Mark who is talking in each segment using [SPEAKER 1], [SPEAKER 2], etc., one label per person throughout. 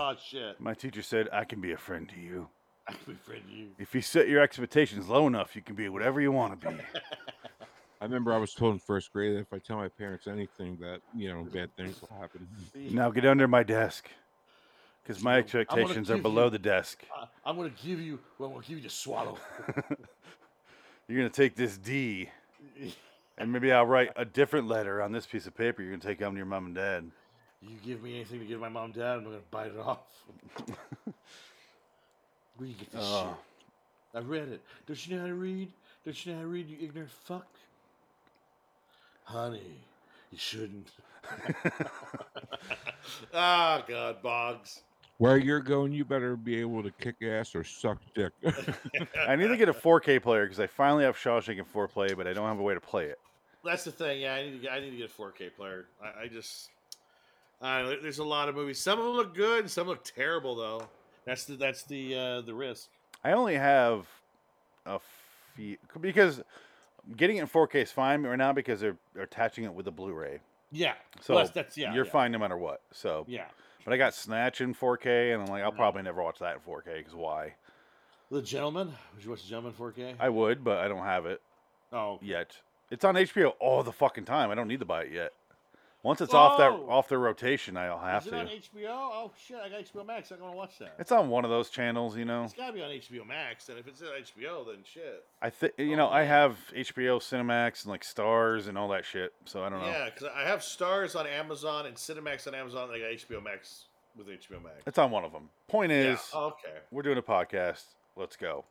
[SPEAKER 1] Oh shit!
[SPEAKER 2] My teacher said, I can be a friend to you.
[SPEAKER 1] I can befriend you.
[SPEAKER 2] If you set your expectations low enough, you can be whatever you want to be.
[SPEAKER 3] I remember I was told in first grade that if I tell my parents anything, that you know bad things will happen.
[SPEAKER 1] Mm-hmm.
[SPEAKER 2] now get under my desk. Because my expectations are
[SPEAKER 1] give
[SPEAKER 2] below
[SPEAKER 1] you-
[SPEAKER 2] the desk.
[SPEAKER 1] I, Uh, I'm gonna give you. Well, we'll give you to swallow.
[SPEAKER 2] You're going to take this D, and maybe I'll write a different letter on this piece of paper you're going to take home to your mom and dad.
[SPEAKER 1] You give me anything to give my mom and dad, I'm gonna bite it off. Where you get this shit?
[SPEAKER 2] Oh.
[SPEAKER 1] I read it. Don't you know how to read? Don't you know how to read, you ignorant fuck? Honey, you shouldn't. Ah, God, Boggs.
[SPEAKER 3] Where you're going, you better be able to kick ass or suck dick.
[SPEAKER 2] I need to get a 4K player because I finally have Shawshank in 4Play, but I don't have a way to play it.
[SPEAKER 1] That's the thing. Yeah, I need to get, I need to get a 4K player. I, I just, I don't know, there's a lot of movies. Some of them look good, and some look terrible though. That's the that's the uh, the risk.
[SPEAKER 2] I only have a few because getting it in 4K is fine right now because they're, they're attaching it with a Blu-ray.
[SPEAKER 1] Yeah.
[SPEAKER 2] So
[SPEAKER 1] Well, that's, that's yeah.
[SPEAKER 2] you're
[SPEAKER 1] yeah,
[SPEAKER 2] fine no matter what. So,
[SPEAKER 1] Yeah.
[SPEAKER 2] but I got Snatch in 4K, and I'm like, I'll
[SPEAKER 1] Mm-hmm.
[SPEAKER 2] probably never watch that in 4K because why?
[SPEAKER 1] The Gentleman. Would you watch The Gentleman 4K?
[SPEAKER 2] I would, but I don't have it
[SPEAKER 1] oh.
[SPEAKER 2] yet. It's on HBO all the fucking time. I don't need to buy it yet. Once it's off that
[SPEAKER 1] Whoa!
[SPEAKER 2] off their rotation, I'll have
[SPEAKER 1] Is it
[SPEAKER 2] to.
[SPEAKER 1] on HBO? Oh shit! I got HBO Max. I'm gonna watch that.
[SPEAKER 2] it's on one of those channels, you know.
[SPEAKER 1] It's gotta be on HBO Max. And if it's on HBO, then shit.
[SPEAKER 2] I think you know
[SPEAKER 1] Oh.
[SPEAKER 2] I have HBO Cinemax and like Stars and all that shit. So I don't know.
[SPEAKER 1] Yeah, because I have Stars on Amazon and Cinemax on Amazon. And I got HBO Max with HBO Max.
[SPEAKER 2] It's on one of them. Point
[SPEAKER 1] Yeah, uh
[SPEAKER 2] is,
[SPEAKER 1] okay.
[SPEAKER 2] we're doing a podcast. Let's go.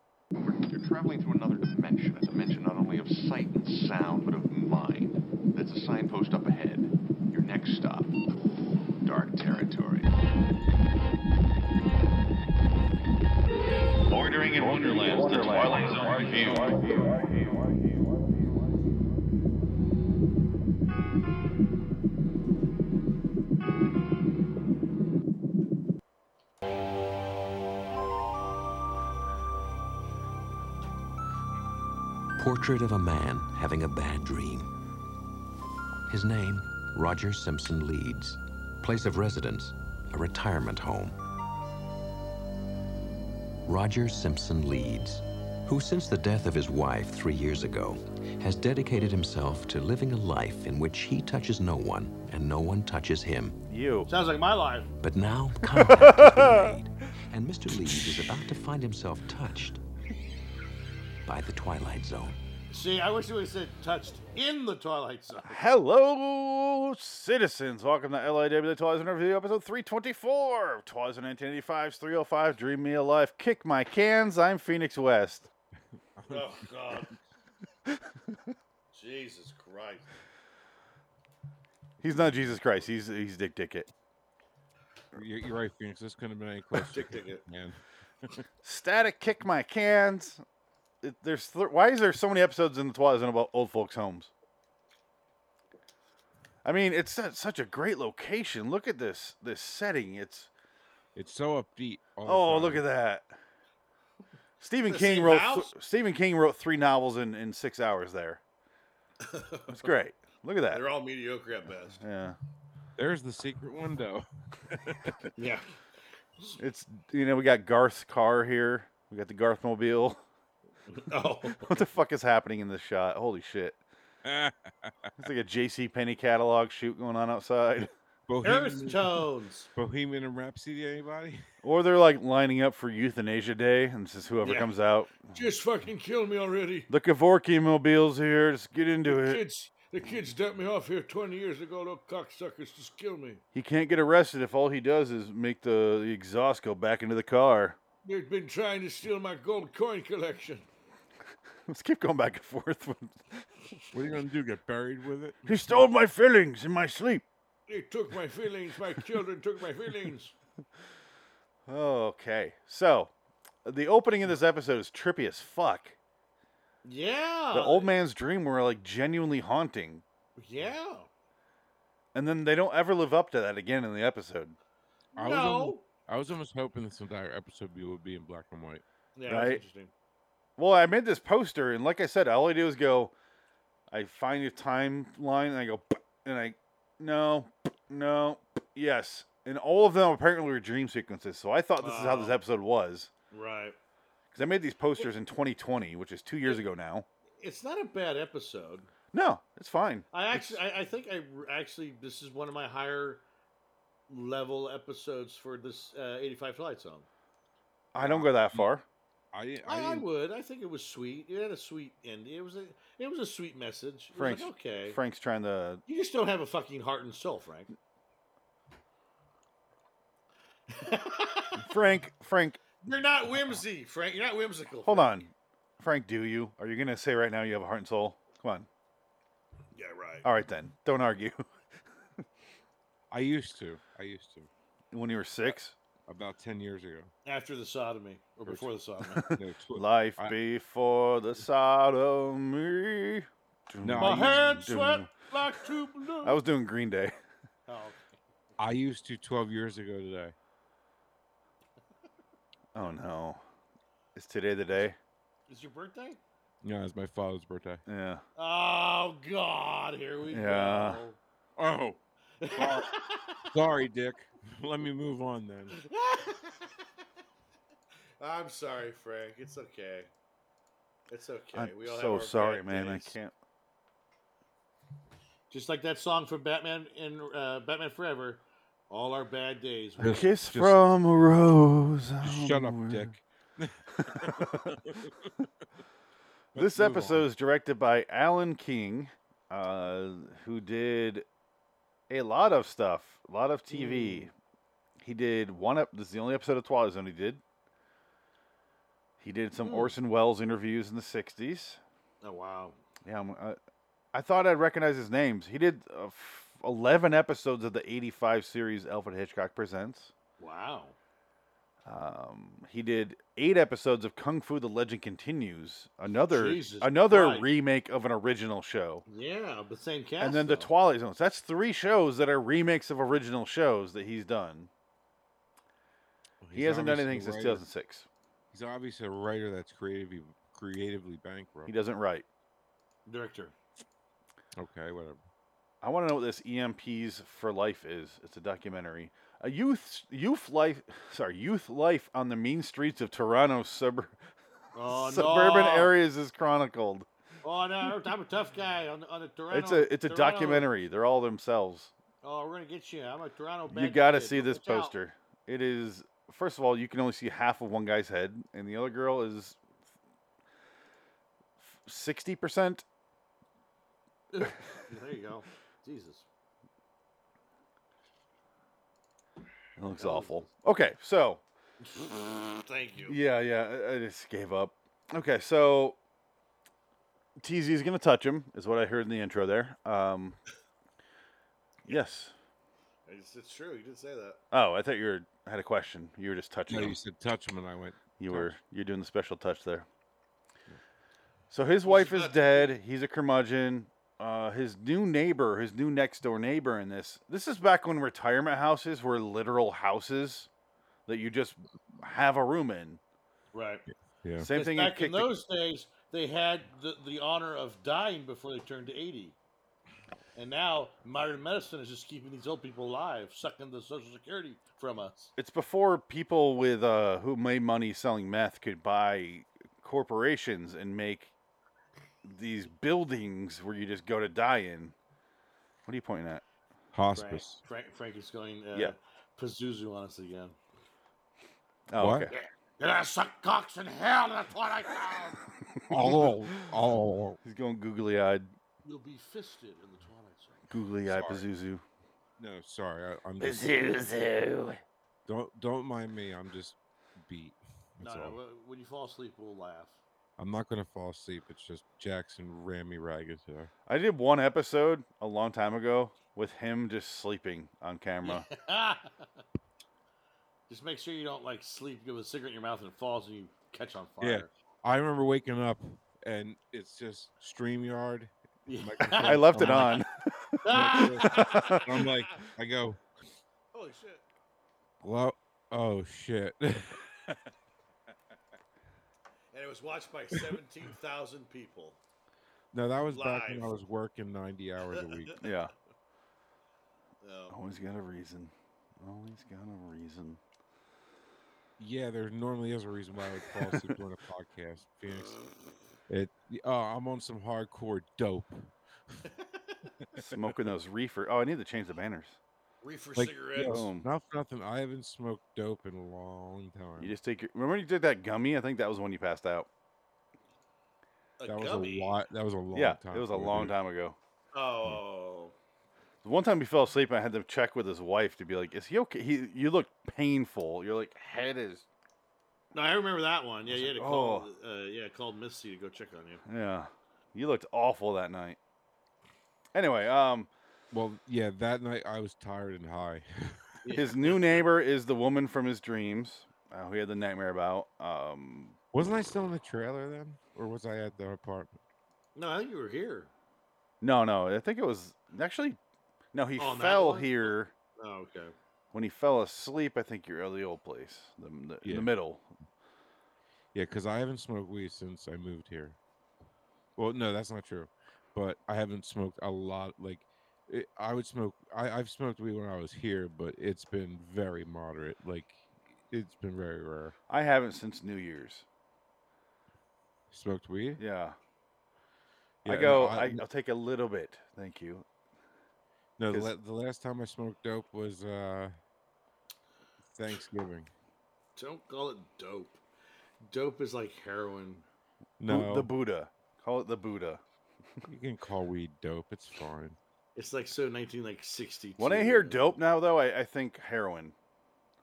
[SPEAKER 4] You're traveling through another dimension, a dimension not only of sight and sound, but of mind. There's a signpost up ahead. Your next stop, dark territory.
[SPEAKER 5] Bordering in Wonderland, the Twilight Zone review.
[SPEAKER 6] Portrait of a man having a bad dream. His name, Roger Simpson Leeds. Place of residence, a retirement home. Roger Simpson Leeds, who since the death of his wife three years ago, has dedicated himself to living a life in which he touches no one and no one touches him.
[SPEAKER 2] You.
[SPEAKER 1] Sounds like my life.
[SPEAKER 6] But now contact has been made, and Mr. Leeds is about to find himself touched by the Twilight Zone.
[SPEAKER 1] See, I wish it would have said touched in the Twilight Zone.
[SPEAKER 2] Hello, citizens. Welcome to LIW Twilight Zone Review, episode 324 of Twilight Zone 1985's 305 Dream Me Alive. Kick my cans. I'm Phoenix West.
[SPEAKER 1] Oh God. Jesus Christ.
[SPEAKER 2] He's not Jesus Christ. He's he's Dick Dickett.
[SPEAKER 3] you're, you're right, Phoenix. This couldn't have been any closer.
[SPEAKER 1] Dick Dickett.
[SPEAKER 3] man.
[SPEAKER 2] Static kick my cans. It, there's th- why is there so many episodes in the Twilight Zone about old folks' homes? I mean, it's at such a great location. Look at this this setting. It's
[SPEAKER 3] It's so upbeat. all the
[SPEAKER 2] oh,
[SPEAKER 3] time.
[SPEAKER 2] look at that. Stephen
[SPEAKER 1] The
[SPEAKER 2] King
[SPEAKER 1] same
[SPEAKER 2] wrote
[SPEAKER 1] house?
[SPEAKER 2] th- Stephen King wrote three novels in, in six hours. There, it's great. Look at that.
[SPEAKER 1] They're all mediocre at best.
[SPEAKER 2] Yeah,
[SPEAKER 3] There's the secret window.
[SPEAKER 1] Yeah.
[SPEAKER 2] it's you know we got Garth's car here. We got the Garth mobile.
[SPEAKER 1] Oh.
[SPEAKER 2] what the fuck is happening in this shot? Holy shit! It's like a J.C. Penney catalog shoot going on outside,
[SPEAKER 3] Bohemian,
[SPEAKER 1] Earth tones.
[SPEAKER 3] Bohemian and Rhapsody. Anybody?
[SPEAKER 2] or they're like lining up for Euthanasia Day, and this is whoever
[SPEAKER 1] Yeah.
[SPEAKER 2] comes out.
[SPEAKER 1] Just fucking kill me already.
[SPEAKER 2] The Kevorkian mobile's here. Just get into it.
[SPEAKER 1] Kids, the kids dumped me off here 20 years ago. Little cocksuckers, just kill me.
[SPEAKER 2] He can't get arrested if all he does is make the, the exhaust go back into the car.
[SPEAKER 1] They've been trying to steal my gold coin collection.
[SPEAKER 2] Let's keep going back and forth. with-
[SPEAKER 3] What are you gonna do? Get buried with it?
[SPEAKER 2] he stole my feelings in my sleep.
[SPEAKER 1] They took my feelings. My children took my feelings.
[SPEAKER 2] Okay, so the opening of this episode is trippy as fuck.
[SPEAKER 1] Yeah.
[SPEAKER 2] The old man's dream were like genuinely haunting.
[SPEAKER 1] Yeah.
[SPEAKER 2] And then they don't ever live up to that again in the episode.
[SPEAKER 3] I was almost,
[SPEAKER 1] no.
[SPEAKER 3] I was almost hoping this entire episode be- would be in black and white.
[SPEAKER 1] Yeah,
[SPEAKER 2] Right.
[SPEAKER 1] that's interesting.
[SPEAKER 2] Well, I made this poster, and like I said, all I do is go, I find a timeline, and I go, and I, no, no, yes, and all of them apparently were dream sequences. So I thought this is how this
[SPEAKER 1] Wow.
[SPEAKER 2] episode was
[SPEAKER 1] Right.
[SPEAKER 2] because I made these posters in 2020, which is two years ago now.
[SPEAKER 1] It's not a bad episode.
[SPEAKER 2] No, it's fine.
[SPEAKER 1] I actually, I, I think I r- actually, this is one of my higher level episodes for this uh, 85 Flight Song.
[SPEAKER 2] I don't go that far.
[SPEAKER 3] I,
[SPEAKER 1] I,
[SPEAKER 3] I,
[SPEAKER 1] I
[SPEAKER 3] didn't-
[SPEAKER 1] would. I think it was sweet. It had a sweet end. It was a, it was a sweet message. It was
[SPEAKER 2] Frank's-
[SPEAKER 1] like, okay.
[SPEAKER 2] Frank's trying to.
[SPEAKER 1] You just don't have a fucking heart and soul, Frank.
[SPEAKER 2] Frank, Frank,
[SPEAKER 1] You're not whimsy, Frank. You're not whimsical.
[SPEAKER 2] hold on. Frank, do you? Are you going to say right now you have a heart and soul? Come on.
[SPEAKER 1] Yeah, right.
[SPEAKER 2] All right, then. Don't argue.
[SPEAKER 3] I used to. I used to.
[SPEAKER 2] when you were six,
[SPEAKER 3] About 10 years ago.
[SPEAKER 1] After the sodomy or before the sodomy.
[SPEAKER 3] No, tw-
[SPEAKER 2] life
[SPEAKER 3] I-
[SPEAKER 2] before the sodomy.
[SPEAKER 3] No,
[SPEAKER 1] My
[SPEAKER 3] I
[SPEAKER 1] head
[SPEAKER 2] Doom.
[SPEAKER 1] sweat like two blue.
[SPEAKER 2] I was doing Green Day.
[SPEAKER 1] Oh,
[SPEAKER 3] I used to 12 years ago today.
[SPEAKER 2] Oh no, is today the day?
[SPEAKER 1] is your birthday?
[SPEAKER 3] No, it's my father's birthday.
[SPEAKER 2] Yeah.
[SPEAKER 1] Oh God, here we
[SPEAKER 2] Yeah.
[SPEAKER 3] Oh,
[SPEAKER 1] go.
[SPEAKER 3] Sorry. sorry, Dick. Let me move on then.
[SPEAKER 1] I'm sorry, Frank. It's okay. It's okay.
[SPEAKER 2] I'm
[SPEAKER 1] we all have
[SPEAKER 2] so
[SPEAKER 1] our
[SPEAKER 2] sorry,
[SPEAKER 1] bad
[SPEAKER 2] man. I
[SPEAKER 1] days.
[SPEAKER 2] can't.
[SPEAKER 1] Just like that song from Batman and uh, Batman Forever. All our bad days.
[SPEAKER 2] A
[SPEAKER 3] Just-
[SPEAKER 2] kiss
[SPEAKER 3] just-
[SPEAKER 2] from a rose.
[SPEAKER 3] Just shut up,
[SPEAKER 2] onward.
[SPEAKER 3] Dick.
[SPEAKER 2] This
[SPEAKER 3] Let's move on.
[SPEAKER 2] episode is directed by Alan King, uh, who did a lot of stuff, a lot of TV. He did one up. This is the only episode of Twilight Zone he did. He did some
[SPEAKER 1] Hmm.
[SPEAKER 2] Orson Welles interviews in the '60s.
[SPEAKER 1] Oh wow.
[SPEAKER 2] Yeah, I'm, I, I thought I'd recognize his names. He did uh, f- 11 episodes of the 85 series Alfred Hitchcock Presents.
[SPEAKER 1] Wow.
[SPEAKER 2] Um, he did eight episodes of Kung Fu: The Legend Continues, another
[SPEAKER 1] Jesus
[SPEAKER 2] another
[SPEAKER 1] Christ.
[SPEAKER 2] remake of an original show,
[SPEAKER 1] Yeah, but same cast.
[SPEAKER 2] and then the
[SPEAKER 1] though.
[SPEAKER 2] Twilight Zones. That's three shows that are remakes of original shows that he's done. he
[SPEAKER 3] He's
[SPEAKER 2] hasn't done
[SPEAKER 3] obviously
[SPEAKER 2] anything
[SPEAKER 3] a
[SPEAKER 2] since
[SPEAKER 3] writer.
[SPEAKER 2] 2006.
[SPEAKER 3] He's obviously a writer that's creatively creatively bankrupt.
[SPEAKER 2] He doesn't write.
[SPEAKER 1] director.
[SPEAKER 3] Okay, whatever.
[SPEAKER 2] I want to know what this EMPs for Life is. It's a documentary. A youth youth life sorry, youth life on the mean streets of Toronto's subur-
[SPEAKER 1] Oh
[SPEAKER 2] suburban
[SPEAKER 1] no.
[SPEAKER 2] areas is chronicled.
[SPEAKER 1] Oh no, I'm a tough guy on, on the Toronto.
[SPEAKER 2] it's a it's a
[SPEAKER 1] Toronto-
[SPEAKER 2] documentary. They're all themselves.
[SPEAKER 1] Oh, we're gonna get you. I'm a Toronto.
[SPEAKER 2] you
[SPEAKER 1] bad
[SPEAKER 2] got to
[SPEAKER 1] kid.
[SPEAKER 2] see this
[SPEAKER 1] Watch out.
[SPEAKER 2] poster. It is first of all, you can only see half of one guy's head and the other girl is 60%.
[SPEAKER 1] There you go. Jesus.
[SPEAKER 2] It looks
[SPEAKER 1] That was-
[SPEAKER 2] awful. Okay, so
[SPEAKER 1] Thank you.
[SPEAKER 2] Yeah, yeah. I- I just gave up. Okay, so TZ is going to touch him, is what I heard in the intro there. Um, yes.
[SPEAKER 1] It's, it's true. You did say that.
[SPEAKER 2] Oh, I thought you were, had a question. You were just touching
[SPEAKER 3] No,
[SPEAKER 2] him.
[SPEAKER 3] you said touch him, and I went.
[SPEAKER 2] You
[SPEAKER 3] touch.
[SPEAKER 2] were you're doing the special touch there. So his wife is
[SPEAKER 1] not-
[SPEAKER 2] dead. He's a curmudgeon. Uh, his new neighbor, his new next door neighbor in this. This is back when retirement houses were literal houses that you just have a room in.
[SPEAKER 1] Right.
[SPEAKER 3] Yeah.
[SPEAKER 2] Same thing. you
[SPEAKER 1] Back in
[SPEAKER 2] kicked the-
[SPEAKER 1] those days, they had the, the honor of dying before they turned to 80. And now modern medicine is just keeping these old people alive, sucking the social security from us.
[SPEAKER 2] it's before people with uh, who made money selling meth could buy corporations and make these buildings where you just go to die in. What are you pointing
[SPEAKER 1] Frank,
[SPEAKER 2] at?
[SPEAKER 3] Hospice.
[SPEAKER 1] Frank, Frank is going uh,
[SPEAKER 2] Yeah.
[SPEAKER 1] Pazuzu on us again.
[SPEAKER 2] Oh,
[SPEAKER 3] What?
[SPEAKER 2] okay.
[SPEAKER 1] And I suck cocks in hell, that's what I found.
[SPEAKER 3] Oh, oh.
[SPEAKER 2] He's going googly eyed,
[SPEAKER 1] You'll be fisted in the Twilight Zone.
[SPEAKER 2] googly eyed
[SPEAKER 3] Sorry.
[SPEAKER 2] Pazuzu.
[SPEAKER 3] No, sorry. I, I'm just. Don't don't mind me. I'm just beat.
[SPEAKER 1] No,
[SPEAKER 3] That's all.
[SPEAKER 1] no, wh- when you fall asleep, we'll laugh.
[SPEAKER 3] I'm not gonna fall asleep. It's just Jackson ran me ragged today.
[SPEAKER 2] I did one episode a long time ago with him just sleeping on camera.
[SPEAKER 1] Just make sure you don't like sleep with a cigarette in your mouth and it falls and you catch on
[SPEAKER 3] Yeah.
[SPEAKER 1] fire.
[SPEAKER 3] I remember waking up and it's just StreamYard.
[SPEAKER 1] Yeah.
[SPEAKER 3] Microphone.
[SPEAKER 2] I left it
[SPEAKER 3] Oh my
[SPEAKER 2] on.
[SPEAKER 3] And I'm like, I go,
[SPEAKER 1] holy shit.
[SPEAKER 3] well, oh shit.
[SPEAKER 1] And it was watched by 17,000 people.
[SPEAKER 3] no, that was back when I
[SPEAKER 1] Live.
[SPEAKER 3] was working 90 hours a week.
[SPEAKER 2] yeah.
[SPEAKER 1] Oh,
[SPEAKER 2] Always got a reason. Always got a reason.
[SPEAKER 3] Yeah, there normally is a reason why I would fall asleep during a podcast, Phoenix. It, oh, I'm on some hardcore dope.
[SPEAKER 2] Smoking those reefer. Oh, I need to change the banners.
[SPEAKER 1] Reefer
[SPEAKER 3] Like,
[SPEAKER 1] cigarettes.
[SPEAKER 2] yo. Boom.
[SPEAKER 3] Not for nothing. I haven't smoked dope in a long time.
[SPEAKER 2] You just take your. Remember you did that gummy? I think that was when you passed out.
[SPEAKER 1] A
[SPEAKER 3] that was
[SPEAKER 1] gummy.
[SPEAKER 3] a lot. That was a long
[SPEAKER 2] yeah,
[SPEAKER 3] time.
[SPEAKER 2] it was a
[SPEAKER 3] ago,
[SPEAKER 2] long
[SPEAKER 3] dude.
[SPEAKER 2] time ago.
[SPEAKER 1] Oh.
[SPEAKER 2] The One time he fell asleep, and I had to check with his wife to be like, "Is he okay?" He, you look painful. Your like head is.
[SPEAKER 1] No, I remember that one. Yeah,
[SPEAKER 2] was
[SPEAKER 1] you had to
[SPEAKER 2] like,
[SPEAKER 1] call. Uh, yeah, called Misty to go check on you.
[SPEAKER 2] Yeah, you looked awful that night. Anyway, um,
[SPEAKER 3] Well, yeah, that night I was tired and high.
[SPEAKER 2] his new neighbor is the woman from his dreams, uh, who he had the nightmare about. Um,
[SPEAKER 3] Wasn't I still in the trailer then, or was I at the apartment?
[SPEAKER 1] No, I think you were here.
[SPEAKER 2] no, no, I think it was actually, no, he
[SPEAKER 1] Oh, that
[SPEAKER 2] fell
[SPEAKER 1] one?
[SPEAKER 2] here
[SPEAKER 1] Oh, okay.
[SPEAKER 2] when he fell asleep. I think you're at the old place, the, the,
[SPEAKER 3] Yeah.
[SPEAKER 2] the middle.
[SPEAKER 3] Yeah, because I haven't smoked weed since I moved here. Well, no, that's not true. But I haven't smoked a lot. Like, it, I would smoke. I, I've smoked weed when I was here, but it's been very moderate. Like, it's been very rare.
[SPEAKER 2] I haven't since New Year's.
[SPEAKER 3] Smoked weed.
[SPEAKER 2] Yeah,
[SPEAKER 3] Yeah,
[SPEAKER 2] I
[SPEAKER 3] no,
[SPEAKER 2] go.
[SPEAKER 3] I-
[SPEAKER 2] I, I'll take a little bit, thank you.
[SPEAKER 3] No, the,
[SPEAKER 2] 'Cause-
[SPEAKER 3] la- the last time I smoked dope was uh Thanksgiving.
[SPEAKER 1] Don't call it dope. Dope is like heroin.
[SPEAKER 2] Bu-
[SPEAKER 3] No,
[SPEAKER 2] the Buddha. Call it the Buddha.
[SPEAKER 3] you can call weed dope. It's fine.
[SPEAKER 1] It's like so nineteen like sixty.
[SPEAKER 2] When I hear dope now, though, I, I think heroin.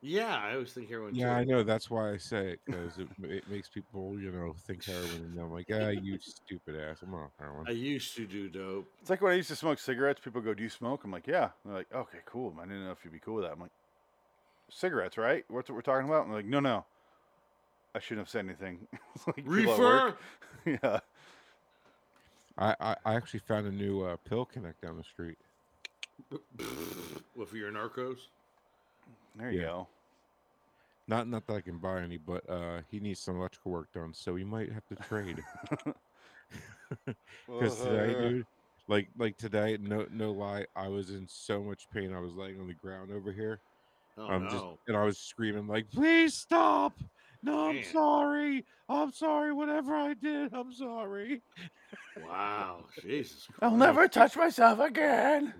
[SPEAKER 1] Yeah, I always think heroin.
[SPEAKER 3] Yeah,
[SPEAKER 1] too.
[SPEAKER 3] I know. That's why I say it because it, ma- it makes people, you know, think heroin, and I'm like, ah, you stupid ass. I'm not
[SPEAKER 1] I
[SPEAKER 3] heroin.
[SPEAKER 1] used to do dope.
[SPEAKER 2] It's like when I used to smoke cigarettes. People go, "Do you smoke?" I'm like, "Yeah." And they're like, "Okay, cool." I didn't know if you'd be cool with that. I'm like, "Cigarettes, right? What's what we're talking about?" I'm like, "No, no." I shouldn't have said anything. It's like, people at
[SPEAKER 1] Reefer.
[SPEAKER 2] work. yeah.
[SPEAKER 3] I, I, I actually found a new uh, pill connect down the street.
[SPEAKER 1] Well, for your narcos.
[SPEAKER 2] There you
[SPEAKER 3] Yeah.
[SPEAKER 2] go.
[SPEAKER 3] Not not that I can buy any, but uh, he needs some electrical work done, so we might have to trade. Because today,
[SPEAKER 1] Uh-huh.
[SPEAKER 3] dude, like like today, no no lie, I was in so much pain. I was laying on the ground over here,
[SPEAKER 1] Oh
[SPEAKER 3] um,
[SPEAKER 1] no.
[SPEAKER 3] just, and I was screaming like, "Please stop! No, I'm
[SPEAKER 1] Man.
[SPEAKER 3] sorry. I'm sorry. Whatever I did, I'm sorry."
[SPEAKER 1] Wow. Jesus.
[SPEAKER 2] I'll
[SPEAKER 1] Christ.
[SPEAKER 2] never touch myself again.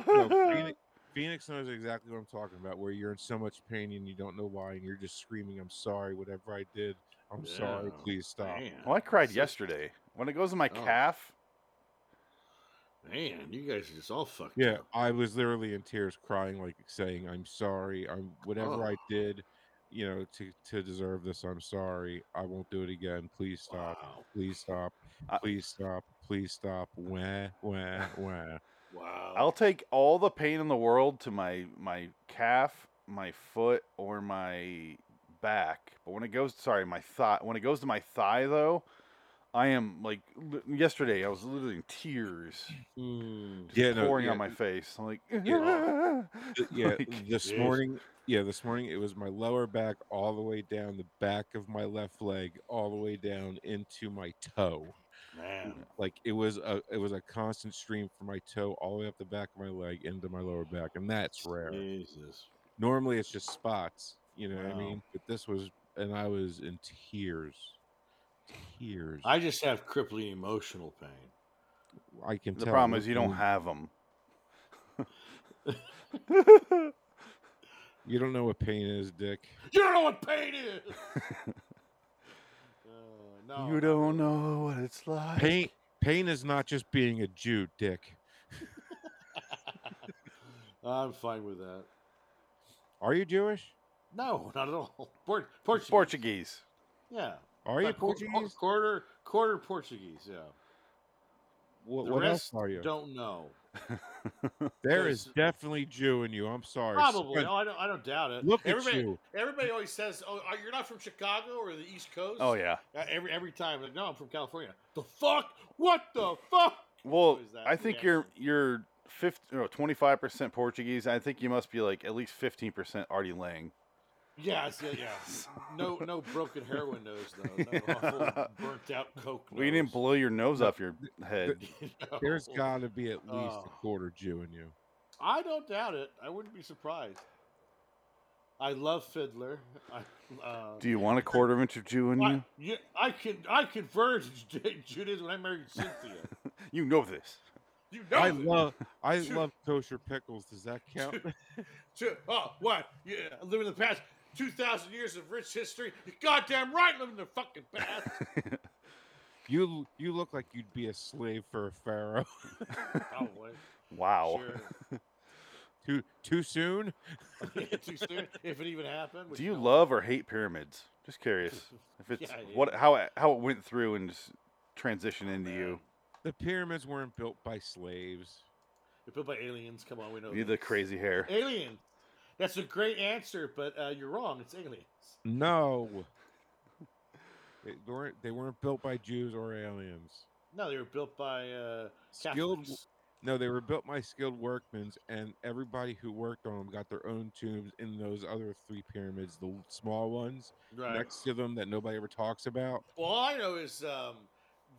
[SPEAKER 3] Phoenix, Phoenix knows exactly what I'm talking about. Where you're in so much pain and you don't know why, and you're just screaming, "I'm sorry. Whatever I did, I'm sorry.
[SPEAKER 1] Yeah.
[SPEAKER 3] Please stop."
[SPEAKER 1] Man.
[SPEAKER 2] well, I cried
[SPEAKER 1] So-
[SPEAKER 2] yesterday when it goes in my
[SPEAKER 1] Oh.
[SPEAKER 2] calf.
[SPEAKER 1] Man, you guys are just all fucked
[SPEAKER 3] Yeah,
[SPEAKER 1] up.
[SPEAKER 3] I was literally in tears, crying, like saying, "I'm sorry. I'm
[SPEAKER 2] Oh.
[SPEAKER 3] whatever I did, you know, to to deserve this. I'm sorry. I won't do it again. Please stop.
[SPEAKER 1] Wow.
[SPEAKER 3] Please stop.
[SPEAKER 2] I-
[SPEAKER 3] Please stop. Please stop. Wah wah wah.
[SPEAKER 1] Wow.
[SPEAKER 2] I'll take all the pain in the world to my my calf, my foot, or my back. But when it goes, sorry, my thigh. When it goes to my thigh, though, I am like li- yesterday. I was literally in tears,
[SPEAKER 1] Mm.
[SPEAKER 3] Yeah, no,
[SPEAKER 2] Hmm, pouring
[SPEAKER 3] yeah,
[SPEAKER 2] on my
[SPEAKER 3] it-
[SPEAKER 2] face. I'm like,
[SPEAKER 3] Th- yeah
[SPEAKER 2] Like,
[SPEAKER 3] this
[SPEAKER 1] Jeez.
[SPEAKER 3] morning yeah this morning it was my lower back all the way down the back of my left leg all the way down into my toe
[SPEAKER 1] Man.
[SPEAKER 3] like it was a it was a constant stream from my toe all the way up the back of my leg into my lower back and that's rare
[SPEAKER 1] uh, Jesus.
[SPEAKER 3] normally it's just spots you know what i
[SPEAKER 1] Wow.
[SPEAKER 3] mean but this was and i was in tears tears i,
[SPEAKER 1] I just have crippling emotional pain.
[SPEAKER 3] can
[SPEAKER 2] the
[SPEAKER 3] tell
[SPEAKER 2] problem is you don't
[SPEAKER 3] have.
[SPEAKER 2] have them.
[SPEAKER 3] you don't know what pain is dick
[SPEAKER 1] You don't know what pain is. Uh, no.
[SPEAKER 2] You don't know what it's like.
[SPEAKER 3] pain pain is not just being a jew dick
[SPEAKER 1] I'm fine with that.
[SPEAKER 3] are you jewish
[SPEAKER 1] No, not at all. Port- Portuguese.
[SPEAKER 2] Portuguese.
[SPEAKER 1] Yeah.
[SPEAKER 3] are you
[SPEAKER 1] About quar-
[SPEAKER 3] Portuguese?
[SPEAKER 1] quarter, quarter Portuguese. Yeah.
[SPEAKER 3] What,
[SPEAKER 1] The
[SPEAKER 3] what else
[SPEAKER 1] rest
[SPEAKER 3] are you?
[SPEAKER 1] Don't know.
[SPEAKER 3] There
[SPEAKER 1] there's-
[SPEAKER 3] is definitely Jew in you. I'm sorry.
[SPEAKER 1] Probably.
[SPEAKER 3] Son,
[SPEAKER 1] No, I don't. I don't doubt it.
[SPEAKER 3] Look at
[SPEAKER 1] everybody,
[SPEAKER 3] you.
[SPEAKER 1] Everybody always says, "Oh, are- you're not from Chicago or the East Coast."
[SPEAKER 2] Oh yeah.
[SPEAKER 1] Uh, every every time, like, no, I'm from California. The fuck? What the fuck?
[SPEAKER 2] Well,
[SPEAKER 1] is that
[SPEAKER 2] I think you're you're fifty or twenty five percent Portuguese. I think you must be like at least fifteen percent Artie Lang.
[SPEAKER 1] Yeah, it's- yeah, yeah. No, no broken heroin nose though. No awful burnt out coke.
[SPEAKER 2] We didn't
[SPEAKER 1] nose.
[SPEAKER 2] blow your nose off your head.
[SPEAKER 1] No.
[SPEAKER 3] There's got to be at least
[SPEAKER 1] Oh.
[SPEAKER 3] a quarter Jew in you.
[SPEAKER 1] I don't doubt it. I wouldn't be surprised. I love Fiddler. I, uh,
[SPEAKER 2] Do you want a quarter of inch of Jew in
[SPEAKER 1] I,
[SPEAKER 2] you?
[SPEAKER 1] yeah, I can I converted to Ju- Judaism when I married Cynthia.
[SPEAKER 2] You know this.
[SPEAKER 1] You know
[SPEAKER 3] I
[SPEAKER 1] this.
[SPEAKER 3] love I
[SPEAKER 1] Dude.
[SPEAKER 3] love kosher pickles. Does that count?
[SPEAKER 1] Ju- oh, what? Yeah, living in the past. 2,000 years of rich history. You're goddamn right living in the fucking past.
[SPEAKER 3] you you look like you'd be a slave for a pharaoh.
[SPEAKER 1] Probably.
[SPEAKER 2] Wow.
[SPEAKER 3] too too soon?
[SPEAKER 1] Sure. Too soon, if it even happened. which
[SPEAKER 2] Do you
[SPEAKER 1] no.
[SPEAKER 2] love or hate pyramids? Just curious. If it's
[SPEAKER 1] Yeah,
[SPEAKER 2] what how it- how it went through and just transitioned into
[SPEAKER 1] Oh, man.
[SPEAKER 2] you.
[SPEAKER 3] The pyramids weren't built by slaves.
[SPEAKER 1] They're built by aliens. Come on, we know.
[SPEAKER 2] You the
[SPEAKER 1] this.
[SPEAKER 2] crazy hair.
[SPEAKER 1] Alien. That's a great answer, but uh, you're wrong. It's aliens.
[SPEAKER 3] No. They weren't they weren't built by Jews or aliens.
[SPEAKER 1] No, they were built by uh,
[SPEAKER 3] Skilled
[SPEAKER 1] Catholics.
[SPEAKER 3] No, they were built by skilled workmen, and everybody who worked on them got their own tombs in those other three pyramids, the l- small ones
[SPEAKER 1] Right.
[SPEAKER 3] next to them that nobody ever talks about.
[SPEAKER 1] Well, all I know is um,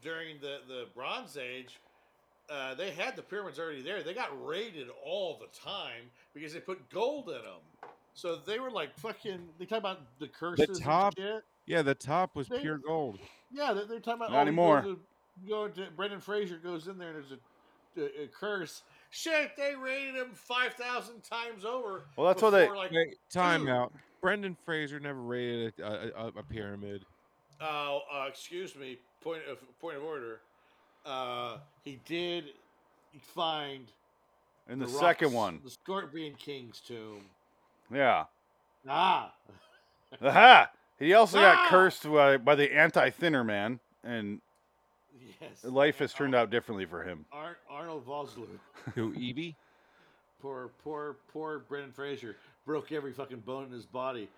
[SPEAKER 1] during the, the Bronze Age, uh, they had the pyramids already there. They got raided all the time because they put gold in them. So they were like fucking. They talk about the curses. and
[SPEAKER 3] top-
[SPEAKER 1] shit.
[SPEAKER 3] Yeah, the top was
[SPEAKER 1] They-
[SPEAKER 3] pure gold.
[SPEAKER 1] Yeah, they're, they're talking about.
[SPEAKER 2] Not
[SPEAKER 1] oh, you go
[SPEAKER 2] anymore.
[SPEAKER 1] to- you Go to Brendan Fraser goes in there and there's a, a, a curse. Shit, they raided him five thousand times over.
[SPEAKER 2] Well, that's what they-
[SPEAKER 1] before, like,
[SPEAKER 3] Wait, time
[SPEAKER 1] Dude.
[SPEAKER 3] out. Brendan Fraser never raided a, a, a, a pyramid.
[SPEAKER 1] Oh, uh, excuse me. Point of point of order. Uh, he did find
[SPEAKER 2] And the, second
[SPEAKER 1] rocks,
[SPEAKER 2] one.
[SPEAKER 1] the Scorpion King's tomb.
[SPEAKER 2] Yeah.
[SPEAKER 1] Ah,
[SPEAKER 2] Aha! He also
[SPEAKER 1] Ah!
[SPEAKER 2] got cursed by, by the anti thinner man and
[SPEAKER 1] yes.
[SPEAKER 2] life has turned out differently for him.
[SPEAKER 1] Ar- Arnold Vosloo.
[SPEAKER 3] Who Evie?
[SPEAKER 1] Poor, poor, poor Brendan Fraser broke every fucking bone in his body.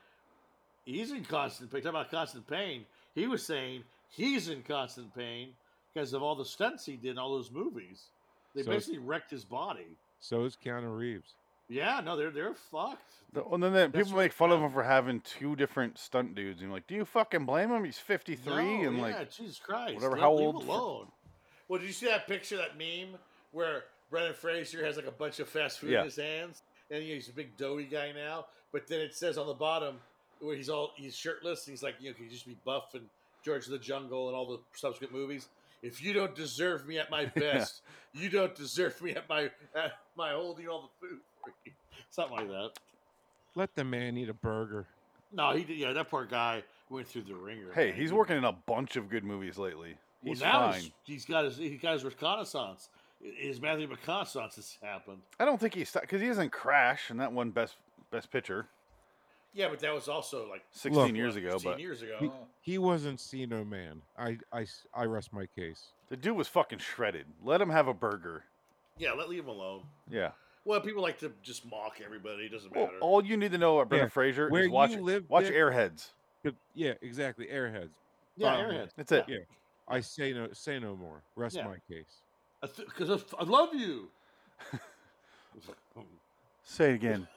[SPEAKER 1] He's in constant pain. Talking about constant pain, he was saying he's in constant pain because of all the stunts he did in all those movies. They
[SPEAKER 3] So-
[SPEAKER 1] basically wrecked his body.
[SPEAKER 3] So is Keanu Reeves.
[SPEAKER 1] Yeah, no, they're they're fucked.
[SPEAKER 2] The- And then, then
[SPEAKER 1] That's
[SPEAKER 2] people
[SPEAKER 1] what-
[SPEAKER 2] make fun of him for having two different stunt dudes. And you're like, do you fucking blame him? He's 53
[SPEAKER 1] No,
[SPEAKER 2] and
[SPEAKER 1] yeah,
[SPEAKER 2] like,
[SPEAKER 1] Jesus Christ,
[SPEAKER 2] whatever,
[SPEAKER 1] let-
[SPEAKER 2] how
[SPEAKER 1] leave
[SPEAKER 2] old
[SPEAKER 1] him
[SPEAKER 2] for-
[SPEAKER 1] alone. Well, did you see that picture, that meme where Brendan Fraser has like a bunch of fast food
[SPEAKER 2] Yeah.
[SPEAKER 1] in his hands, and he's a big doughy guy now. But then it says on the bottom where he's all he's shirtless, and he's like, you know, he used to be buff and George of the Jungle and all the subsequent movies. If you don't deserve me at my best, you don't deserve me at my at my holding all the food. for you." Something like that.
[SPEAKER 3] Let the man eat a burger.
[SPEAKER 1] No, he did. Yeah, that poor guy went through the ringer.
[SPEAKER 2] hey,
[SPEAKER 1] man.
[SPEAKER 2] he's
[SPEAKER 1] He-
[SPEAKER 2] working in a bunch of good movies lately.
[SPEAKER 1] Well,
[SPEAKER 2] He's
[SPEAKER 1] now
[SPEAKER 2] fine.
[SPEAKER 1] he's- he's got his he got his reconnaissance. His Matthew reconnaissance has happened.
[SPEAKER 2] I don't think he's because he isn't Crash and that one best best picture
[SPEAKER 1] Yeah, but that was also like
[SPEAKER 2] 16
[SPEAKER 3] Look,
[SPEAKER 2] years
[SPEAKER 1] what,
[SPEAKER 2] ago.
[SPEAKER 1] 15
[SPEAKER 2] But
[SPEAKER 1] years ago.
[SPEAKER 3] He- He wasn't Sino Man. I, I s- I rest my case.
[SPEAKER 2] the dude was fucking shredded. Let him have a burger.
[SPEAKER 1] yeah, let leave him alone.
[SPEAKER 2] Yeah.
[SPEAKER 1] Well, people like to just mock everybody. It doesn't
[SPEAKER 2] Well,
[SPEAKER 1] matter.
[SPEAKER 2] all you need to know about Brendan
[SPEAKER 3] Yeah,
[SPEAKER 2] Fraser
[SPEAKER 3] where
[SPEAKER 2] is watch
[SPEAKER 3] you live,
[SPEAKER 2] watch
[SPEAKER 3] Dick-
[SPEAKER 2] Airheads.
[SPEAKER 3] Good- Yeah, exactly. Airheads.
[SPEAKER 1] yeah,
[SPEAKER 3] um,
[SPEAKER 1] airheads.
[SPEAKER 2] That's it.
[SPEAKER 3] Yeah. I say no say no more. Rest
[SPEAKER 1] Yeah.
[SPEAKER 3] my case.
[SPEAKER 1] Because I love you.
[SPEAKER 2] Say it again.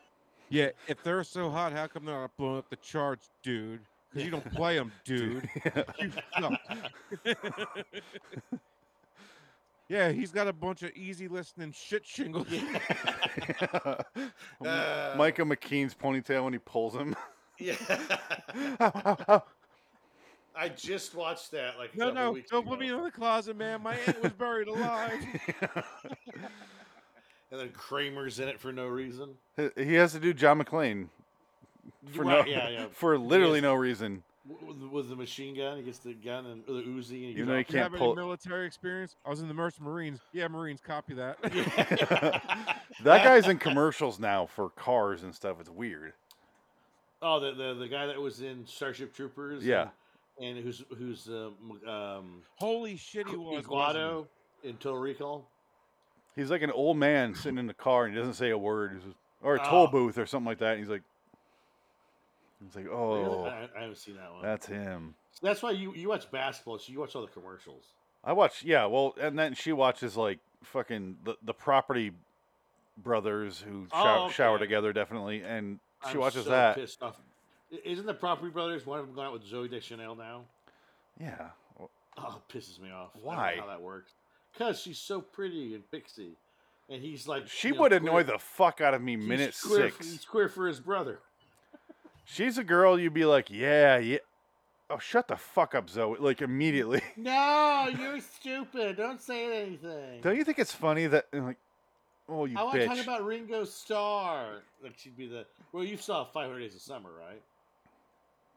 [SPEAKER 3] Yeah, if they're so hot, how come they're not blowing up the charts, dude? Because you don't play them, dude. You suck. yeah, he's got a bunch of easy listening shit shingles.
[SPEAKER 1] Uh.
[SPEAKER 2] Micah McKean's ponytail when he pulls him.
[SPEAKER 1] yeah,
[SPEAKER 2] Ow, ow, ow.
[SPEAKER 1] I just watched that. Like a
[SPEAKER 3] No,
[SPEAKER 1] couple
[SPEAKER 3] no,
[SPEAKER 1] weeks
[SPEAKER 3] don't
[SPEAKER 1] ago.
[SPEAKER 3] put me in the closet, man. My aunt was buried alive.
[SPEAKER 1] And then Kramer's in it for no reason.
[SPEAKER 2] He- he has to do John McClane for
[SPEAKER 1] Right,
[SPEAKER 2] no
[SPEAKER 1] yeah, yeah.
[SPEAKER 2] for literally
[SPEAKER 1] is-
[SPEAKER 2] no reason.
[SPEAKER 1] With, with the machine gun, he gets the gun and or the Uzi, and he
[SPEAKER 2] Even though he
[SPEAKER 1] goes
[SPEAKER 3] you
[SPEAKER 2] can't
[SPEAKER 3] have
[SPEAKER 2] pull-
[SPEAKER 3] any military experience? I was in the Merchant Marines. Yeah, Marines, copy that.
[SPEAKER 2] That guy's in commercials now for cars and stuff. It's weird.
[SPEAKER 1] Oh, the, the the guy that was in Starship Troopers.
[SPEAKER 2] Yeah.
[SPEAKER 1] And, and who's who's uh, m- um,
[SPEAKER 3] Holy shit, he was. wasn't
[SPEAKER 1] Iguado in Total Recall.
[SPEAKER 2] He's like an old man sitting in the car and he doesn't say a word. He's just, or a toll
[SPEAKER 1] Oh.
[SPEAKER 2] booth or something like that. And he's like, he's like,
[SPEAKER 1] Really?
[SPEAKER 2] oh,
[SPEAKER 1] I, I haven't seen that one.
[SPEAKER 2] that's him.
[SPEAKER 1] That's why you, you watch basketball, so you watch all the commercials.
[SPEAKER 2] I watch, yeah, well, and then she watches like fucking the, the property brothers who
[SPEAKER 1] Oh,
[SPEAKER 2] shower, shower
[SPEAKER 1] okay.
[SPEAKER 2] together, definitely. And she
[SPEAKER 1] I'm
[SPEAKER 2] watches
[SPEAKER 1] so
[SPEAKER 2] that.
[SPEAKER 1] Pissed off. I- Isn't the Property Brothers one of them going out with Zoe Deschanel now?
[SPEAKER 2] Yeah.
[SPEAKER 1] Oh, it pisses me off. I don't know
[SPEAKER 2] Why?
[SPEAKER 1] how that works? Because she's so pretty and pixie, and he's like
[SPEAKER 2] She
[SPEAKER 1] you know,
[SPEAKER 2] would annoy
[SPEAKER 1] queer-
[SPEAKER 2] the fuck out of me
[SPEAKER 1] he's
[SPEAKER 2] minute
[SPEAKER 1] queer-
[SPEAKER 2] six.
[SPEAKER 1] He's queer for his brother.
[SPEAKER 2] She's a girl you'd be like, yeah, yeah. Oh, shut the fuck up, Zoe. Like, immediately.
[SPEAKER 7] No, you're stupid. Don't say anything.
[SPEAKER 2] Don't you think it's funny that, and like, oh, you
[SPEAKER 7] I want to talk
[SPEAKER 2] bitch.
[SPEAKER 7] about Ringo Starr. Like she'd be the well, you saw 500 Days of Summer, right?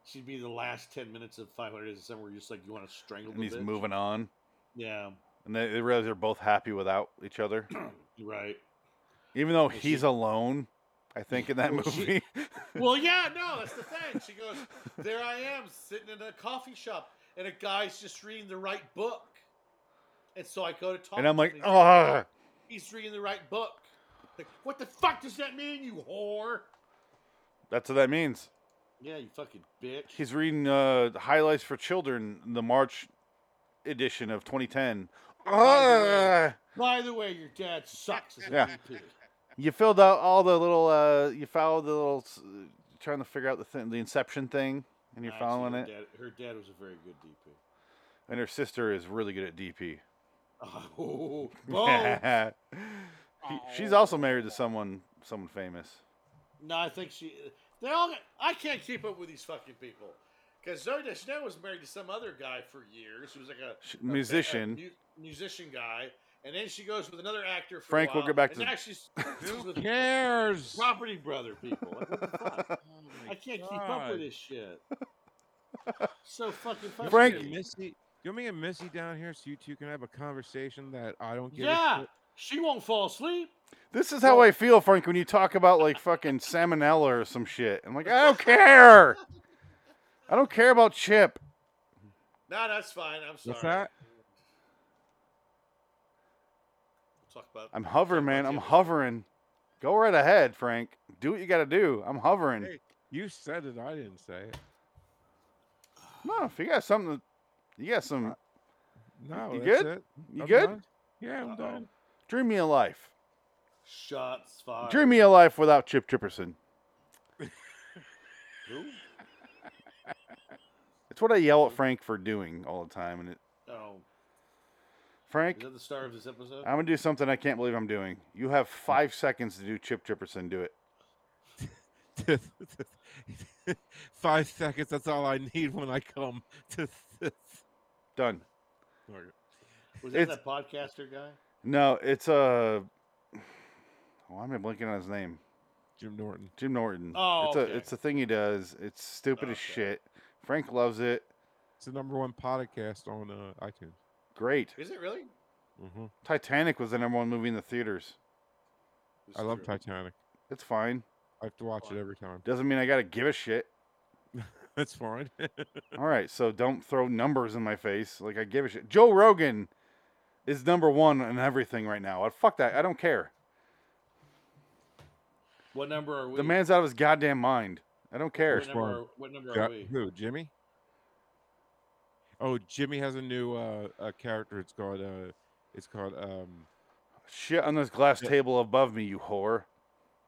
[SPEAKER 7] She'd be the last 10 minutes of 500 Days of Summer. Where you're just like you want to strangle.
[SPEAKER 2] and
[SPEAKER 7] the
[SPEAKER 2] he's
[SPEAKER 7] bitch.
[SPEAKER 2] moving on.
[SPEAKER 7] Yeah,
[SPEAKER 2] And they, they realize they're both happy without each other.
[SPEAKER 7] you're right.
[SPEAKER 2] Even though
[SPEAKER 7] she-
[SPEAKER 2] he's alone, I think, in that
[SPEAKER 7] Well, she-
[SPEAKER 2] movie.
[SPEAKER 1] Well, yeah, no, that's the thing. She goes, "There I am, sitting in a coffee shop, and a guy's just reading the right book." And so I go to talk,
[SPEAKER 2] and I'm
[SPEAKER 1] to
[SPEAKER 2] like,
[SPEAKER 1] him, he's
[SPEAKER 2] oh,
[SPEAKER 1] he's reading the right book." Like, what the fuck does that mean, you whore?
[SPEAKER 2] that's what that means.
[SPEAKER 7] Yeah, you fucking bitch.
[SPEAKER 2] He's reading uh, highlights for children, the March edition of 2010.
[SPEAKER 7] By
[SPEAKER 2] Ah!
[SPEAKER 7] By the way, your dad sucks as an
[SPEAKER 2] Yeah.
[SPEAKER 7] EP.
[SPEAKER 2] You filled out all the little. Uh, you followed the little. s- Trying to figure out the thing, the Inception thing, and you're
[SPEAKER 7] Actually,
[SPEAKER 2] following
[SPEAKER 7] her
[SPEAKER 2] it.
[SPEAKER 7] Dad, her dad was a very good DP.
[SPEAKER 2] And her sister is really good at DP.
[SPEAKER 7] Oh, boom.
[SPEAKER 2] He- She's also married to someone, someone famous.
[SPEAKER 7] no, I think she.
[SPEAKER 1] They all. I can't keep up with these fucking people. Because Zoe Deschanel was married to some other guy for years, who was like a
[SPEAKER 2] Sh-
[SPEAKER 1] a- uh,
[SPEAKER 2] musician.
[SPEAKER 1] a mu- musician guy, and then she goes with another actor. For
[SPEAKER 2] Frank,
[SPEAKER 1] a
[SPEAKER 2] we'll
[SPEAKER 1] while,
[SPEAKER 2] get back
[SPEAKER 1] and
[SPEAKER 2] to-
[SPEAKER 1] now she's, she's with
[SPEAKER 3] Cares. Oh
[SPEAKER 1] Property Brother people. Like, what the fuck?
[SPEAKER 7] I can't keep up with this shit. so fucking funny.
[SPEAKER 2] Frank-
[SPEAKER 3] Get Missy, you want me to get Missy down here so you two can have a conversation that I don't get?
[SPEAKER 7] Yeah, she won't fall asleep.
[SPEAKER 2] This is how I feel, Frank, when you talk about like fucking salmonella or some shit. I'm like, I don't care. I don't care about Chip.
[SPEAKER 1] No, that's fine. I'm sorry.
[SPEAKER 3] What's that?
[SPEAKER 1] We'll talk about.
[SPEAKER 2] I'm hovering, man. I'm hovering. Go right ahead, Frank. Do what you got to do. I'm hovering.
[SPEAKER 3] Hey. You said it. I didn't say it.
[SPEAKER 2] No, if you got something, you got some.
[SPEAKER 3] No,
[SPEAKER 2] you
[SPEAKER 3] that's
[SPEAKER 2] good?
[SPEAKER 3] it.
[SPEAKER 2] You
[SPEAKER 3] I'm
[SPEAKER 2] good?
[SPEAKER 3] done. Yeah, I'm done.
[SPEAKER 2] Dream me a life.
[SPEAKER 1] Shots fired.
[SPEAKER 2] Dream me a life without Chip Chipperson. It's what I yell at Frank for doing all the time. And it,
[SPEAKER 1] Oh, is
[SPEAKER 2] Frank,
[SPEAKER 1] that the star of this episode?
[SPEAKER 2] I'm gonna do something I can't believe I'm doing. You have
[SPEAKER 1] Hmm.
[SPEAKER 2] five seconds to do Chip Chipperson. Do it.
[SPEAKER 3] Five seconds. That's all I need when I come to this.
[SPEAKER 2] Done.
[SPEAKER 1] Was that
[SPEAKER 2] it's-
[SPEAKER 1] that podcaster guy?
[SPEAKER 2] No, it's uh Why am I blinking on his name?
[SPEAKER 3] Jim Norton.
[SPEAKER 2] Jim Norton.
[SPEAKER 1] Oh,
[SPEAKER 2] it's
[SPEAKER 1] okay.
[SPEAKER 2] a it's a thing he does. It's stupid as
[SPEAKER 1] Okay.
[SPEAKER 2] shit. Frank loves it.
[SPEAKER 3] It's the number one podcast on uh, iTunes.
[SPEAKER 2] Great.
[SPEAKER 1] Is it really?
[SPEAKER 3] hmm
[SPEAKER 2] Titanic was the number one movie in the theaters.
[SPEAKER 3] I love
[SPEAKER 1] Titan.
[SPEAKER 3] Titanic.
[SPEAKER 2] It's fine.
[SPEAKER 3] I have to watch it every time.
[SPEAKER 2] Doesn't mean I gotta give a shit.
[SPEAKER 3] That's fine.
[SPEAKER 2] All right, so don't throw numbers in my face. Like I give a shit. Joe Rogan is number one on everything right now. I fuck that. I don't care.
[SPEAKER 1] What number are we?
[SPEAKER 2] The man's out of his goddamn mind. I don't care.
[SPEAKER 1] What number, are, what number are
[SPEAKER 3] Got-
[SPEAKER 1] we?
[SPEAKER 3] who? Jimmy? Oh, Jimmy has a new uh, uh, character. It's called. Uh, it's called. Um,
[SPEAKER 2] Shit on this glass table above me, you whore.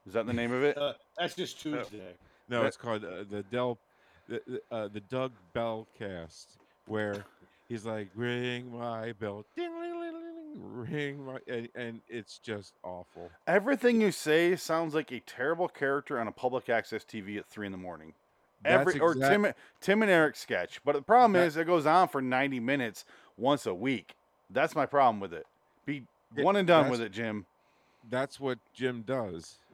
[SPEAKER 2] Is that the name of it?
[SPEAKER 1] Uh, that's just Tuesday.
[SPEAKER 3] no,
[SPEAKER 2] That-
[SPEAKER 3] it's called uh, the Del, the, the, uh, the Doug Bell cast, where he's like, "Ring my bell, ding-a-ling-a-ling-a-ling, ring my," and, and it's just awful.
[SPEAKER 2] Everything you say sounds like a terrible character on a public access TV at three in the morning.
[SPEAKER 3] That's
[SPEAKER 2] Every or
[SPEAKER 3] exact-
[SPEAKER 2] Tim, Tim and Eric sketch, but the problem
[SPEAKER 3] That-
[SPEAKER 2] is it goes on for ninety minutes once a week. That's my problem with it. Be
[SPEAKER 3] Yeah,
[SPEAKER 2] one and done
[SPEAKER 3] that's-
[SPEAKER 2] with it, Jim.
[SPEAKER 3] That's what Jim does.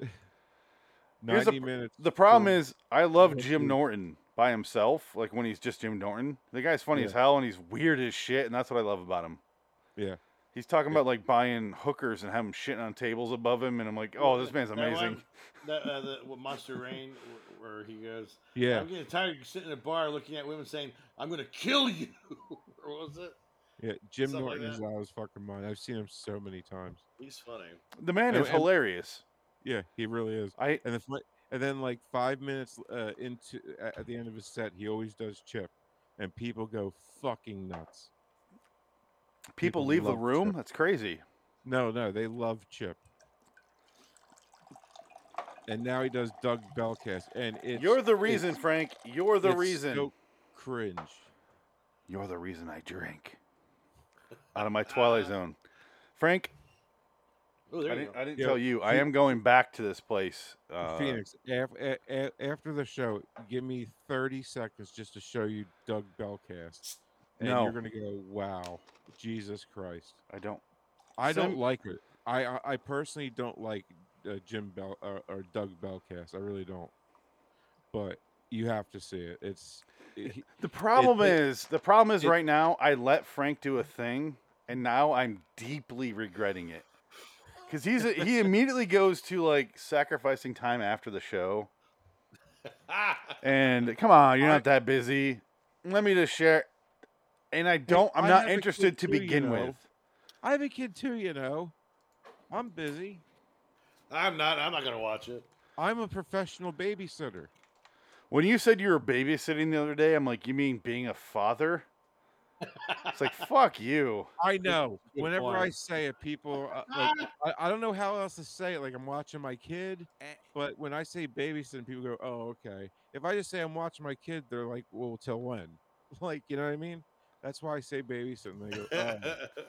[SPEAKER 2] Here's the
[SPEAKER 3] Ninety
[SPEAKER 2] pr-
[SPEAKER 3] minutes.
[SPEAKER 2] The problem
[SPEAKER 3] for-
[SPEAKER 2] is I love
[SPEAKER 3] that's
[SPEAKER 2] Jim
[SPEAKER 3] true.
[SPEAKER 2] Norton by himself, like when he's just Jim Norton. The guy's funny
[SPEAKER 3] Yeah.
[SPEAKER 2] as hell and he's weird as shit, and that's what I love about him.
[SPEAKER 3] Yeah.
[SPEAKER 2] He's talking about like buying hookers and having shitting on tables above him, and I'm like, oh, this man's
[SPEAKER 7] That
[SPEAKER 2] amazing.
[SPEAKER 7] one- That, uh, the, what Monster Rain, wh- where he goes,
[SPEAKER 3] yeah,
[SPEAKER 7] I'm getting tired of sitting in a bar looking at women saying, I'm going to kill you. or was it?
[SPEAKER 3] yeah. Jim
[SPEAKER 1] something like
[SPEAKER 3] Norton is
[SPEAKER 1] that.
[SPEAKER 3] out of his fucking mind. I've seen him so many times.
[SPEAKER 1] He's funny.
[SPEAKER 2] The man
[SPEAKER 3] And-
[SPEAKER 2] is
[SPEAKER 3] and-
[SPEAKER 2] hilarious.
[SPEAKER 3] Yeah, he really is.
[SPEAKER 2] I
[SPEAKER 3] and then and then like five minutes uh, into at, at the end of his set, he always does chip, and people go fucking nuts.
[SPEAKER 2] people,
[SPEAKER 3] People
[SPEAKER 2] leave the
[SPEAKER 3] love
[SPEAKER 2] room.
[SPEAKER 3] Chip.
[SPEAKER 2] That's crazy.
[SPEAKER 3] No, no, they love chip. And now he does Doug Belcast, and it's
[SPEAKER 2] You're the reason, Frank. You're the
[SPEAKER 3] it's
[SPEAKER 2] reason.
[SPEAKER 3] so cringe.
[SPEAKER 2] You're the reason I drink. Out of my twilight zone, Frank.
[SPEAKER 1] Oh, there
[SPEAKER 2] I
[SPEAKER 1] you
[SPEAKER 2] didn't,
[SPEAKER 1] go.
[SPEAKER 2] I didn't
[SPEAKER 3] Yeah,
[SPEAKER 2] tell you. I
[SPEAKER 3] Phoe-
[SPEAKER 2] am going back to this place. Uh,
[SPEAKER 3] Phoenix, af- a- a- after the show, give me 30 seconds just to show you Doug Bellcast. And
[SPEAKER 2] No.
[SPEAKER 3] you're going to go, wow, Jesus Christ.
[SPEAKER 2] I don't.
[SPEAKER 3] I don't
[SPEAKER 2] Sim-
[SPEAKER 3] like it. I, I, I personally don't like uh, Jim Bell or, or Doug Bellcast. I really don't. But you have to see it. It's he-
[SPEAKER 2] The problem
[SPEAKER 3] it-
[SPEAKER 2] is, the problem is
[SPEAKER 3] it-
[SPEAKER 2] right now. I let Frank do a thing, and now I'm deeply regretting it because he's a, he immediately goes to like sacrificing time after the show. and come on, you're
[SPEAKER 3] I-
[SPEAKER 2] not that busy. Let me just share. And I don't. I'm
[SPEAKER 3] I
[SPEAKER 2] not
[SPEAKER 3] have a
[SPEAKER 2] interested
[SPEAKER 3] kid
[SPEAKER 2] to
[SPEAKER 3] too, you
[SPEAKER 2] begin
[SPEAKER 3] know.
[SPEAKER 2] with.
[SPEAKER 3] I have a kid too, you know. I'm busy.
[SPEAKER 1] I'm not. I'm not gonna watch it.
[SPEAKER 3] I'm a professional babysitter.
[SPEAKER 2] When you said you were babysitting the other day, I'm like, you mean being a father? it's like fuck you.
[SPEAKER 3] I know.
[SPEAKER 1] good
[SPEAKER 3] Whenever I
[SPEAKER 1] point.
[SPEAKER 3] say it, people uh, like I, I don't know how else to say it. Like I'm watching my kid, but when I say babysitting, people go, "Oh, okay." If I just say I'm watching my kid, they're like, "Well, till when?" Like you know what I mean? That's why I say babysitting. They go, oh.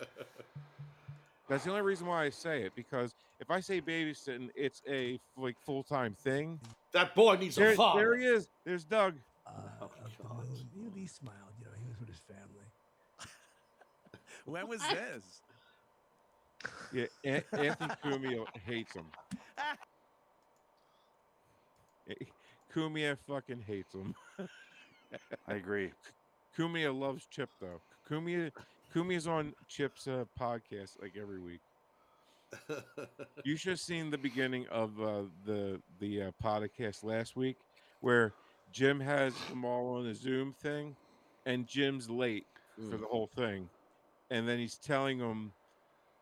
[SPEAKER 3] "That's the only reason why I say it." Because if I say babysitting, it's a like full time thing.
[SPEAKER 1] That boy needs
[SPEAKER 3] There,
[SPEAKER 1] a father.
[SPEAKER 3] there he is. There's Doug.
[SPEAKER 8] Uh,
[SPEAKER 1] Oh, God.
[SPEAKER 8] He, he smiled, you know, he was with his family. when was this?
[SPEAKER 3] Yeah, An- Anthony Cumia hates him. A- Cumia fucking hates him.
[SPEAKER 2] I agree.
[SPEAKER 3] Kumia loves Chip though. Kumia Kumia's on Chip's uh, podcast like every week. You should have seen the beginning of uh, the the uh, podcast last week where Jim has them all on a Zoom thing, and Jim's late for the whole thing, and then he's telling him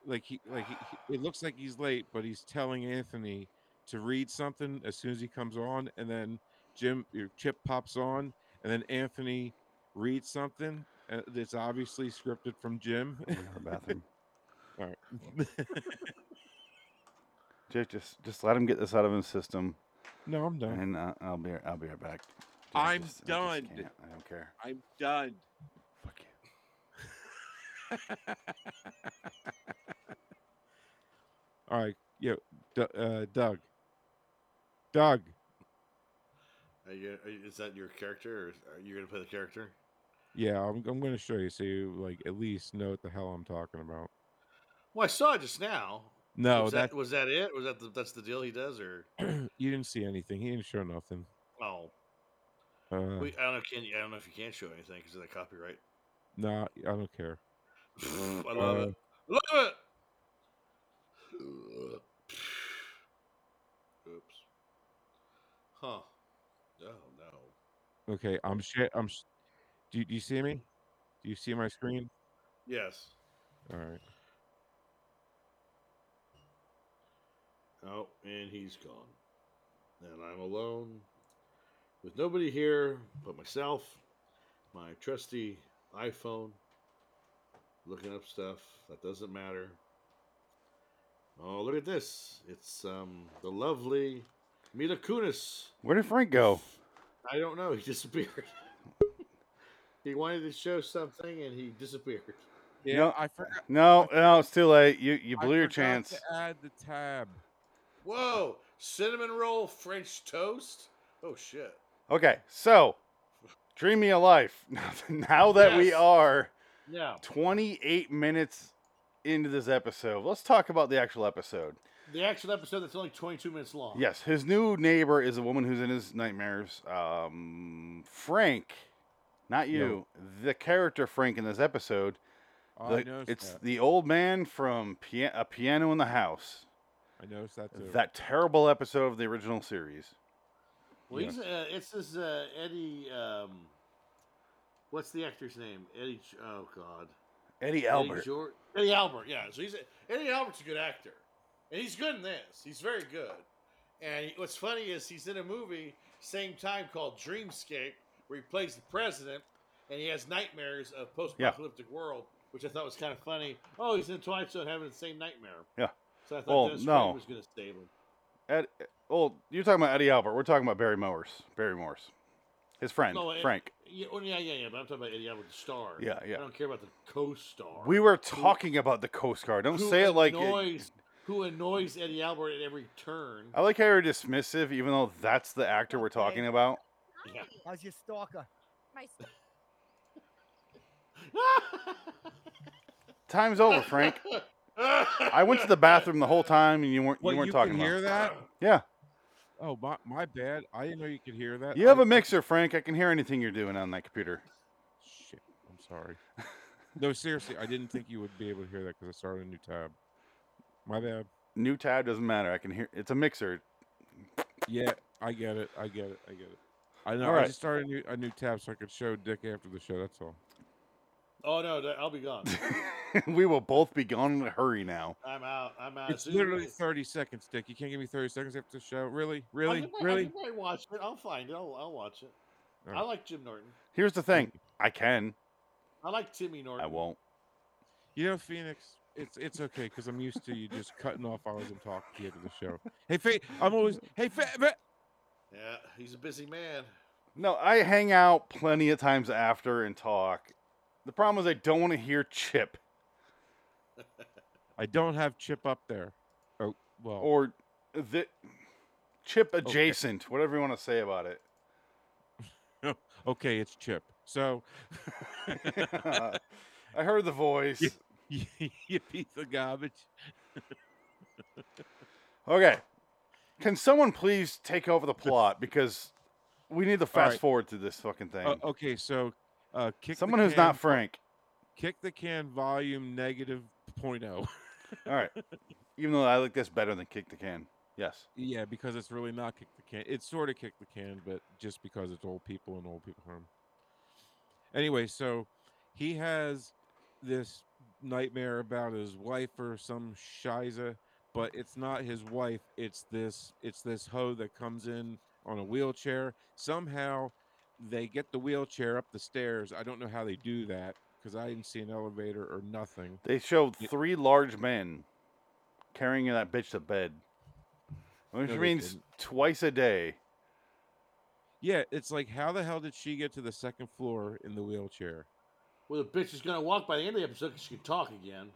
[SPEAKER 3] like he like he, he- it looks like he's late, but he's telling Anthony to read something as soon as he comes on, and then Jim your Chip pops on, and then Anthony reads something. uh, that's obviously scripted from Jim.
[SPEAKER 2] I'm going to the bathroom.
[SPEAKER 3] All right.
[SPEAKER 2] Just, just just let him get this out of his system,
[SPEAKER 3] no, I'm done.
[SPEAKER 2] and uh, I'll be I'll be right back. Dude,
[SPEAKER 3] I'm
[SPEAKER 2] I
[SPEAKER 3] done.
[SPEAKER 2] can't. I don't care.
[SPEAKER 3] I'm done.
[SPEAKER 2] Fuck you.
[SPEAKER 3] All right, yeah, D- uh, Doug. Doug,
[SPEAKER 1] Are you, are you- is that your character, or is- are you gonna play the character?
[SPEAKER 3] yeah, I'm, I'm going to show you so you like at least know what the hell I'm talking about.
[SPEAKER 1] Well, I saw it just now.
[SPEAKER 3] No,
[SPEAKER 1] was that,
[SPEAKER 3] that,
[SPEAKER 1] was that it? Was that the, that's the deal he does, or
[SPEAKER 3] you didn't see anything. He didn't show nothing.
[SPEAKER 1] oh,
[SPEAKER 3] Uh,
[SPEAKER 1] we, I don't know. Can you- I don't know if you can show anything because of that copyright.
[SPEAKER 3] nah, I don't care.
[SPEAKER 1] I love
[SPEAKER 3] Uh,
[SPEAKER 1] it. Love it. Oops. Huh. No, no.
[SPEAKER 3] Okay, I'm shit. I'm. Sh- do, you- do you see me? Do you see my screen?
[SPEAKER 1] Yes.
[SPEAKER 3] All right.
[SPEAKER 1] Oh, and he's gone. And I'm alone with nobody here but myself, my trusty iPhone, looking up stuff that doesn't matter. Oh, look at this. It's um the lovely Mila Kunis.
[SPEAKER 2] Where did Frank go?
[SPEAKER 1] I don't know. He disappeared. he wanted to show something and he disappeared.
[SPEAKER 3] Yeah,
[SPEAKER 2] know-
[SPEAKER 3] I forgot.
[SPEAKER 2] No, no, it's too late. You you
[SPEAKER 3] I
[SPEAKER 2] blew your
[SPEAKER 3] forgot
[SPEAKER 2] chance.
[SPEAKER 3] To add the tab.
[SPEAKER 1] Whoa! Cinnamon roll, French toast? Oh, shit.
[SPEAKER 2] Okay, so dream me a life. now that we
[SPEAKER 1] Yes.
[SPEAKER 2] are
[SPEAKER 1] Yeah.
[SPEAKER 2] 28 minutes into this episode, let's talk about the actual episode.
[SPEAKER 1] The actual episode that's only 22 minutes long.
[SPEAKER 2] Yes, his new neighbor is a woman who's in his nightmares. Um, Frank, not you, the character Frank in this episode.
[SPEAKER 3] Oh, I
[SPEAKER 2] the-
[SPEAKER 3] noticed
[SPEAKER 2] it's
[SPEAKER 3] that.
[SPEAKER 2] the old man from Pia- A Piano in the House.
[SPEAKER 3] I noticed that too.
[SPEAKER 2] That terrible episode of the original series.
[SPEAKER 1] Well,
[SPEAKER 3] Yeah.
[SPEAKER 1] he's, uh, it's this uh, Eddie. Um, what's the actor's name? Eddie. Ch- Oh God.
[SPEAKER 2] Eddie Albert.
[SPEAKER 1] Eddie, Jor- Eddie Albert. Yeah. So he's a- Eddie Albert's a good actor, and he's good in this. He's very good. And he- what's funny is he's in a movie same time called Dreamscape, where he plays the president, and he has nightmares of post-apocalyptic world, which I thought was kind of funny. Oh, he's in Twilight Zone having the same nightmare.
[SPEAKER 2] Yeah.
[SPEAKER 1] So I thought
[SPEAKER 2] Well,
[SPEAKER 1] Dennis
[SPEAKER 2] no.
[SPEAKER 1] Quaid was going to save him.
[SPEAKER 2] Ed, well, you're talking about Eddie Albert. We're talking about Barry Morse. Barry Morse, his friend
[SPEAKER 1] No, it-
[SPEAKER 2] Frank.
[SPEAKER 1] Yeah, well, yeah, yeah, yeah. But I'm talking about Eddie Albert, the star.
[SPEAKER 2] Yeah, yeah.
[SPEAKER 1] I don't care about the co-star.
[SPEAKER 2] We were talking about the Coast Guard. Don't
[SPEAKER 1] who
[SPEAKER 2] say it like it-
[SPEAKER 1] annoys who annoys Eddie Albert at every turn.
[SPEAKER 2] I like how you're dismissive, even though that's the actor we're talking about.
[SPEAKER 1] Yeah.
[SPEAKER 9] Hi,
[SPEAKER 10] How's your stalker?
[SPEAKER 9] my s-
[SPEAKER 2] Time's over, Frank. I went to the bathroom the whole time, and you weren't
[SPEAKER 3] What,
[SPEAKER 2] you weren't
[SPEAKER 3] you
[SPEAKER 2] talking
[SPEAKER 3] can
[SPEAKER 2] about.
[SPEAKER 3] hear that?
[SPEAKER 2] Yeah,
[SPEAKER 3] Oh, my, my bad. I didn't know you could hear that.
[SPEAKER 2] you have
[SPEAKER 3] I-
[SPEAKER 2] a mixer, Frank. I can hear anything you're doing on that computer.
[SPEAKER 3] Shit, I'm sorry. no, seriously, I didn't think you would be able to hear that because I started a new tab. My bad.
[SPEAKER 2] New tab doesn't matter. I can hear. It's a mixer.
[SPEAKER 3] Yeah, I get it. I get it. I get it. I know.
[SPEAKER 2] All
[SPEAKER 3] I
[SPEAKER 2] right.
[SPEAKER 3] just started a new, a new tab so I could show Dick after the show. That's all.
[SPEAKER 1] oh no, that- I'll be gone.
[SPEAKER 2] we will both be gone in a hurry now.
[SPEAKER 1] I'm out. I'm out.
[SPEAKER 3] it's
[SPEAKER 1] Zoom
[SPEAKER 3] literally
[SPEAKER 1] is-
[SPEAKER 3] 30 seconds, Dick. You can't give me 30 seconds after the show. Really?
[SPEAKER 1] I
[SPEAKER 3] Really?
[SPEAKER 1] can wa- I
[SPEAKER 3] Really?
[SPEAKER 1] can probably watch it. I'll find it. I'll, I'll watch it.
[SPEAKER 3] All
[SPEAKER 1] I
[SPEAKER 3] right.
[SPEAKER 1] like Jim Norton.
[SPEAKER 2] Here's the thing. I can.
[SPEAKER 1] I like Timmy Norton.
[SPEAKER 2] I won't.
[SPEAKER 3] You know, Phoenix, it's it's okay because I'm used to you just cutting off hours and talking to you after the show. Hey, Fe- I'm always. Hey, Fe- Fe-
[SPEAKER 1] Yeah, he's a busy man.
[SPEAKER 2] No, I hang out plenty of times after and talk. The problem is I don't want to hear Chip
[SPEAKER 3] I don't have Chip up there. Oh, well.
[SPEAKER 2] or the Chip adjacent, whatever you want to say about it.
[SPEAKER 3] okay, it's Chip. So
[SPEAKER 2] I heard the voice.
[SPEAKER 3] Yeah. you piece of garbage.
[SPEAKER 2] Okay. Can someone please take over the plot because we need to fast
[SPEAKER 3] right.
[SPEAKER 2] forward to this fucking thing.
[SPEAKER 3] Uh, okay, so uh, kick the
[SPEAKER 2] someone who's
[SPEAKER 3] can,
[SPEAKER 2] not Frank.
[SPEAKER 3] kick the can volume negative point oh.
[SPEAKER 2] All right. Even though I like this better than kick the can. Yes.
[SPEAKER 3] yeah, because it's really not kick the can. It's sort of kick the can, but just because it's old people and old people harm. Anyway, so he has this nightmare about his wife or some shiza, but it's not his wife. It's this it's this hoe that comes in on a wheelchair. Somehow they get the wheelchair up the stairs. I don't know how they do that because I didn't see an elevator or nothing.
[SPEAKER 2] They showed
[SPEAKER 3] Yeah.
[SPEAKER 2] three large men carrying that bitch to bed, which
[SPEAKER 3] No, they
[SPEAKER 2] means
[SPEAKER 3] didn't.
[SPEAKER 2] twice a day.
[SPEAKER 3] Yeah, it's like how the hell did she get to the second floor in the wheelchair?
[SPEAKER 1] Well, the bitch is gonna walk by the end of the episode because she can talk again.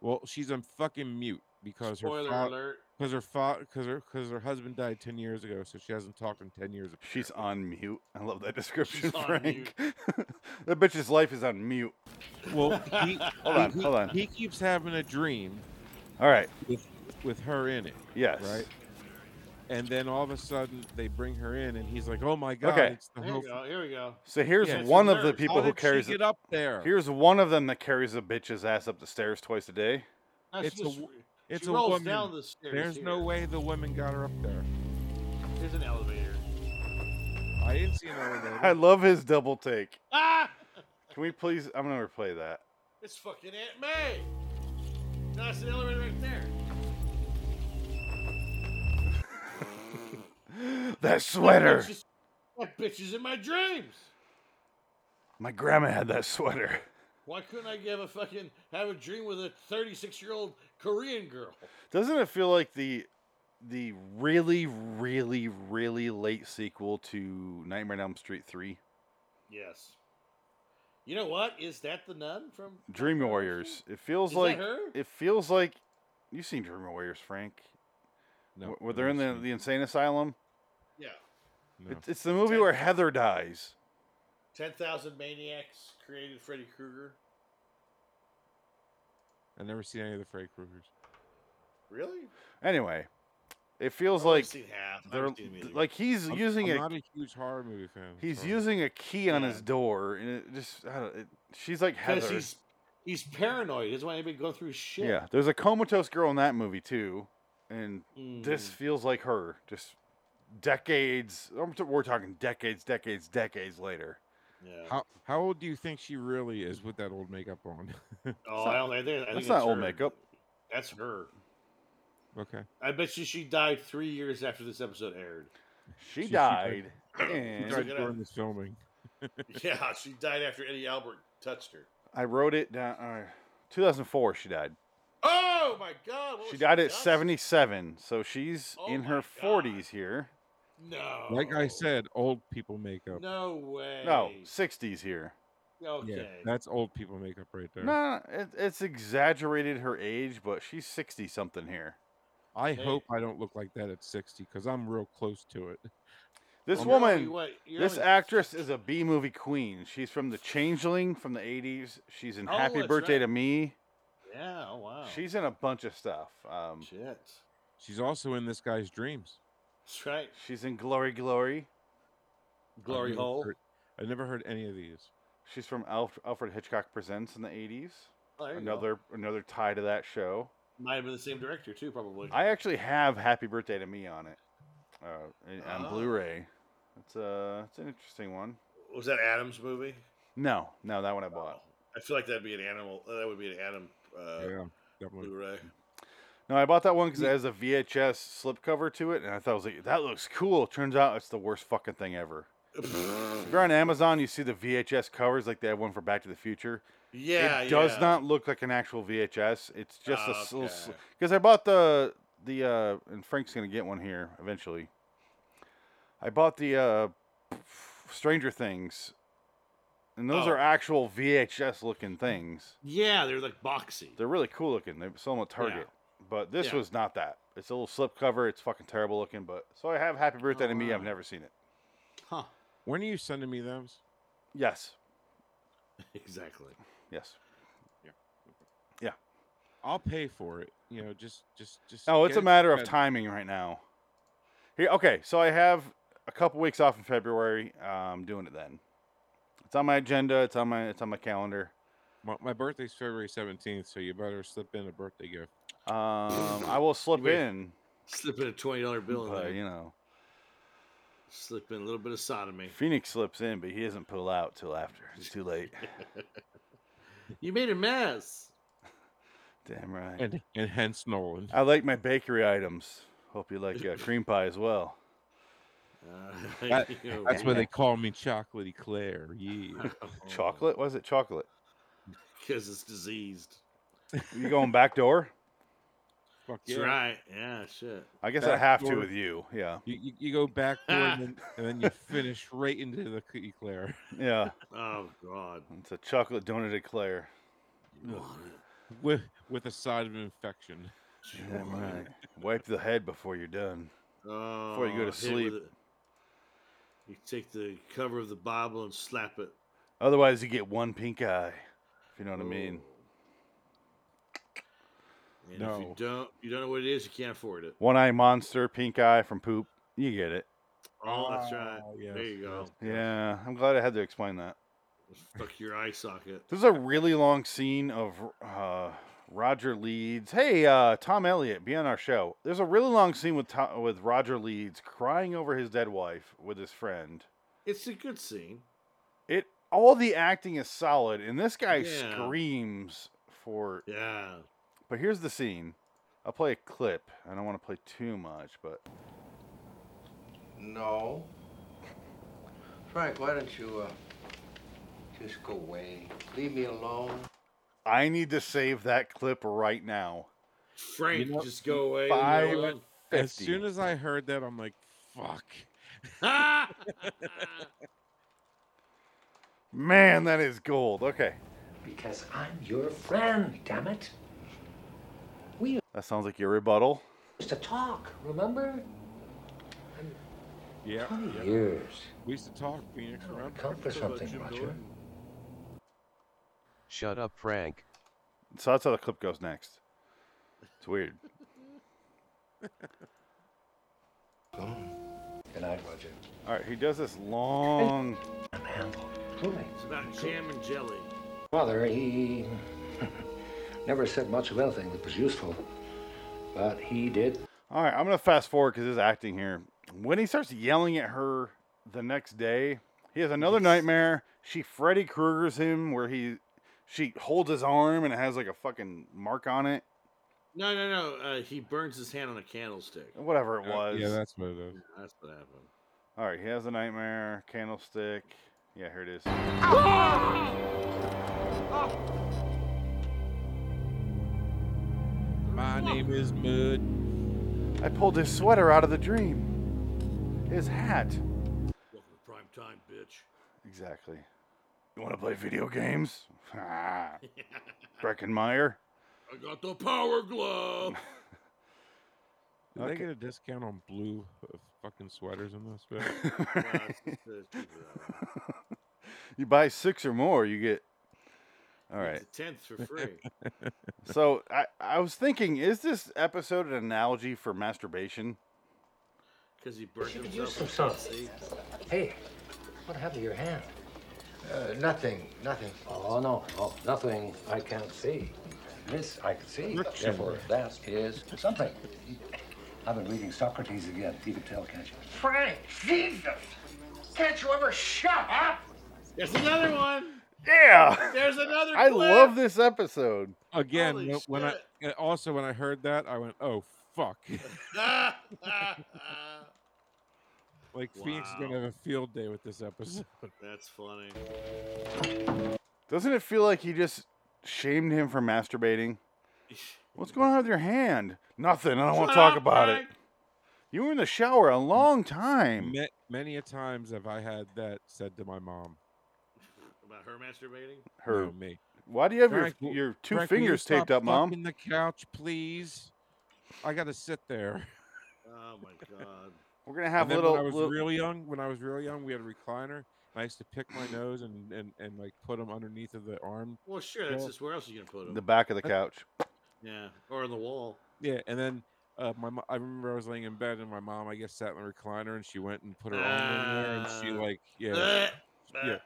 [SPEAKER 3] Well, she's on fucking mute because her
[SPEAKER 1] Spoiler
[SPEAKER 3] father,
[SPEAKER 1] alert.
[SPEAKER 3] because her father, because her, because her husband died ten years ago, so she hasn't talked in ten years.
[SPEAKER 2] She's
[SPEAKER 3] apparently.
[SPEAKER 2] on mute. I love that description,
[SPEAKER 1] on
[SPEAKER 2] Frank. that bitch's life is on mute.
[SPEAKER 3] Well, he,
[SPEAKER 2] Hold on, hold on.
[SPEAKER 3] he keeps having a dream
[SPEAKER 2] All right.
[SPEAKER 3] with her in it,
[SPEAKER 2] Yes.
[SPEAKER 3] right? And then all of a sudden they bring her in, and he's like, "Oh my god,
[SPEAKER 2] Okay.
[SPEAKER 3] it's the
[SPEAKER 1] Here
[SPEAKER 3] whole."
[SPEAKER 1] we go. Here we go.
[SPEAKER 2] So here's
[SPEAKER 3] Yeah, it's
[SPEAKER 2] one of the
[SPEAKER 1] hilarious.
[SPEAKER 2] people who carries.
[SPEAKER 3] she
[SPEAKER 2] it.
[SPEAKER 3] get up there?
[SPEAKER 2] Here's one of them that carries a bitch's ass up the stairs twice a day.
[SPEAKER 1] That's
[SPEAKER 3] It's a
[SPEAKER 1] just-
[SPEAKER 3] w- it's
[SPEAKER 1] she
[SPEAKER 3] a
[SPEAKER 1] rolls
[SPEAKER 3] woman.
[SPEAKER 1] down the stairs.
[SPEAKER 3] There's
[SPEAKER 1] here.
[SPEAKER 3] no way the woman got her up there.
[SPEAKER 1] There's an elevator.
[SPEAKER 3] I didn't see an elevator.
[SPEAKER 2] I love his double take.
[SPEAKER 1] Ah!
[SPEAKER 2] Can we please? I'm gonna replay that.
[SPEAKER 1] It's fucking Aunt May. That's an elevator right there.
[SPEAKER 2] That
[SPEAKER 1] That
[SPEAKER 2] sweater.
[SPEAKER 1] bitch is- That bitch is in my dreams.
[SPEAKER 2] My grandma had that sweater.
[SPEAKER 1] Why couldn't I give a fucking have a dream with a 36 year old Korean girl?
[SPEAKER 2] Doesn't it feel like the the really, really, really late sequel to Nightmare on Elm Street three?
[SPEAKER 1] Yes. You know what? Is that the nun from
[SPEAKER 2] Dream Warriors. It feels
[SPEAKER 1] Is
[SPEAKER 2] like
[SPEAKER 1] that her?
[SPEAKER 2] it feels like you've seen Dream Warriors, Frank.
[SPEAKER 3] No,
[SPEAKER 2] Wh- where
[SPEAKER 3] I
[SPEAKER 2] they're in the,
[SPEAKER 3] didn't
[SPEAKER 2] the
[SPEAKER 3] see
[SPEAKER 2] insane asylum.
[SPEAKER 1] Yeah.
[SPEAKER 3] it. No.
[SPEAKER 2] It's, it's the movie where Heather dies.
[SPEAKER 1] Ten thousand maniacs created Freddy Krueger.
[SPEAKER 3] I never seen any of the Freddy Kruegers.
[SPEAKER 1] Really?
[SPEAKER 2] Anyway, it feels
[SPEAKER 1] I've only
[SPEAKER 2] like
[SPEAKER 1] seen half. Oh, I
[SPEAKER 2] they're
[SPEAKER 1] haven't seen them either.
[SPEAKER 2] like he's
[SPEAKER 3] I'm-
[SPEAKER 2] using
[SPEAKER 3] I'm
[SPEAKER 2] a
[SPEAKER 3] not a huge horror movie fan.
[SPEAKER 2] he's
[SPEAKER 3] sorry.
[SPEAKER 2] using a key on
[SPEAKER 1] Yeah.
[SPEAKER 2] his door, and it just I don't, it, she's like
[SPEAKER 1] because
[SPEAKER 2] Heather.
[SPEAKER 1] he's he's paranoid. That's why anybody go through shit.
[SPEAKER 2] Yeah, there's a comatose girl in that movie too, and this
[SPEAKER 1] Mm.
[SPEAKER 2] feels like her. Just decades. I'm t- We're talking decades, decades, decades later.
[SPEAKER 1] Yeah.
[SPEAKER 3] How how old do you think she really is with that old makeup on?
[SPEAKER 1] Oh, I don't. I think, I think
[SPEAKER 2] That's not
[SPEAKER 1] it's
[SPEAKER 2] old
[SPEAKER 1] her.
[SPEAKER 2] makeup.
[SPEAKER 1] That's her.
[SPEAKER 3] okay.
[SPEAKER 1] I bet you she died three years after this episode aired.
[SPEAKER 2] She,
[SPEAKER 3] She- she
[SPEAKER 2] died.
[SPEAKER 3] died-
[SPEAKER 2] and
[SPEAKER 1] died.
[SPEAKER 3] During
[SPEAKER 1] gonna-
[SPEAKER 3] during this filming.
[SPEAKER 1] yeah, she died after Eddie Albert touched her.
[SPEAKER 2] I wrote it down. Uh, 2004, she died.
[SPEAKER 1] Oh my God! what
[SPEAKER 2] She
[SPEAKER 1] was
[SPEAKER 2] died at
[SPEAKER 1] done?
[SPEAKER 2] 77, so she's
[SPEAKER 1] Oh
[SPEAKER 2] in
[SPEAKER 1] my
[SPEAKER 2] her
[SPEAKER 1] God.
[SPEAKER 2] 40s here.
[SPEAKER 1] No. Oh.
[SPEAKER 3] Like I said, old people makeup.
[SPEAKER 1] No way.
[SPEAKER 2] No, 60s here.
[SPEAKER 1] Okay.
[SPEAKER 3] Yeah, that's old people makeup right there.
[SPEAKER 2] Nah, it, it's exaggerated her age, but she's sixty something here.
[SPEAKER 3] I
[SPEAKER 1] Hey.
[SPEAKER 3] hope I don't look like that at 60 because I'm real close to it.
[SPEAKER 2] This
[SPEAKER 1] You're only,
[SPEAKER 2] woman,
[SPEAKER 1] what, you're
[SPEAKER 2] this
[SPEAKER 1] only-
[SPEAKER 2] actress is a B movie queen. She's from The Changeling from the '80s. She's in
[SPEAKER 1] Oh,
[SPEAKER 2] Happy
[SPEAKER 1] that's
[SPEAKER 2] Birthday
[SPEAKER 1] right.
[SPEAKER 2] to Me.
[SPEAKER 1] Yeah. oh, Wow.
[SPEAKER 2] She's in a bunch of stuff. Um,
[SPEAKER 1] shit.
[SPEAKER 3] She's also in this guy's dreams.
[SPEAKER 1] That's right.
[SPEAKER 2] she's in Glory, Glory.
[SPEAKER 1] Glory
[SPEAKER 3] I've never
[SPEAKER 1] hole.
[SPEAKER 3] heard- I never heard any of these.
[SPEAKER 2] She's from Alf- Alfred Hitchcock Presents in the '80s.
[SPEAKER 1] Oh, there you go.
[SPEAKER 2] Another another tie to that show.
[SPEAKER 1] might have been the same director too, probably.
[SPEAKER 2] I actually have Happy Birthday to Me on it, uh, in- on
[SPEAKER 1] Ah.
[SPEAKER 2] Blu-ray. It's a it's an interesting one.
[SPEAKER 1] was that Adam's movie?
[SPEAKER 2] No, no, that one I bought.
[SPEAKER 1] I feel like that'd be an animal. That would be an Adam uh,
[SPEAKER 3] yeah, definitely.
[SPEAKER 1] Blu-ray.
[SPEAKER 2] No, I bought that one because it has a VHS slipcover to it, and I thought I was like, that looks cool. Turns out it's the worst fucking thing ever. If you're on Amazon, you see the VHS covers, like they have one for Back to the Future.
[SPEAKER 1] yeah,
[SPEAKER 2] it does
[SPEAKER 1] yeah.
[SPEAKER 2] not look like an actual VHS. It's just a
[SPEAKER 1] Oh,
[SPEAKER 2] little
[SPEAKER 1] okay.
[SPEAKER 2] because I bought the the uh, and Frank's gonna get one here eventually. I bought the uh, Stranger Things, and those
[SPEAKER 1] Oh.
[SPEAKER 2] are actual VHS looking things.
[SPEAKER 1] Yeah, they're like boxy.
[SPEAKER 2] They're really cool looking. They sell them at Target, but this
[SPEAKER 1] Yeah.
[SPEAKER 2] was not that. It's a little slip cover. It's fucking terrible looking. But so I have Happy Birthday to Me. I've
[SPEAKER 1] Alright.
[SPEAKER 2] never seen it.
[SPEAKER 1] huh.
[SPEAKER 3] When are you sending me those?
[SPEAKER 2] Yes,
[SPEAKER 1] Exactly.
[SPEAKER 2] yes.
[SPEAKER 3] I'll pay for it. You know, just, just, just.
[SPEAKER 2] No, Oh, it's
[SPEAKER 3] get
[SPEAKER 2] a
[SPEAKER 3] it
[SPEAKER 2] matter of
[SPEAKER 3] together.
[SPEAKER 2] timing right now. Here, okay, so I have a couple weeks off in February. Uh, I'm doing it then. It's on my agenda. It's on my it's on my calendar.
[SPEAKER 3] My, my birthday's February 17th, so you better slip in a birthday gift.
[SPEAKER 2] Um, I will slip
[SPEAKER 1] Wait.
[SPEAKER 2] in,
[SPEAKER 1] Slip in a twenty dollar bill in
[SPEAKER 2] but
[SPEAKER 1] there.
[SPEAKER 2] you know,
[SPEAKER 1] Slip in a little bit of sodomy.
[SPEAKER 2] Phoenix slips in, but he doesn't pull out till after. It's too late.
[SPEAKER 1] You made a mess.
[SPEAKER 2] Damn right.
[SPEAKER 3] And, and hence Nolan.
[SPEAKER 2] I like my bakery items. Hope you like uh, cream pie as well.
[SPEAKER 1] Uh,
[SPEAKER 3] That-
[SPEAKER 1] you know,
[SPEAKER 3] That's why they call me Chocolatey Claire. Yeah.
[SPEAKER 2] Chocolate? Was it chocolate?
[SPEAKER 1] because it's diseased.
[SPEAKER 2] You going back door?
[SPEAKER 3] Fuck
[SPEAKER 1] That's
[SPEAKER 3] yeah.
[SPEAKER 1] right. Yeah, shit.
[SPEAKER 2] I guess I
[SPEAKER 3] Back
[SPEAKER 2] have to
[SPEAKER 3] door.
[SPEAKER 2] with you. Yeah.
[SPEAKER 3] You, you, you go back door and, then, and then you finish right into the cookie Claire.
[SPEAKER 2] Yeah.
[SPEAKER 1] Oh god.
[SPEAKER 2] It's a chocolate donut eclair.
[SPEAKER 1] You want it.
[SPEAKER 3] with with a side of infection.
[SPEAKER 1] You
[SPEAKER 2] Damn
[SPEAKER 1] want
[SPEAKER 2] right.
[SPEAKER 1] it.
[SPEAKER 2] Wipe the head before you're done.
[SPEAKER 1] Oh,
[SPEAKER 2] you go to
[SPEAKER 1] hit with
[SPEAKER 2] sleep.
[SPEAKER 1] it. You take the cover of the Bible and slap it.
[SPEAKER 2] Otherwise, you get one pink eye. If you know what I mean.
[SPEAKER 1] Ooh. And if you
[SPEAKER 3] No.
[SPEAKER 1] don't, you don't know what it is. You can't afford it.
[SPEAKER 2] One eye monster, pink eye from poop. You get it.
[SPEAKER 1] Oh, that's right.
[SPEAKER 2] Ah,
[SPEAKER 3] Ah, yes,
[SPEAKER 1] there you go.
[SPEAKER 2] Yeah, I'm glad I had to explain that.
[SPEAKER 1] Fuck your eye socket.
[SPEAKER 2] There's a really long scene of uh, Roger Leeds. Hey, uh, Tom Elliott, be on our show. There's a really long scene with Tom, with Roger Leeds crying over his dead wife with his friend.
[SPEAKER 1] It's a good scene.
[SPEAKER 2] It all the acting is solid, and this guy
[SPEAKER 1] Yeah.
[SPEAKER 2] screams for
[SPEAKER 1] Yeah.
[SPEAKER 2] But here's the scene. I'll play a clip. I don't want to play too much, but
[SPEAKER 9] No. Frank, why don't you uh, just go away? Leave me alone.
[SPEAKER 2] I need to save that clip right now.
[SPEAKER 1] Frank,
[SPEAKER 3] know-
[SPEAKER 1] just go away.
[SPEAKER 2] Five-
[SPEAKER 1] leave me alone.
[SPEAKER 3] As
[SPEAKER 2] 50.
[SPEAKER 3] soon as I heard that, I'm like, fuck.
[SPEAKER 2] Man, that is gold. Okay.
[SPEAKER 10] Because I'm your friend, damn it.
[SPEAKER 2] That sounds like your rebuttal.
[SPEAKER 10] Used to talk, remember?
[SPEAKER 3] Yeah.
[SPEAKER 10] Twenty
[SPEAKER 3] yeah.
[SPEAKER 10] years.
[SPEAKER 3] We used to talk Phoenix
[SPEAKER 10] Oh,
[SPEAKER 3] around.
[SPEAKER 10] Come for something, Roger.
[SPEAKER 6] Shut up, Frank.
[SPEAKER 2] So that's how the clip goes next. It's weird.
[SPEAKER 10] Good night, Roger.
[SPEAKER 2] All right, he does this long.
[SPEAKER 10] Unhandled. Truly.
[SPEAKER 1] it's about jam and jelly.
[SPEAKER 10] Father, he never said much of anything that was useful, but he did
[SPEAKER 2] All right, I'm gonna fast forward because his acting here. When he starts yelling at her the next day, he has another nightmare. She Freddy Krueger's him, where he she holds his arm and it has like a fucking mark on it.
[SPEAKER 1] No, no, no. Uh, he burns his hand on a candlestick.
[SPEAKER 2] Whatever it
[SPEAKER 3] Uh, Yeah,
[SPEAKER 2] was.
[SPEAKER 3] Yeah, that's what it is.
[SPEAKER 1] That's what happened.
[SPEAKER 2] All right, he has a nightmare, candlestick. Yeah, here it is.
[SPEAKER 3] My name is Mud.
[SPEAKER 2] I pulled his sweater out of the dream. His hat.
[SPEAKER 1] Welcome to prime time, bitch.
[SPEAKER 2] Exactly. You want to play video games? Ah. Breckenmeyer.
[SPEAKER 1] I got the power glove.
[SPEAKER 3] Did
[SPEAKER 2] Okay.
[SPEAKER 3] they get a discount on blue uh, fucking sweaters in this? bit?
[SPEAKER 2] you buy six or more, you get. All right.
[SPEAKER 1] It's a tenth for free.
[SPEAKER 2] So I, I was thinking, is this episode an analogy for masturbation?
[SPEAKER 1] Because he burned
[SPEAKER 10] could
[SPEAKER 1] himself.
[SPEAKER 10] use some
[SPEAKER 1] with
[SPEAKER 10] salt.
[SPEAKER 1] Pepsi.
[SPEAKER 10] Hey, what happened to your hand?
[SPEAKER 9] Uh, nothing, nothing.
[SPEAKER 10] Oh, no. Oh, nothing I can't see. This I can see. Therefore, that is something. I've been reading Socrates again. You can tell, can't you?
[SPEAKER 9] Frank, Jesus! Can't you ever shut up?
[SPEAKER 1] There's another one.
[SPEAKER 2] Yeah.
[SPEAKER 1] There's another.
[SPEAKER 2] I
[SPEAKER 1] clip.
[SPEAKER 2] love this episode.
[SPEAKER 3] Again,
[SPEAKER 1] Holy
[SPEAKER 3] when, when I uh, also when I heard that, I went, "Oh fuck!" like Phoenix is gonna
[SPEAKER 1] Wow.
[SPEAKER 3] have a field day with this episode.
[SPEAKER 1] That's funny.
[SPEAKER 2] Doesn't it feel like you just shamed him for masturbating? What's going on with your hand? Nothing. I don't want to talk about it. You were in the shower a long time.
[SPEAKER 3] Ma- many a times have I had that said to my mom.
[SPEAKER 1] About her masturbating.
[SPEAKER 2] Her.
[SPEAKER 3] no, me.
[SPEAKER 2] Why do you have
[SPEAKER 3] Frank,
[SPEAKER 2] your
[SPEAKER 3] w-
[SPEAKER 2] your two
[SPEAKER 3] Frank, will you
[SPEAKER 2] fingers taped
[SPEAKER 3] stop
[SPEAKER 2] up, mom?
[SPEAKER 3] fucking the couch, please. I gotta sit there.
[SPEAKER 1] Oh my god.
[SPEAKER 2] We're gonna have
[SPEAKER 3] and then
[SPEAKER 2] little.
[SPEAKER 3] when I was
[SPEAKER 2] little-
[SPEAKER 3] real young, when I was real young, we had a recliner. and I used to pick my nose and, and, and like put them underneath of the arm.
[SPEAKER 1] Well, sure. That's
[SPEAKER 3] Well,
[SPEAKER 1] just where else are you gonna put him?
[SPEAKER 2] the back of the couch.
[SPEAKER 1] yeah, or on the wall.
[SPEAKER 3] Yeah, and then uh, my mo- I remember I was laying in bed and my mom I guess sat in the recliner and she went and put her arm in there and she
[SPEAKER 1] Ah.
[SPEAKER 3] like yeah
[SPEAKER 1] Yeah.
[SPEAKER 3] yeah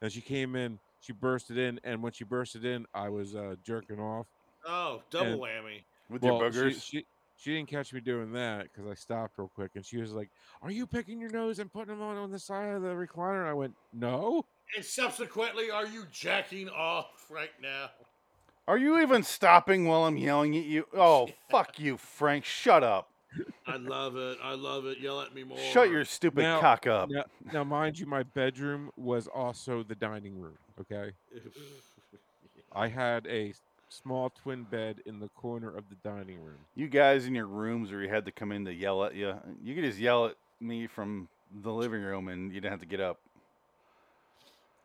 [SPEAKER 3] and she came in she bursted in and when she bursted in I was uh, jerking off.
[SPEAKER 1] Oh, double
[SPEAKER 3] And-
[SPEAKER 1] whammy.
[SPEAKER 2] With your
[SPEAKER 3] Well, she,
[SPEAKER 2] boogers.
[SPEAKER 3] she she didn't catch me doing that because I stopped real quick and she was like, "Are you picking your nose and putting them on on the side of the recliner?" And I went, "No."
[SPEAKER 1] And subsequently, are you jacking off right now?
[SPEAKER 2] Are you even stopping while I'm yelling at you? Oh, fuck you, Frank. Shut up.
[SPEAKER 1] I love it. I love it. Yell at me more.
[SPEAKER 2] Shut your stupid
[SPEAKER 3] Now-
[SPEAKER 2] cock up.
[SPEAKER 3] Now, now, mind you, my bedroom was also the dining room. Okay, I had a s- small twin bed in the corner of the dining room.
[SPEAKER 2] You guys in your rooms where you had to come in to yell at you, you could just yell at me from the living room and you didn't have to get up.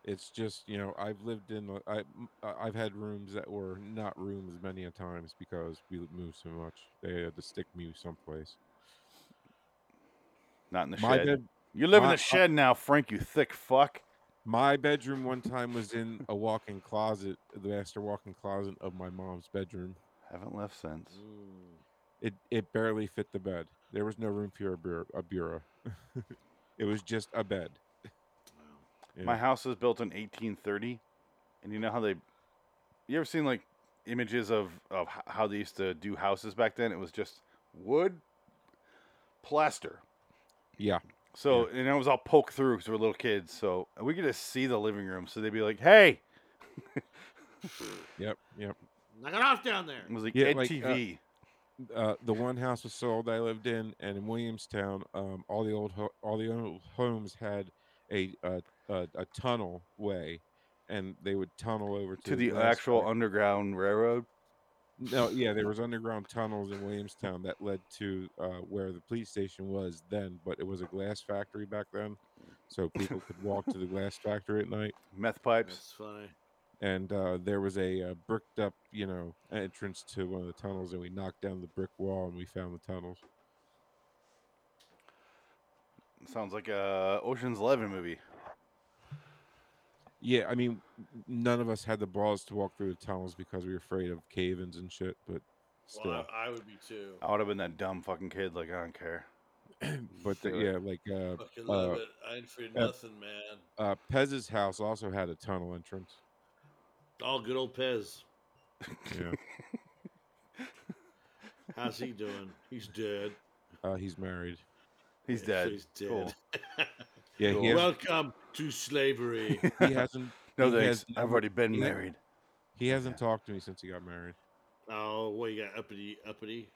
[SPEAKER 3] It's just you know I've lived in a- I m- I- I've had rooms that were not rooms many a times because we moved so much. They had to stick me someplace.
[SPEAKER 2] Not in the
[SPEAKER 3] My
[SPEAKER 2] shed.
[SPEAKER 3] bed,
[SPEAKER 2] you live in
[SPEAKER 3] my-
[SPEAKER 2] the shed now, Frank, you thick fuck.
[SPEAKER 3] my bedroom one time was in a walk-in closet, the master walk-in closet of my mom's bedroom.
[SPEAKER 2] Haven't left since.
[SPEAKER 3] It it barely fit the bed. There was no room for a bureau. A bureau. it was just a bed. Yeah.
[SPEAKER 2] My house was built in 1830. And you know how they. You ever seen like images of, of h- how they used to do houses back then? It was just wood, plaster.
[SPEAKER 3] Yeah.
[SPEAKER 2] So and it was all poked through because we're little kids. So and we could just see the living room. So they'd be like, "Hey,"
[SPEAKER 3] Yep. Yep.
[SPEAKER 1] Knock it off down there.
[SPEAKER 2] it was like
[SPEAKER 3] Yeah,
[SPEAKER 2] Ed
[SPEAKER 3] like, uh,
[SPEAKER 2] TV.
[SPEAKER 3] Uh, the one house was sold I lived in, and in Williamstown, um, all the old ho- all the old homes had a a, a a tunnel way, and they would tunnel over to,
[SPEAKER 2] to the
[SPEAKER 3] last
[SPEAKER 2] actual
[SPEAKER 3] part.
[SPEAKER 2] underground railroad.
[SPEAKER 3] No, yeah, there was underground tunnels in Williamstown that led to uh, where the police station was then, but it was a glass factory back then, so people could walk to the glass factory at night.
[SPEAKER 2] Meth pipes.
[SPEAKER 1] That's funny.
[SPEAKER 3] And uh, there was a uh, bricked up, you know, entrance to one of the tunnels, and we knocked down the brick wall and we found the tunnels.
[SPEAKER 2] Sounds like a Ocean's Eleven movie.
[SPEAKER 3] Yeah, I mean, none of us had the balls to walk through the tunnels because we were afraid of cave-ins and shit. But still,
[SPEAKER 1] Well, I, I would be too.
[SPEAKER 2] I would have been that dumb fucking kid. Like I don't care.
[SPEAKER 3] but the,
[SPEAKER 2] do
[SPEAKER 3] yeah, like uh,
[SPEAKER 1] Fucking love
[SPEAKER 3] uh,
[SPEAKER 1] it. I ain't afraid of
[SPEAKER 3] uh,
[SPEAKER 1] nothing, man.
[SPEAKER 3] uh, Pez's house also had a tunnel entrance.
[SPEAKER 1] All good old Pez.
[SPEAKER 3] Yeah,
[SPEAKER 1] How's he doing? He's dead.
[SPEAKER 3] uh, he's married.
[SPEAKER 2] He's
[SPEAKER 1] Yeah, so
[SPEAKER 2] dead.
[SPEAKER 1] He's
[SPEAKER 2] Cool.
[SPEAKER 1] dead.
[SPEAKER 3] Yeah,
[SPEAKER 2] Cool.
[SPEAKER 3] he, has,
[SPEAKER 1] Welcome to slavery.
[SPEAKER 3] he hasn't.
[SPEAKER 2] No
[SPEAKER 3] he
[SPEAKER 2] thanks.
[SPEAKER 3] has
[SPEAKER 2] I've
[SPEAKER 3] never-
[SPEAKER 2] already been
[SPEAKER 3] he has-
[SPEAKER 2] married.
[SPEAKER 3] He hasn't talked to me since he got married.
[SPEAKER 1] oh, what you got? Uppity, uppity.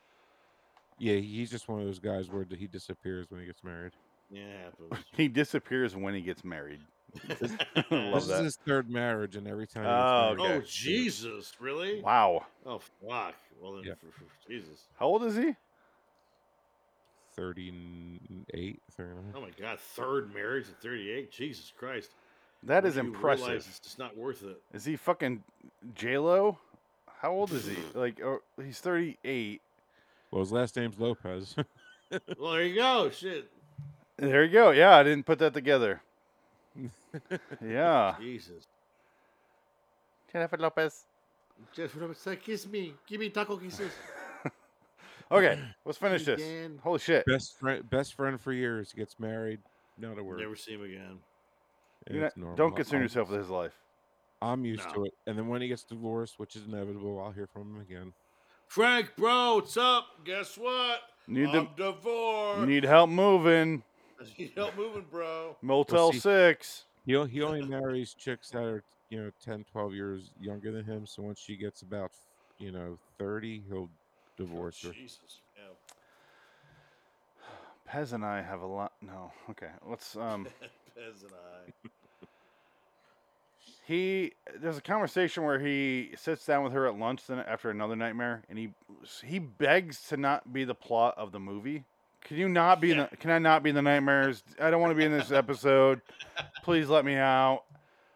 [SPEAKER 3] Yeah, he's just one of those guys where he disappears when he gets married.
[SPEAKER 1] Yeah, it happens.
[SPEAKER 2] He disappears when he gets married. Love
[SPEAKER 3] this is
[SPEAKER 2] that.
[SPEAKER 3] his third marriage, and every time. he
[SPEAKER 2] Oh,
[SPEAKER 3] gets married,
[SPEAKER 1] Oh
[SPEAKER 2] Okay.
[SPEAKER 1] Jesus! Really?
[SPEAKER 2] Wow.
[SPEAKER 1] Oh fuck! Well then,
[SPEAKER 3] Yeah.
[SPEAKER 1] for, for- Jesus!
[SPEAKER 2] How old is he?
[SPEAKER 3] 38, 39.
[SPEAKER 2] Oh.
[SPEAKER 1] Oh my God! Third marriage at thirty-eight. Jesus Christ!
[SPEAKER 2] That is
[SPEAKER 1] You
[SPEAKER 2] impressive.
[SPEAKER 1] realize It's just not worth it.
[SPEAKER 2] Is he fucking J Lo? How old is he? Like, oh, he's thirty eight.
[SPEAKER 3] Well, his last name's Lopez.
[SPEAKER 1] well, there you go. Shit.
[SPEAKER 2] There you go. Yeah, I didn't put that together. yeah,
[SPEAKER 1] Jesus.
[SPEAKER 2] Jennifer Lopez.
[SPEAKER 1] Just remember, say, kiss me. Give me taco kisses.
[SPEAKER 2] Okay, let's finish this.
[SPEAKER 1] Again.
[SPEAKER 2] Holy shit!
[SPEAKER 3] best friend, best friend for years gets married. Not a word.
[SPEAKER 1] Never see him again.
[SPEAKER 2] You're
[SPEAKER 3] It's
[SPEAKER 2] not-
[SPEAKER 3] normal.
[SPEAKER 2] don't concern
[SPEAKER 3] I'm-
[SPEAKER 2] yourself with his life.
[SPEAKER 3] I'm used
[SPEAKER 1] No.
[SPEAKER 3] to it. And then when he gets divorced, which is inevitable, I'll hear from him again.
[SPEAKER 1] Frank, bro, what's up? Guess what?
[SPEAKER 2] Need
[SPEAKER 1] I'm
[SPEAKER 2] to- You
[SPEAKER 1] divorced.
[SPEAKER 2] need help moving.
[SPEAKER 1] Need help moving, bro.
[SPEAKER 2] Motel
[SPEAKER 3] see-
[SPEAKER 2] Six.
[SPEAKER 3] He o- he only marries chicks that are you know 10, 12 years younger than him. So once she gets about you know thirty, he'll divorce her.
[SPEAKER 1] Jesus. Yeah.
[SPEAKER 2] Pez and I have a lot. No, okay. Let's um.
[SPEAKER 1] Pez and I.
[SPEAKER 2] he there's a conversation where he sits down with her at lunch then after another nightmare and he he begs to not be the plot of the movie can you not be in the, can i not be in the nightmares i don't want to be in this episode please let me out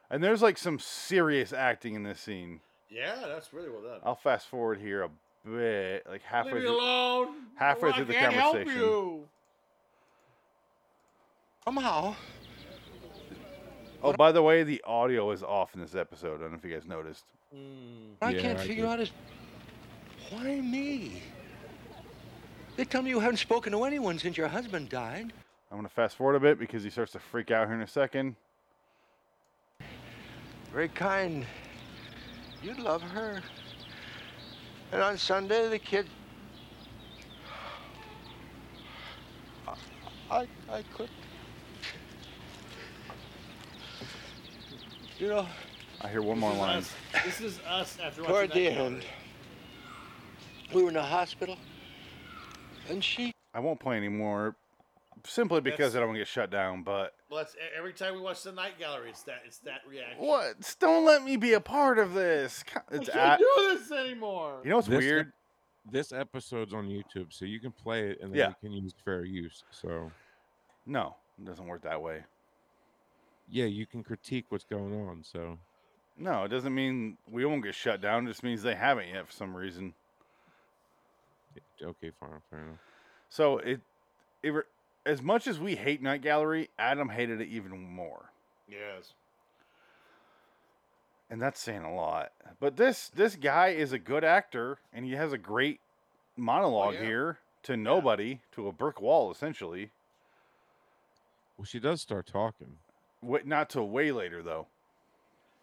[SPEAKER 2] and there's like some serious acting in this scene
[SPEAKER 1] Yeah, that's really well done.
[SPEAKER 2] i'll fast forward here a bit like halfway
[SPEAKER 1] Leave me
[SPEAKER 2] through,
[SPEAKER 1] alone.
[SPEAKER 2] halfway
[SPEAKER 1] I
[SPEAKER 2] through the
[SPEAKER 1] can't help
[SPEAKER 2] conversation
[SPEAKER 1] you.
[SPEAKER 10] Somehow,
[SPEAKER 2] oh by the way the audio is off in this episode i don't know if you guys noticed
[SPEAKER 10] what
[SPEAKER 3] Yeah,
[SPEAKER 10] I can't
[SPEAKER 3] I
[SPEAKER 10] figure
[SPEAKER 3] did.
[SPEAKER 10] out is why me? They tell me you haven't spoken to anyone since your husband died.
[SPEAKER 2] i'm going to fast forward a bit because he starts to freak out here in a second
[SPEAKER 10] Very kind. You'd love her. And on Sunday, the kid. I, I could. You know,
[SPEAKER 2] i hear one more
[SPEAKER 1] This is
[SPEAKER 2] line
[SPEAKER 1] us- This is us after watching
[SPEAKER 10] toward
[SPEAKER 1] that
[SPEAKER 10] the
[SPEAKER 1] movie.
[SPEAKER 10] end, we were in the hospital, and she.
[SPEAKER 2] I won't play anymore simply because
[SPEAKER 1] That's-
[SPEAKER 2] I don't want to get shut down. But
[SPEAKER 1] Well, that's, e- every time we watch the Night Gallery, it's that it's that reaction.
[SPEAKER 2] what? Don't let me be a part of this. Co- It's
[SPEAKER 1] I
[SPEAKER 2] at,
[SPEAKER 1] can't do this anymore.
[SPEAKER 2] you know what's
[SPEAKER 3] This-
[SPEAKER 2] weird?
[SPEAKER 3] This episode's on YouTube, so you can play it and then
[SPEAKER 2] Yeah.
[SPEAKER 3] you can use fair use. So
[SPEAKER 2] No, it doesn't work that way.
[SPEAKER 3] yeah, you can critique what's going on. So
[SPEAKER 2] No, it doesn't mean we won't get shut down. It just means they haven't yet for some reason.
[SPEAKER 3] okay, fine, fair enough.
[SPEAKER 2] So it, it re- as much as we hate Night Gallery, Adam hated it even more.
[SPEAKER 1] Yes.
[SPEAKER 2] and that's saying a lot. But this this guy is a good actor, and he has a great monologue
[SPEAKER 1] Oh, yeah.
[SPEAKER 2] here to nobody, to a brick wall essentially.
[SPEAKER 3] Well, she does start talking.
[SPEAKER 2] Wait, not till way later though.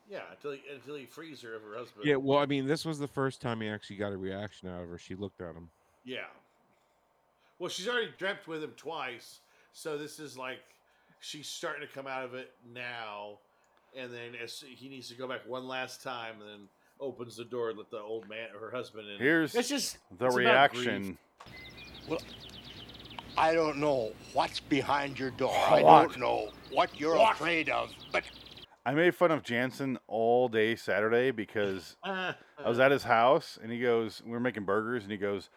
[SPEAKER 1] Yeah, until he, until he frees her of her husband.
[SPEAKER 3] Yeah, well, I mean, this was the first time he actually got a reaction out of her. She looked at him.
[SPEAKER 1] Yeah. Well, she's already dreamt with him twice, so this is like she's starting to come out of it now, and then as he needs to go back one last time, and then opens the door and let the old man, her husband, in.
[SPEAKER 2] Here's
[SPEAKER 1] it's just
[SPEAKER 2] the
[SPEAKER 1] it's about
[SPEAKER 2] reaction.
[SPEAKER 1] grief.
[SPEAKER 10] I don't know what's behind your door. I
[SPEAKER 2] What?
[SPEAKER 10] don't know what you're afraid of, but
[SPEAKER 2] I made fun of Jansen all day Saturday because
[SPEAKER 1] Uh,
[SPEAKER 2] I was at his house and he goes, we were making burgers and he goes,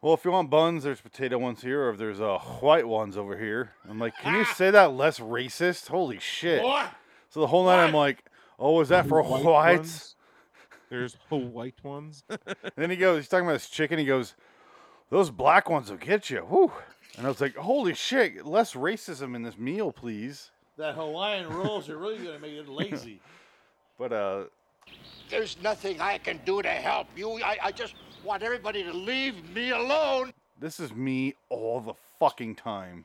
[SPEAKER 2] well, if you want buns, there's potato ones here, or if there's uh, white ones over here. I'm like, can you say that less racist? Holy shit!
[SPEAKER 1] Ah. what?
[SPEAKER 2] So the whole night I'm
[SPEAKER 1] What?
[SPEAKER 2] like, oh, was that for
[SPEAKER 3] White
[SPEAKER 2] whites?
[SPEAKER 3] ones? There's white ones.
[SPEAKER 2] And then he goes, he's talking about his chicken. He goes, those black ones will get you. Woo. And I was like, holy shit, less racism in this meal, please.
[SPEAKER 1] That Hawaiian rolls are really gonna make it lazy.
[SPEAKER 2] But uh,
[SPEAKER 10] there's nothing I can do to help you. I, I just want everybody to leave me alone.
[SPEAKER 2] this is me all the fucking time.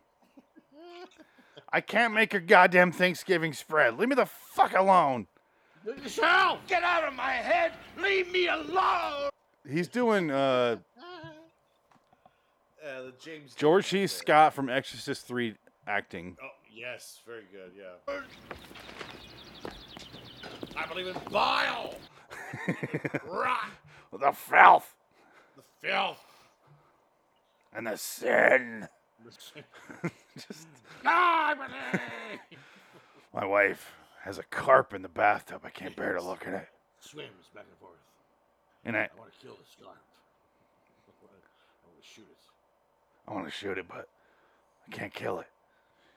[SPEAKER 2] I can't make your goddamn Thanksgiving spread. Leave me the fuck alone.
[SPEAKER 10] Michelle! Get out of my head! Leave me alone!
[SPEAKER 2] He's doing uh,
[SPEAKER 1] Uh, the James
[SPEAKER 2] George
[SPEAKER 1] Dean
[SPEAKER 2] C.
[SPEAKER 1] there.
[SPEAKER 2] Scott from Exorcist 3 acting.
[SPEAKER 1] Oh yes, very good. Yeah. I believe in bile, rot,
[SPEAKER 2] the filth
[SPEAKER 1] the filth.
[SPEAKER 2] and the sin. Just,
[SPEAKER 1] I believe.
[SPEAKER 2] my wife has a carp in the bathtub. I can't bear to look at it.
[SPEAKER 1] Swims back and forth.
[SPEAKER 2] And I,
[SPEAKER 1] I want to kill this scarf. I want to shoot it.
[SPEAKER 2] I want to shoot it, but I can't kill it.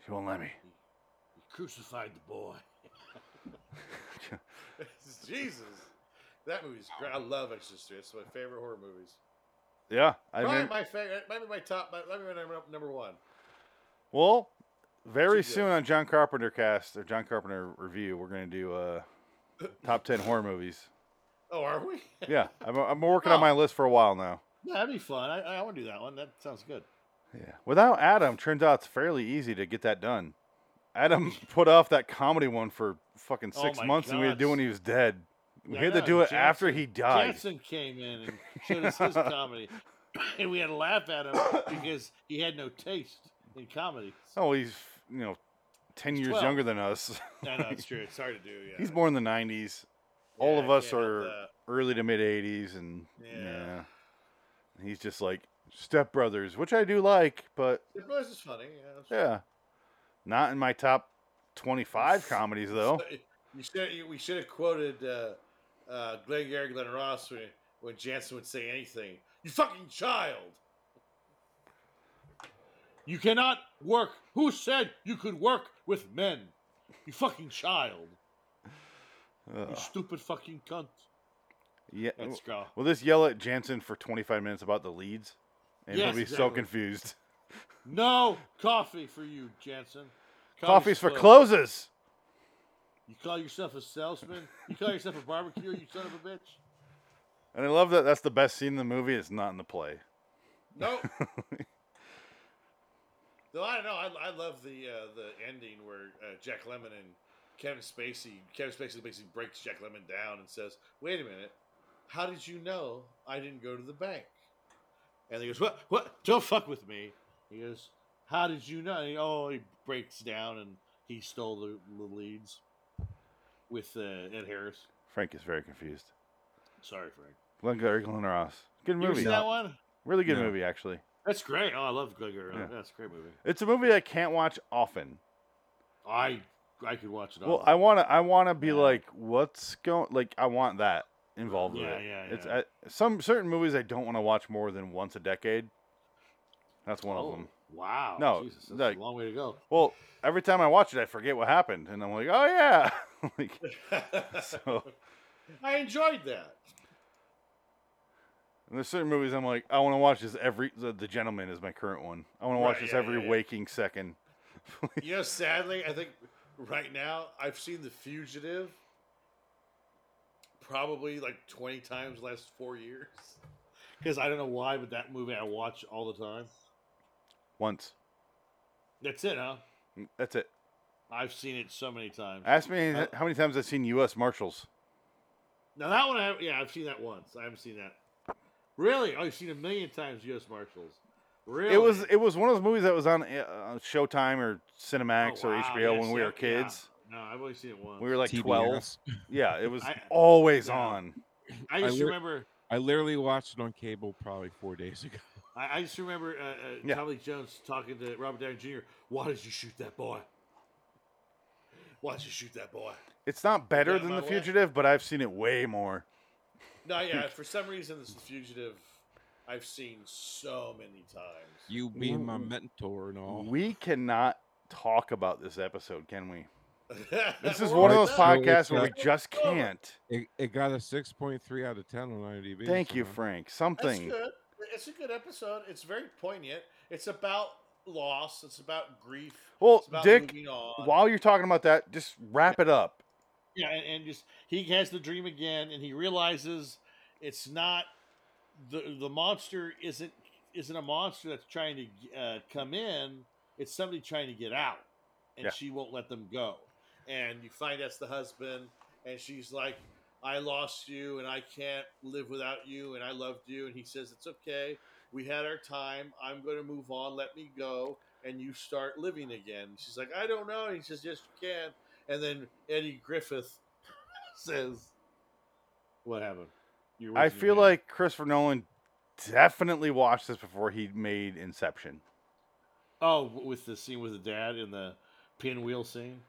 [SPEAKER 2] She won't let me.
[SPEAKER 1] He crucified the boy. Jesus, that movie's great. I love Exorcist. It's one of my favorite horror movies.
[SPEAKER 2] Yeah, I
[SPEAKER 1] Probably
[SPEAKER 2] mean,
[SPEAKER 1] my favorite. Maybe my top. My, maybe my number, number one.
[SPEAKER 2] well, very soon on John Carpenter cast or John Carpenter review, we're gonna do uh, top ten horror movies.
[SPEAKER 1] Oh, are we?
[SPEAKER 2] Yeah, I'm, I'm working on my list for a while now.
[SPEAKER 1] Yeah, that'd be fun. I, I want to do that one. That sounds good.
[SPEAKER 2] Yeah. Without Adam, turns out it's fairly easy to get that done. Adam put off that comedy one for fucking
[SPEAKER 1] Oh
[SPEAKER 2] six
[SPEAKER 1] my
[SPEAKER 2] months, and we had to do it
[SPEAKER 1] God.
[SPEAKER 2] when he was dead. We
[SPEAKER 1] I
[SPEAKER 2] had to
[SPEAKER 1] know,
[SPEAKER 2] do it after
[SPEAKER 1] Jansen-
[SPEAKER 2] he died.
[SPEAKER 1] Jansen came in and showed us his comedy, and we had to laugh at him because he had no taste in comedy.
[SPEAKER 2] Oh, he's you know ten years
[SPEAKER 1] 12.
[SPEAKER 2] younger than us.
[SPEAKER 1] I know it's true. It's hard to do. Yeah.
[SPEAKER 2] he's born in the '90s. All
[SPEAKER 1] Yeah,
[SPEAKER 2] of
[SPEAKER 1] I
[SPEAKER 2] us
[SPEAKER 1] can't help
[SPEAKER 2] are
[SPEAKER 1] that.
[SPEAKER 2] early to mid '80s, and
[SPEAKER 1] Yeah.
[SPEAKER 2] yeah. he's just like Step Brothers, which I do like, but
[SPEAKER 1] The Brothers is funny. Yeah. that's-
[SPEAKER 2] yeah, not in my top twenty-five comedies though.
[SPEAKER 1] You should you, we should have quoted uh, uh, Glenn Gary Glenn Ross when, when Jansen would say anything. You fucking child. You cannot work. Who said you could work with men? You fucking child. You
[SPEAKER 2] Ugh.
[SPEAKER 1] stupid fucking cunt.
[SPEAKER 2] Yeah,
[SPEAKER 1] Let's go.
[SPEAKER 2] We'll just yell at Jansen for 25 minutes about the leads, and
[SPEAKER 1] Yes,
[SPEAKER 2] he'll be so
[SPEAKER 1] exactly.
[SPEAKER 2] confused.
[SPEAKER 1] No coffee for you, Jansen.
[SPEAKER 2] Coffee's for
[SPEAKER 1] closed.
[SPEAKER 2] closes.
[SPEAKER 1] You call yourself a salesman? You call yourself a barbecuer, you son of a bitch?
[SPEAKER 2] And I love that that's the best scene in the movie. It's not in the play.
[SPEAKER 1] Nope. Though I don't know, I, I love the uh, the ending where uh, Jack Lemon and Kevin Spacey. Kevin Spacey basically breaks Jack Lemon down and says, "Wait a minute, how did you know I didn't go to the bank?" And he goes, "What? What? Don't fuck with me." He goes, "How did you know?" And he, oh, he breaks down and he stole the, the leads with uh, Ed Harris.
[SPEAKER 2] Frank is very confused.
[SPEAKER 1] Sorry, Frank.
[SPEAKER 2] Glenn Gary Glenn Ross. Good
[SPEAKER 1] You ever
[SPEAKER 2] movie.
[SPEAKER 1] seen that one?
[SPEAKER 2] Really good
[SPEAKER 3] No.
[SPEAKER 2] movie, actually.
[SPEAKER 1] That's great. Oh, I love Glenn Gary.
[SPEAKER 2] Yeah.
[SPEAKER 1] That's a great movie.
[SPEAKER 2] It's a movie I can't watch often.
[SPEAKER 1] I I could watch it. all.
[SPEAKER 2] Well, I wanna, I wanna be like, what's going? Like, I want that involved with
[SPEAKER 1] Yeah,
[SPEAKER 2] it.
[SPEAKER 1] yeah,
[SPEAKER 2] It's
[SPEAKER 1] yeah.
[SPEAKER 2] I, some certain movies I don't want to watch more than once a decade. That's one
[SPEAKER 1] Oh,
[SPEAKER 2] of them.
[SPEAKER 1] Wow.
[SPEAKER 2] No,
[SPEAKER 1] Jesus, that's
[SPEAKER 2] like-
[SPEAKER 1] a long way to go.
[SPEAKER 2] Well, every time I watch it, I forget what happened, and I'm like, oh yeah, like so.
[SPEAKER 1] I enjoyed that.
[SPEAKER 2] And there's certain movies I'm like, I want to watch this every. The, the Gentleman is my current one. I want to watch
[SPEAKER 1] Right,
[SPEAKER 2] this
[SPEAKER 1] yeah,
[SPEAKER 2] every
[SPEAKER 1] yeah, yeah.
[SPEAKER 2] waking second.
[SPEAKER 1] You know, sadly, I think right now I've seen The Fugitive probably like 20 times the last four years. Because I don't know why, but that movie I watch all the time.
[SPEAKER 2] Once.
[SPEAKER 1] That's it, huh?
[SPEAKER 2] That's it.
[SPEAKER 1] I've seen it so many times.
[SPEAKER 2] Ask me
[SPEAKER 1] Uh,
[SPEAKER 2] how many times I've seen U.S. Marshals.
[SPEAKER 1] now that one, I have, yeah, I've seen that once. I haven't seen that. Really? Oh, I've seen a million times U.S. Marshals. Really?
[SPEAKER 2] It was it was one of those movies that was on uh, uh, Showtime or
[SPEAKER 1] Oh,
[SPEAKER 2] Cinemax or
[SPEAKER 1] wow,
[SPEAKER 2] HBO
[SPEAKER 1] yeah,
[SPEAKER 2] when we
[SPEAKER 1] see,
[SPEAKER 2] were
[SPEAKER 1] yeah.
[SPEAKER 2] kids.
[SPEAKER 1] No, I've only seen it once.
[SPEAKER 2] We were like
[SPEAKER 3] TBS.
[SPEAKER 2] twelve. Yeah, it was
[SPEAKER 1] I-
[SPEAKER 2] always
[SPEAKER 1] yeah.
[SPEAKER 2] on.
[SPEAKER 1] I
[SPEAKER 3] I
[SPEAKER 1] just
[SPEAKER 3] lit-
[SPEAKER 1] remember.
[SPEAKER 3] I literally watched it on cable probably four days ago.
[SPEAKER 1] I, I just remember uh, uh,
[SPEAKER 2] Yeah.
[SPEAKER 1] Tommy Lee Jones talking to Robert Downey Jr. Why did you shoot that boy? Why did you shoot that boy?
[SPEAKER 2] It's not better
[SPEAKER 1] Yeah,
[SPEAKER 2] than
[SPEAKER 1] my
[SPEAKER 2] The
[SPEAKER 1] wife-
[SPEAKER 2] Fugitive, but I've seen it way more.
[SPEAKER 1] No,
[SPEAKER 2] Hmm.
[SPEAKER 1] yeah. for some reason, this fugitive I've seen so many times.
[SPEAKER 3] You being my
[SPEAKER 2] Ooh.
[SPEAKER 3] mentor and all.
[SPEAKER 2] We cannot talk about this episode, can we? This is
[SPEAKER 1] We're
[SPEAKER 2] one of
[SPEAKER 1] all
[SPEAKER 2] those
[SPEAKER 1] done.
[SPEAKER 3] Well,
[SPEAKER 2] podcasts
[SPEAKER 3] it's
[SPEAKER 2] where we
[SPEAKER 3] not-
[SPEAKER 2] just can't.
[SPEAKER 3] It, it got a six point three out of ten on IMDb.
[SPEAKER 2] Thank you,
[SPEAKER 3] somehow.
[SPEAKER 2] Frank.
[SPEAKER 1] That's
[SPEAKER 2] Something.
[SPEAKER 1] good. It's a good episode. It's very poignant. It's about loss. It's about grief.
[SPEAKER 2] Well,
[SPEAKER 1] it's about
[SPEAKER 2] Dick,
[SPEAKER 1] moving on.
[SPEAKER 2] While you're talking about that, just wrap it up.
[SPEAKER 1] Yeah, and, and just he has the dream again, and he realizes it's not the the monster isn't isn't a monster that's trying to uh, come in. It's somebody trying to get out, and
[SPEAKER 2] Yeah.
[SPEAKER 1] she won't let them go. And you find that's the husband, and she's like, "I lost you, and I can't live without you, and I loved you." And he says, "It's okay. We had our time. I'm going to move on. Let me go." And you start living again. She's like, I don't know. And he says, Yes, you can. And then Eddie Griffith says, "What happened?" You're
[SPEAKER 2] I
[SPEAKER 1] raising your
[SPEAKER 2] feel
[SPEAKER 1] hand.
[SPEAKER 2] like Christopher Nolan definitely watched this before he made Inception.
[SPEAKER 1] oh, w- with the scene with the dad in the pinwheel scene.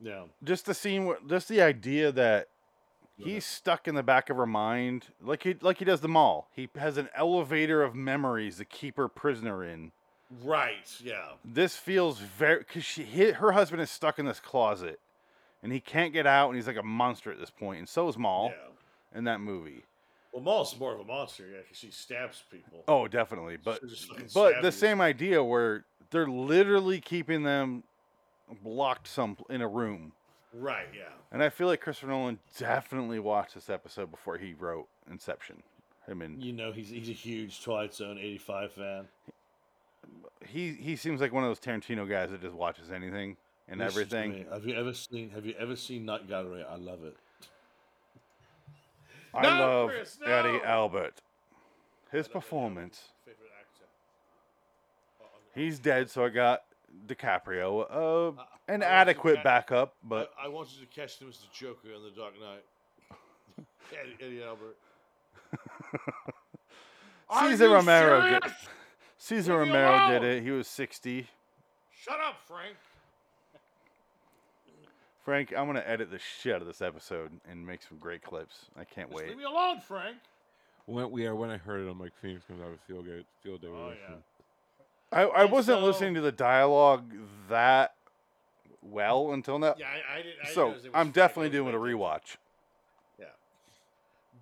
[SPEAKER 1] Yeah,
[SPEAKER 2] Just the scene, where- just the idea that
[SPEAKER 1] Yeah.
[SPEAKER 2] he's stuck in the back of her mind, like he like he does the mall. He has an elevator of memories to keep her prisoner in.
[SPEAKER 1] right. Yeah,
[SPEAKER 2] This feels very because she hit, her husband is stuck in this closet, and he can't get out, and he's like a monster at this point, and so is Maul in that movie.
[SPEAKER 1] Well, Maul's more of a monster, yeah, because she stabs people.
[SPEAKER 2] Oh, definitely, but
[SPEAKER 1] She just fucking
[SPEAKER 2] but
[SPEAKER 1] stabs
[SPEAKER 2] the
[SPEAKER 1] you.
[SPEAKER 2] same idea where they're literally keeping them blocked some in a room,
[SPEAKER 1] Right, yeah.
[SPEAKER 2] and I feel like Christopher Nolan definitely watched this episode before he wrote Inception. I mean,
[SPEAKER 1] You know, he's he's a huge Twilight Zone 85 fan.
[SPEAKER 2] he he seems like one of those Tarantino guys that just watches anything and
[SPEAKER 1] Listen to
[SPEAKER 2] everything.
[SPEAKER 1] me. Have you ever seen Have you ever seen Night Gallery? I love it.
[SPEAKER 2] I
[SPEAKER 1] No,
[SPEAKER 2] love
[SPEAKER 1] Chris,
[SPEAKER 2] Eddie
[SPEAKER 1] no!
[SPEAKER 2] Albert. His performance. He's dead, so I got DiCaprio,
[SPEAKER 1] oh,
[SPEAKER 2] uh, an
[SPEAKER 1] I
[SPEAKER 2] adequate
[SPEAKER 1] got-
[SPEAKER 2] backup, but
[SPEAKER 1] I, I want you to catch him as the Joker in The Dark Knight. Eddie, Eddie Albert. Are
[SPEAKER 2] Caesar
[SPEAKER 1] you
[SPEAKER 2] Romero. Did,
[SPEAKER 1] serious?
[SPEAKER 2] Caesar
[SPEAKER 1] Leave me
[SPEAKER 2] Romero did
[SPEAKER 1] alone!
[SPEAKER 2] it. He was sixty.
[SPEAKER 1] Shut up, Frank.
[SPEAKER 2] Frank, I'm gonna edit the shit out of this episode and make some great clips. I can't
[SPEAKER 1] Just
[SPEAKER 2] wait.
[SPEAKER 1] leave me alone, Frank.
[SPEAKER 3] When we are when I heard it, I'm like Phoenix comes out of field good field day.
[SPEAKER 1] Oh,
[SPEAKER 3] with
[SPEAKER 1] yeah.
[SPEAKER 3] him.
[SPEAKER 2] I, I wasn't
[SPEAKER 1] so-
[SPEAKER 2] listening to the dialogue that well until now.
[SPEAKER 1] Yeah, I, I didn't. I didn't
[SPEAKER 2] Uh, so
[SPEAKER 1] notice it was
[SPEAKER 2] I'm
[SPEAKER 1] Frank.
[SPEAKER 2] definitely
[SPEAKER 1] I didn't
[SPEAKER 2] doing a
[SPEAKER 1] pay attention.
[SPEAKER 2] rewatch.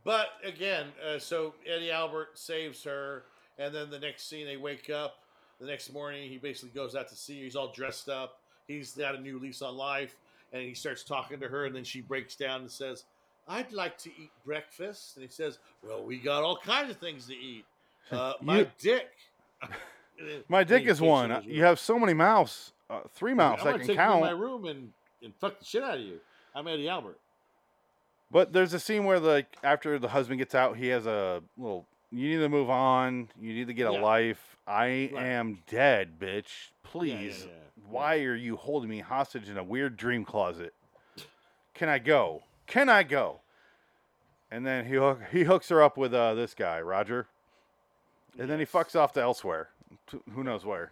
[SPEAKER 1] But again, uh, so Eddie Albert saves her, and then the next scene they wake up. The next morning, he basically goes out to see her. He's all dressed up. He's got a new lease on life, and he starts talking to her. And then she breaks down and says, "I'd like to eat breakfast." And he says, "Well, we got all kinds of things to eat. Uh, my
[SPEAKER 2] You-
[SPEAKER 1] dick.
[SPEAKER 2] My dick
[SPEAKER 1] And he
[SPEAKER 2] is
[SPEAKER 1] takes
[SPEAKER 2] one.
[SPEAKER 1] her
[SPEAKER 2] Uh,
[SPEAKER 1] to his
[SPEAKER 2] You
[SPEAKER 1] room.
[SPEAKER 2] have so many mouths, uh, three mouths
[SPEAKER 1] I'm gonna
[SPEAKER 2] I can
[SPEAKER 1] take you in
[SPEAKER 2] count.
[SPEAKER 1] my room and and fuck the shit out of you. I'm Eddie Albert.
[SPEAKER 2] But there's a scene where like after the husband gets out, he has a little. You need to move on. You need to get a
[SPEAKER 1] Yeah.
[SPEAKER 2] life. I
[SPEAKER 1] Right.
[SPEAKER 2] am dead, bitch.
[SPEAKER 1] Yeah, yeah,
[SPEAKER 2] Please.
[SPEAKER 1] yeah.
[SPEAKER 2] Why are you holding me hostage in a weird dream closet? Can I go? Can I go? And then he hook, he hooks her up with uh, this guy, Roger. And then he fucks off to elsewhere. To, who knows where?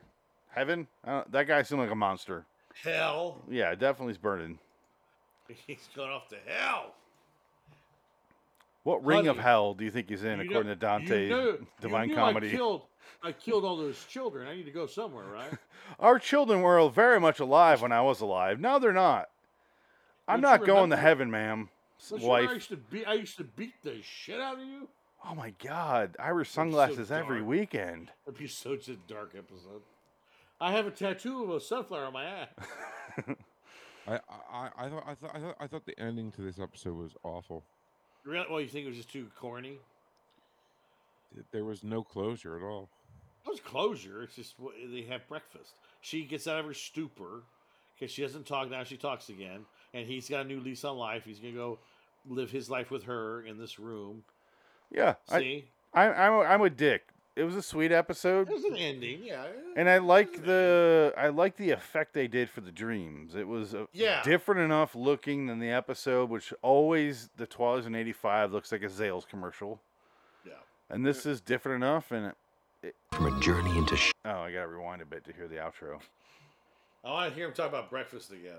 [SPEAKER 2] Heaven? I don't, that guy seemed like a monster.
[SPEAKER 1] Hell,
[SPEAKER 2] Yeah, definitely is burning.
[SPEAKER 1] he's going off to hell."
[SPEAKER 2] What ring of
[SPEAKER 1] Honey,
[SPEAKER 2] hell do you think he's in,
[SPEAKER 1] You know-
[SPEAKER 2] according to Dante,
[SPEAKER 1] you know-
[SPEAKER 2] Divine
[SPEAKER 1] you knew I
[SPEAKER 2] Comedy?
[SPEAKER 1] killed, I killed all those children. I need to go somewhere, right?
[SPEAKER 2] Our children were very much alive when I was alive. Now they're not. I'm
[SPEAKER 1] Don't you
[SPEAKER 2] not going to
[SPEAKER 1] remember-
[SPEAKER 2] heaven, ma'am.
[SPEAKER 1] So sure, I
[SPEAKER 2] Wife.
[SPEAKER 1] used to beat, I used to beat the shit out of you.
[SPEAKER 2] Oh my God! Irish
[SPEAKER 1] so
[SPEAKER 2] sunglasses every
[SPEAKER 1] dark.
[SPEAKER 2] weekend.
[SPEAKER 1] That'd be such a dark episode. I have a tattoo of a sunflower on my ass.
[SPEAKER 3] I, I, I, I thought I thought I thought I thought the ending to this episode was awful.
[SPEAKER 1] Really? Well, you think it was just too corny?
[SPEAKER 3] There was no closure at all.
[SPEAKER 1] That was closure. It's just wh- they have breakfast. She gets out of her stupor because she doesn't talk now. She talks again, and he's got a new lease on life. He's gonna go live his life with her in this room.
[SPEAKER 2] Yeah, I,
[SPEAKER 1] See,
[SPEAKER 2] I, I'm, a, I'm a dick. It was a sweet episode,
[SPEAKER 1] there's an ending. Yeah,
[SPEAKER 2] and I like the I like the effect they did for the dreams. It was uh
[SPEAKER 1] Yeah.
[SPEAKER 2] different enough looking than the episode, which always the Twilight in '85 looks like a Zales commercial.
[SPEAKER 1] Yeah.
[SPEAKER 2] and this is different enough, and it,
[SPEAKER 6] From a journey into sh-
[SPEAKER 2] Oh, I gotta rewind a bit to hear the outro.
[SPEAKER 1] I want to hear him talk about breakfast again.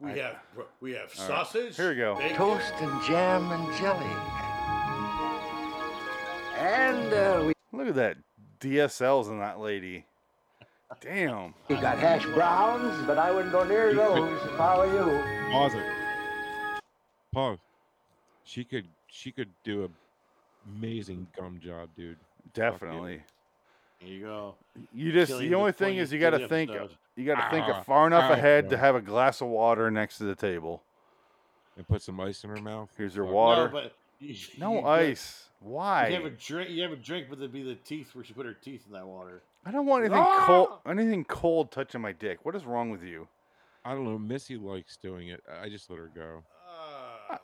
[SPEAKER 1] We
[SPEAKER 2] I-
[SPEAKER 1] have br- we have
[SPEAKER 2] All right.
[SPEAKER 1] sausage.
[SPEAKER 2] Here we go.
[SPEAKER 1] bacon,
[SPEAKER 9] Toast and jam and jelly. And uh, we
[SPEAKER 2] Look at that DSLs in that lady. Damn.
[SPEAKER 9] we got hash browns, but I wouldn't go near those if I were you.
[SPEAKER 3] Pause it. Pause. She could she could do a amazing gum job, dude.
[SPEAKER 2] Definitely.
[SPEAKER 1] Here you go.
[SPEAKER 2] You just
[SPEAKER 1] Killing
[SPEAKER 2] the only
[SPEAKER 1] the
[SPEAKER 2] thing
[SPEAKER 1] point
[SPEAKER 2] is you
[SPEAKER 1] to the
[SPEAKER 2] gotta think
[SPEAKER 1] episode.
[SPEAKER 2] you gotta think
[SPEAKER 3] Ah,
[SPEAKER 2] far enough
[SPEAKER 3] ah,
[SPEAKER 2] ahead to
[SPEAKER 3] yeah.
[SPEAKER 2] have a glass of water next to the table.
[SPEAKER 3] And put some ice in her mouth. Uh,
[SPEAKER 2] Here's your
[SPEAKER 3] Fuck.
[SPEAKER 2] water.
[SPEAKER 1] No, but you,
[SPEAKER 2] No
[SPEAKER 1] you have-
[SPEAKER 2] ice.
[SPEAKER 1] You have a
[SPEAKER 2] Why?
[SPEAKER 1] drink. You have a drink, but it'd be the teeth where she put her teeth in that water.
[SPEAKER 2] I don't want anything
[SPEAKER 1] Ah!
[SPEAKER 2] cold anything cold touching my dick. What is wrong with you?
[SPEAKER 3] I don't know. Missy likes doing it. I I just let her go.
[SPEAKER 1] Ah,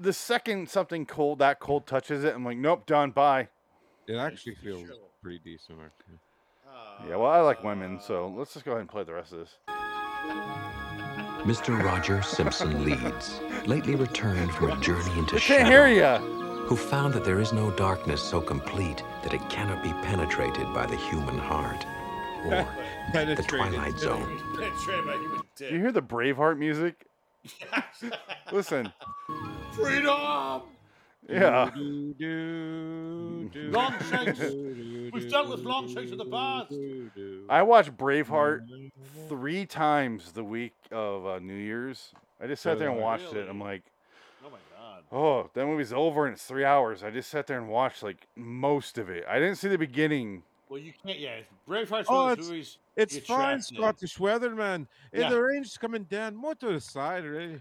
[SPEAKER 2] The second something cold that cold touches it, I'm like, nope, done, bye.
[SPEAKER 3] It actually feels
[SPEAKER 1] chill.
[SPEAKER 3] pretty decent. Actually.
[SPEAKER 2] Yeah, well I like women, so let's just go ahead and play the rest of this.
[SPEAKER 6] Mr. Roger Simpson Leeds, lately returned from a journey into
[SPEAKER 2] I can't hear
[SPEAKER 6] shadow,
[SPEAKER 2] you.
[SPEAKER 6] who found that there is no darkness so complete that it cannot be penetrated by the human heart or the Twilight Zone.
[SPEAKER 1] Penetrated by human
[SPEAKER 2] Do you hear the Braveheart music?
[SPEAKER 1] dick.
[SPEAKER 2] Listen.
[SPEAKER 1] Freedom.
[SPEAKER 2] Yeah.
[SPEAKER 3] Do, do, do,
[SPEAKER 1] Long
[SPEAKER 3] do,
[SPEAKER 1] shakes.
[SPEAKER 3] do, do,
[SPEAKER 1] We've
[SPEAKER 3] do,
[SPEAKER 1] dealt with
[SPEAKER 3] do,
[SPEAKER 1] long
[SPEAKER 3] do,
[SPEAKER 1] shakes in the
[SPEAKER 3] do,
[SPEAKER 1] past.
[SPEAKER 3] do, do.
[SPEAKER 2] I watch Braveheart three times the week of uh, New Year's I just sat there and
[SPEAKER 3] Really?
[SPEAKER 2] watched it. and I'm like,
[SPEAKER 1] Oh my god.
[SPEAKER 2] oh, that movie's over and it's three hours. I just sat there and watched like most of it. I didn't see the beginning.
[SPEAKER 1] Well, you can't. Yeah, Braveheart's
[SPEAKER 3] Oh,
[SPEAKER 1] one of
[SPEAKER 3] it's-
[SPEAKER 1] those movies.
[SPEAKER 3] It's
[SPEAKER 1] you
[SPEAKER 3] fine,
[SPEAKER 1] trapped in.
[SPEAKER 3] Scottish weatherman. Hey,
[SPEAKER 1] Yeah.
[SPEAKER 3] The rain's coming down more to the side already.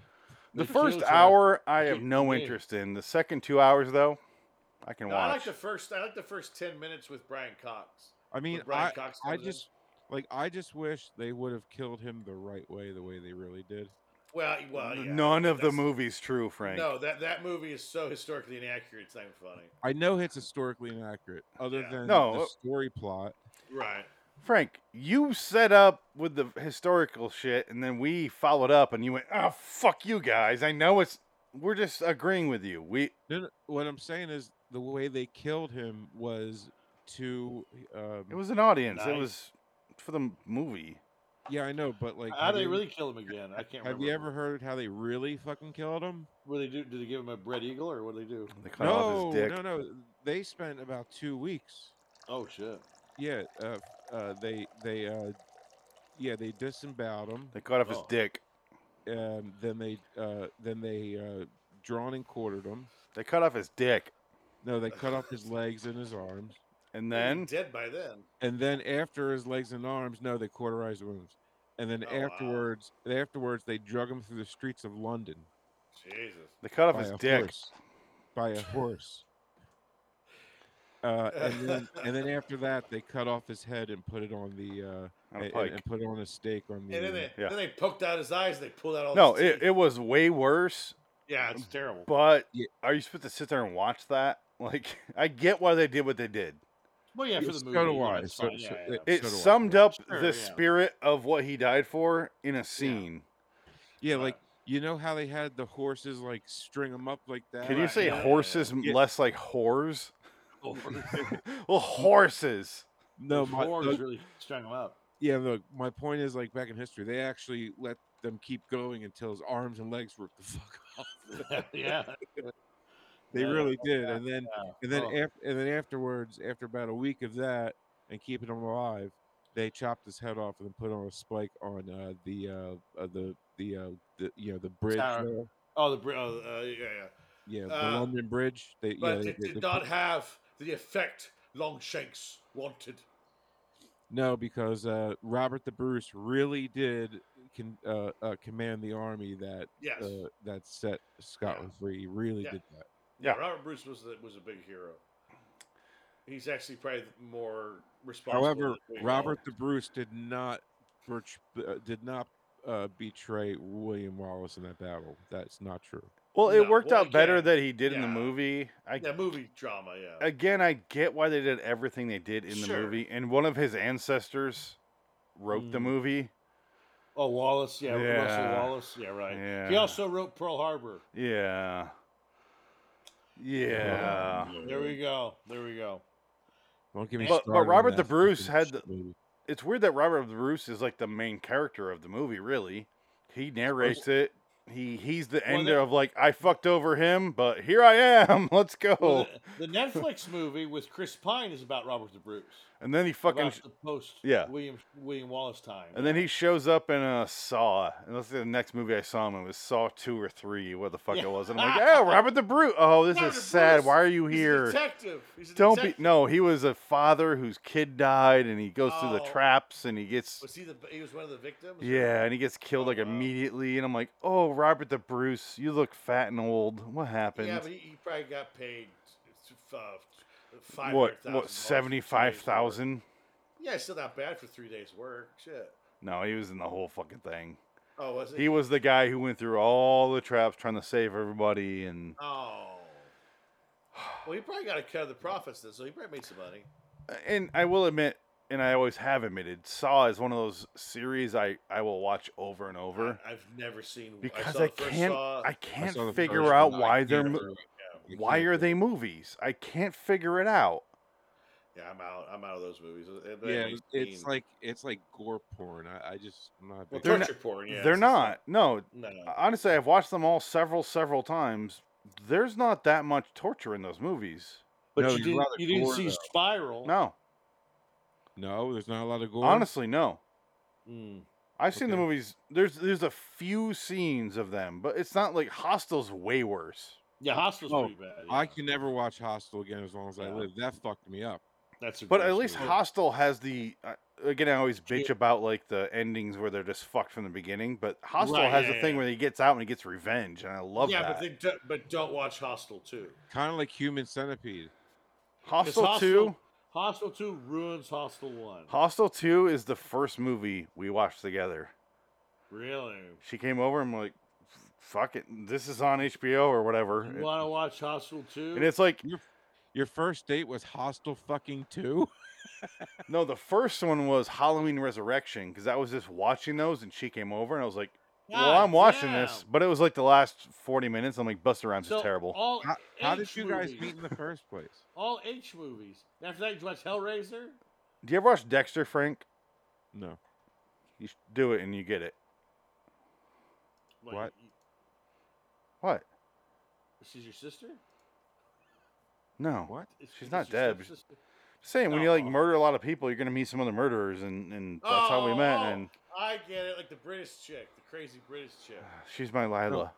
[SPEAKER 2] The
[SPEAKER 1] They
[SPEAKER 2] first
[SPEAKER 1] killed her.
[SPEAKER 2] hour, I
[SPEAKER 1] They
[SPEAKER 2] have
[SPEAKER 1] killed
[SPEAKER 2] no
[SPEAKER 1] her.
[SPEAKER 2] interest in. The second two hours, though, I can
[SPEAKER 1] No, I like
[SPEAKER 2] watch.
[SPEAKER 1] the first. I like the first ten minutes with Brian Cox.
[SPEAKER 3] I mean,
[SPEAKER 1] Brian
[SPEAKER 3] I,
[SPEAKER 1] Cox
[SPEAKER 3] I
[SPEAKER 1] comes in.
[SPEAKER 3] just like I just wish they would have killed him the right way, the way they really did.
[SPEAKER 1] Well, well,
[SPEAKER 2] N-
[SPEAKER 1] yeah,
[SPEAKER 2] None of the
[SPEAKER 1] that's-
[SPEAKER 2] movies true, Frank.
[SPEAKER 1] No, that that movie is so historically inaccurate. It's not even funny.
[SPEAKER 3] I know it's historically inaccurate, other
[SPEAKER 1] Yeah.
[SPEAKER 3] than
[SPEAKER 2] No,
[SPEAKER 3] the
[SPEAKER 2] uh,
[SPEAKER 3] story plot.
[SPEAKER 1] Right.
[SPEAKER 2] Frank, you set up with the historical shit, and then we followed up, and you went, "Oh fuck you guys! I know it's we're just agreeing with you. We
[SPEAKER 3] No, no, what I'm saying is the way they killed him was to. Um,
[SPEAKER 2] it was an audience. It
[SPEAKER 1] Nice.
[SPEAKER 2] was for the m- movie.
[SPEAKER 3] yeah, I know, but like,
[SPEAKER 1] How
[SPEAKER 3] have
[SPEAKER 1] do they
[SPEAKER 3] you-
[SPEAKER 1] really kill him again? I can't.
[SPEAKER 3] Have
[SPEAKER 1] remember.
[SPEAKER 3] you ever heard how they really fucking killed him?
[SPEAKER 1] What they do? Did they give him a bread eagle or what do they do?
[SPEAKER 2] They cut off
[SPEAKER 3] No,
[SPEAKER 2] his dick.
[SPEAKER 3] no, no. They spent about two weeks.
[SPEAKER 1] Oh shit.
[SPEAKER 3] Yeah, uh, uh, they they uh, yeah they disemboweled him.
[SPEAKER 2] They cut off his
[SPEAKER 1] Oh.
[SPEAKER 2] dick.
[SPEAKER 3] Um, then they uh, then they uh, drawn and quartered him.
[SPEAKER 2] They cut off his dick,
[SPEAKER 3] No, they cut off his legs and his arms.
[SPEAKER 2] and
[SPEAKER 1] They'd be
[SPEAKER 2] then
[SPEAKER 1] dead by then.
[SPEAKER 3] and then after his legs and arms, no, they cauterized the wounds, and then
[SPEAKER 1] Oh, wow.
[SPEAKER 3] afterwards, afterwards they drug him through the streets of London
[SPEAKER 1] Jesus.
[SPEAKER 2] they cut off
[SPEAKER 3] by
[SPEAKER 2] his
[SPEAKER 3] a
[SPEAKER 2] dick.
[SPEAKER 3] horse, by a horse. Uh, and then, and then after that, they cut off his head and put it on the uh,
[SPEAKER 2] On a
[SPEAKER 3] and-
[SPEAKER 2] pike.
[SPEAKER 3] and put it on a stake on the.
[SPEAKER 1] And then
[SPEAKER 3] uh,
[SPEAKER 1] they,
[SPEAKER 2] Yeah.
[SPEAKER 1] then they poked out his eyes and they pulled out all.
[SPEAKER 2] No,
[SPEAKER 1] his
[SPEAKER 2] it,
[SPEAKER 1] teeth.
[SPEAKER 2] it was way worse.
[SPEAKER 1] yeah, it's terrible.
[SPEAKER 2] But
[SPEAKER 3] Yeah.
[SPEAKER 2] are you supposed to sit there and watch that? Like, I get why they did what they did.
[SPEAKER 1] well, yeah, for the
[SPEAKER 3] so
[SPEAKER 1] movie.
[SPEAKER 3] do
[SPEAKER 1] yeah,
[SPEAKER 3] I,
[SPEAKER 1] it's
[SPEAKER 3] so-
[SPEAKER 1] fine,
[SPEAKER 3] so-
[SPEAKER 1] yeah, yeah.
[SPEAKER 2] It
[SPEAKER 3] So do I.
[SPEAKER 2] summed up
[SPEAKER 1] Sure,
[SPEAKER 2] the
[SPEAKER 1] yeah.
[SPEAKER 2] spirit of what he died for in a scene.
[SPEAKER 3] yeah,
[SPEAKER 1] Uh,
[SPEAKER 3] like you know how they had the horses like string them up like that.
[SPEAKER 2] Can you
[SPEAKER 1] Right,
[SPEAKER 2] say
[SPEAKER 1] yeah, yeah, yeah.
[SPEAKER 2] horses m
[SPEAKER 3] Yeah.
[SPEAKER 2] less like whores? well, horses.
[SPEAKER 3] no,
[SPEAKER 1] Those
[SPEAKER 3] my,
[SPEAKER 1] Borgs
[SPEAKER 3] the-
[SPEAKER 1] really strung him up.
[SPEAKER 3] yeah, look, my point is like back in history, they actually let them keep going until his arms and legs ripped the fuck off.
[SPEAKER 1] yeah.
[SPEAKER 3] They
[SPEAKER 1] Yeah,
[SPEAKER 3] really did, and then
[SPEAKER 1] yeah.
[SPEAKER 3] and then
[SPEAKER 1] Oh.
[SPEAKER 3] after, and then afterwards, after about a week of that and keeping him alive, they chopped his head off and then put on a spike on uh, the uh, uh, the the uh, the you know the bridge,
[SPEAKER 1] Tower.
[SPEAKER 3] there.
[SPEAKER 1] Oh, the br- oh, uh, yeah, yeah.
[SPEAKER 3] yeah, the
[SPEAKER 1] Uh,
[SPEAKER 3] London Bridge. They, yeah,
[SPEAKER 1] But
[SPEAKER 3] they-
[SPEAKER 1] it
[SPEAKER 3] they-
[SPEAKER 1] did
[SPEAKER 3] they
[SPEAKER 1] not
[SPEAKER 3] put-
[SPEAKER 1] have the effect Longshanks wanted.
[SPEAKER 3] no, because uh, Robert the Bruce really did can uh, uh, command the army that
[SPEAKER 1] Yes.
[SPEAKER 3] uh, that set Scotland free. He really
[SPEAKER 1] Yeah.
[SPEAKER 3] did that.
[SPEAKER 1] yeah.
[SPEAKER 2] yeah.
[SPEAKER 1] Robert Bruce was the, was a big hero. He's actually probably more responsible.
[SPEAKER 3] However,
[SPEAKER 1] than Big
[SPEAKER 3] Robert the Bruce did not birch, uh, did not uh, betray William Wallace in that battle. That's not true.
[SPEAKER 2] Well, it
[SPEAKER 1] No,
[SPEAKER 2] worked
[SPEAKER 1] well,
[SPEAKER 2] out better
[SPEAKER 1] again,
[SPEAKER 2] that he did in the
[SPEAKER 1] yeah.
[SPEAKER 2] movie. I
[SPEAKER 1] Hall. Yeah, movie drama. Yeah.
[SPEAKER 2] again, I get why they did everything they did in the
[SPEAKER 1] Sure.
[SPEAKER 2] movie, and one of his ancestors wrote the
[SPEAKER 1] Mm.
[SPEAKER 2] movie.
[SPEAKER 1] Oh, Wallace. Yeah, Russell
[SPEAKER 2] Yeah.
[SPEAKER 1] Wallace. Yeah, right. He
[SPEAKER 2] Yeah.
[SPEAKER 1] also wrote Pearl Harbor.
[SPEAKER 2] Yeah, yeah.
[SPEAKER 1] There we go. There we go.
[SPEAKER 3] Don't give me.
[SPEAKER 2] But- but
[SPEAKER 3] started on
[SPEAKER 2] Robert the
[SPEAKER 3] that
[SPEAKER 2] Bruce
[SPEAKER 3] fucking
[SPEAKER 2] had the-
[SPEAKER 3] movie.
[SPEAKER 2] It's weird that Robert Bruce is like the main character of the movie. Really, he narrates it. He he's the
[SPEAKER 1] Well,
[SPEAKER 2] end
[SPEAKER 1] they-
[SPEAKER 2] of like I fucked over him, but here I am. Let's go.
[SPEAKER 1] Well, the, the Netflix movie with Chris Pine is about Robert the Bruce.
[SPEAKER 2] and then he fucking
[SPEAKER 1] About the post
[SPEAKER 2] yeah.
[SPEAKER 1] William William Wallace time.
[SPEAKER 2] And then he shows up in a Saw. And let's say the next movie I saw him in was Saw 2 or 3, what the fuck
[SPEAKER 1] Yeah.
[SPEAKER 2] it was. And I'm like, oh, Robert the Brute. Oh, this
[SPEAKER 1] Robert
[SPEAKER 2] is
[SPEAKER 1] Bruce.
[SPEAKER 2] sad. Why are you
[SPEAKER 1] He's a
[SPEAKER 2] here?
[SPEAKER 1] detective. He's a
[SPEAKER 2] Don't be.
[SPEAKER 1] detective.
[SPEAKER 2] No, he was a father whose kid died and he goes through the
[SPEAKER 1] Oh.
[SPEAKER 2] traps and he gets.
[SPEAKER 1] Was he the? He was one of the victims. or-
[SPEAKER 2] Yeah, and he gets killed
[SPEAKER 1] Oh,
[SPEAKER 2] like
[SPEAKER 1] wow.
[SPEAKER 2] immediately. And I'm like, oh, Robert the Bruce, you look fat and old. What happened?
[SPEAKER 1] Yeah, but he, he probably got paid uh, five.
[SPEAKER 2] what, what, 75,000?
[SPEAKER 1] Yeah, it's still not bad for three days' work. Shit.
[SPEAKER 2] No, he was in the whole fucking thing.
[SPEAKER 1] Oh, was it?
[SPEAKER 2] He was the guy who went through all the traps trying to save everybody and.
[SPEAKER 1] Oh. Well, he probably got a cut of the profits then, so he probably made some money.
[SPEAKER 2] and I will admit, and I always have admitted, Saw is one of those series I, I will watch over and over
[SPEAKER 1] I, have never seen
[SPEAKER 2] because
[SPEAKER 1] saw
[SPEAKER 2] I,
[SPEAKER 1] the first
[SPEAKER 2] can't
[SPEAKER 1] Saw,
[SPEAKER 2] I
[SPEAKER 3] saw
[SPEAKER 2] can't
[SPEAKER 3] the
[SPEAKER 2] figure
[SPEAKER 3] first
[SPEAKER 2] out
[SPEAKER 3] one.
[SPEAKER 2] why
[SPEAKER 3] I
[SPEAKER 2] they're
[SPEAKER 3] can't
[SPEAKER 2] mo-
[SPEAKER 3] figure it
[SPEAKER 1] yeah,
[SPEAKER 3] You
[SPEAKER 2] why
[SPEAKER 3] can't
[SPEAKER 2] are
[SPEAKER 3] do it.
[SPEAKER 2] they movies? I can't figure it out.
[SPEAKER 1] yeah, I'm out. I'm out of those movies. Uh, they
[SPEAKER 3] Yeah,
[SPEAKER 1] make
[SPEAKER 3] it's
[SPEAKER 1] mean-
[SPEAKER 3] like it's like gore porn. I, I just I'm not. a
[SPEAKER 1] well,
[SPEAKER 3] big
[SPEAKER 2] they're
[SPEAKER 1] torture
[SPEAKER 2] not-
[SPEAKER 1] porn. Yeah,
[SPEAKER 2] they're
[SPEAKER 1] it's just
[SPEAKER 2] not.
[SPEAKER 1] like-
[SPEAKER 2] no,
[SPEAKER 1] No, no.
[SPEAKER 2] honestly, I've watched them all several several times. There's not that much torture in those movies.
[SPEAKER 1] But
[SPEAKER 3] No,
[SPEAKER 1] you
[SPEAKER 3] you'd
[SPEAKER 1] didn't.
[SPEAKER 3] rather
[SPEAKER 1] You didn't
[SPEAKER 3] gore,
[SPEAKER 1] see
[SPEAKER 3] though.
[SPEAKER 1] Spiral.
[SPEAKER 2] No,
[SPEAKER 3] no, there's not a lot of gore.
[SPEAKER 2] honestly, no.
[SPEAKER 1] Mm.
[SPEAKER 2] I've seen the movies. There's there's a few scenes of them, but it's not like Hostel's way worse.
[SPEAKER 1] Yeah, Hostel's
[SPEAKER 3] Oh,
[SPEAKER 1] pretty bad. yeah.
[SPEAKER 3] I can never watch Hostel again as long as I live. That fucked me up.
[SPEAKER 1] That's a
[SPEAKER 2] But
[SPEAKER 1] great
[SPEAKER 2] at least
[SPEAKER 1] story.
[SPEAKER 2] Hostel has the. Uh, again, I always bitch about like the endings where they're just fucked from the beginning. But Hostel
[SPEAKER 1] Right,
[SPEAKER 2] has
[SPEAKER 1] yeah,
[SPEAKER 2] the thing
[SPEAKER 1] yeah.
[SPEAKER 2] where he gets out and he gets revenge, and I love
[SPEAKER 1] yeah,
[SPEAKER 2] that.
[SPEAKER 1] but they do, but don't watch Hostel two.
[SPEAKER 3] Kind of like Human Centipede.
[SPEAKER 1] 'Cause
[SPEAKER 2] Hostel two.
[SPEAKER 1] Hostel two ruins Hostel one.
[SPEAKER 2] Hostel two is the first movie we watched together.
[SPEAKER 1] Really?
[SPEAKER 2] She came over and I'm like, fuck it, this is on HBO or whatever.
[SPEAKER 1] You want to watch Hostel two?
[SPEAKER 2] And it's like,
[SPEAKER 3] Your first date was Hostel fucking two.
[SPEAKER 2] no, the first one was Halloween Resurrection because I was just watching those and she came over and I was like, well,
[SPEAKER 1] God
[SPEAKER 2] I'm watching this,
[SPEAKER 1] damn.
[SPEAKER 2] but it was like the last 40 minutes. I'm like, Buster Rhymes
[SPEAKER 1] so
[SPEAKER 2] is terrible.
[SPEAKER 1] All
[SPEAKER 3] How, how did
[SPEAKER 1] H
[SPEAKER 3] you guys
[SPEAKER 1] movies,
[SPEAKER 3] meet in the first place?
[SPEAKER 1] All H movies. After that, you watch Hellraiser.
[SPEAKER 2] Do you ever watch Dexter, Frank?
[SPEAKER 3] No.
[SPEAKER 2] You sh- do it and you get it.
[SPEAKER 1] Like,
[SPEAKER 3] What?
[SPEAKER 1] you-
[SPEAKER 2] What?
[SPEAKER 1] She's your sister.
[SPEAKER 2] No.
[SPEAKER 3] What?
[SPEAKER 1] Is she
[SPEAKER 2] She's not
[SPEAKER 1] just your
[SPEAKER 2] dead.
[SPEAKER 1] sister?
[SPEAKER 2] Saying when you like
[SPEAKER 1] No.
[SPEAKER 2] murder a lot of people, you're gonna meet some other murderers, and, and that's how we
[SPEAKER 1] Oh,
[SPEAKER 2] met.
[SPEAKER 1] oh,
[SPEAKER 2] And
[SPEAKER 1] I get it, like the British chick, the crazy British chick.
[SPEAKER 2] she's my Lila.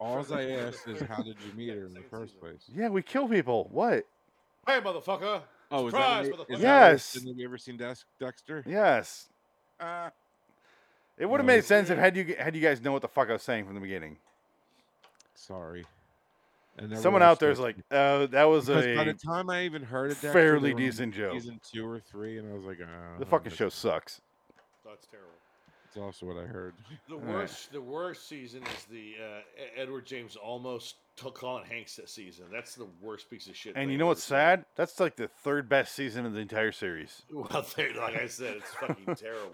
[SPEAKER 3] All I asked is how did you meet her in the first place?
[SPEAKER 2] Yeah, we kill people. What?
[SPEAKER 1] Hey, motherfucker!
[SPEAKER 3] Oh, is
[SPEAKER 1] Surprise,
[SPEAKER 3] that, what-
[SPEAKER 1] motherfucker.
[SPEAKER 3] is that what-
[SPEAKER 2] Yes.
[SPEAKER 3] didn't Have you ever seen Dex- Dexter?
[SPEAKER 2] Yes.
[SPEAKER 3] Uh,
[SPEAKER 2] It would have
[SPEAKER 3] No.
[SPEAKER 2] made sense if had you had you guys know what the fuck I was saying from the beginning.
[SPEAKER 3] sorry. I never
[SPEAKER 2] Someone out
[SPEAKER 3] watched
[SPEAKER 2] there's
[SPEAKER 3] Dexter.
[SPEAKER 2] like, uh, that was
[SPEAKER 3] Because by
[SPEAKER 2] a
[SPEAKER 3] the time I even heard of Dexter,
[SPEAKER 2] fairly
[SPEAKER 3] they were on
[SPEAKER 2] decent joke.
[SPEAKER 3] season two or three, and I was like, oh,
[SPEAKER 2] The fucking show sucks.
[SPEAKER 1] That's terrible.
[SPEAKER 3] That's also what I heard.
[SPEAKER 1] The
[SPEAKER 2] right.
[SPEAKER 1] worst, the worst season is the uh, E- Edward James almost took Colin Hanks season. That's the worst piece of shit.
[SPEAKER 2] And
[SPEAKER 1] thing
[SPEAKER 2] you know
[SPEAKER 1] I've
[SPEAKER 2] what's
[SPEAKER 1] ever
[SPEAKER 2] sad? That's like the third best season of the entire series.
[SPEAKER 1] seen. Well, they- like I said, it's fucking terrible.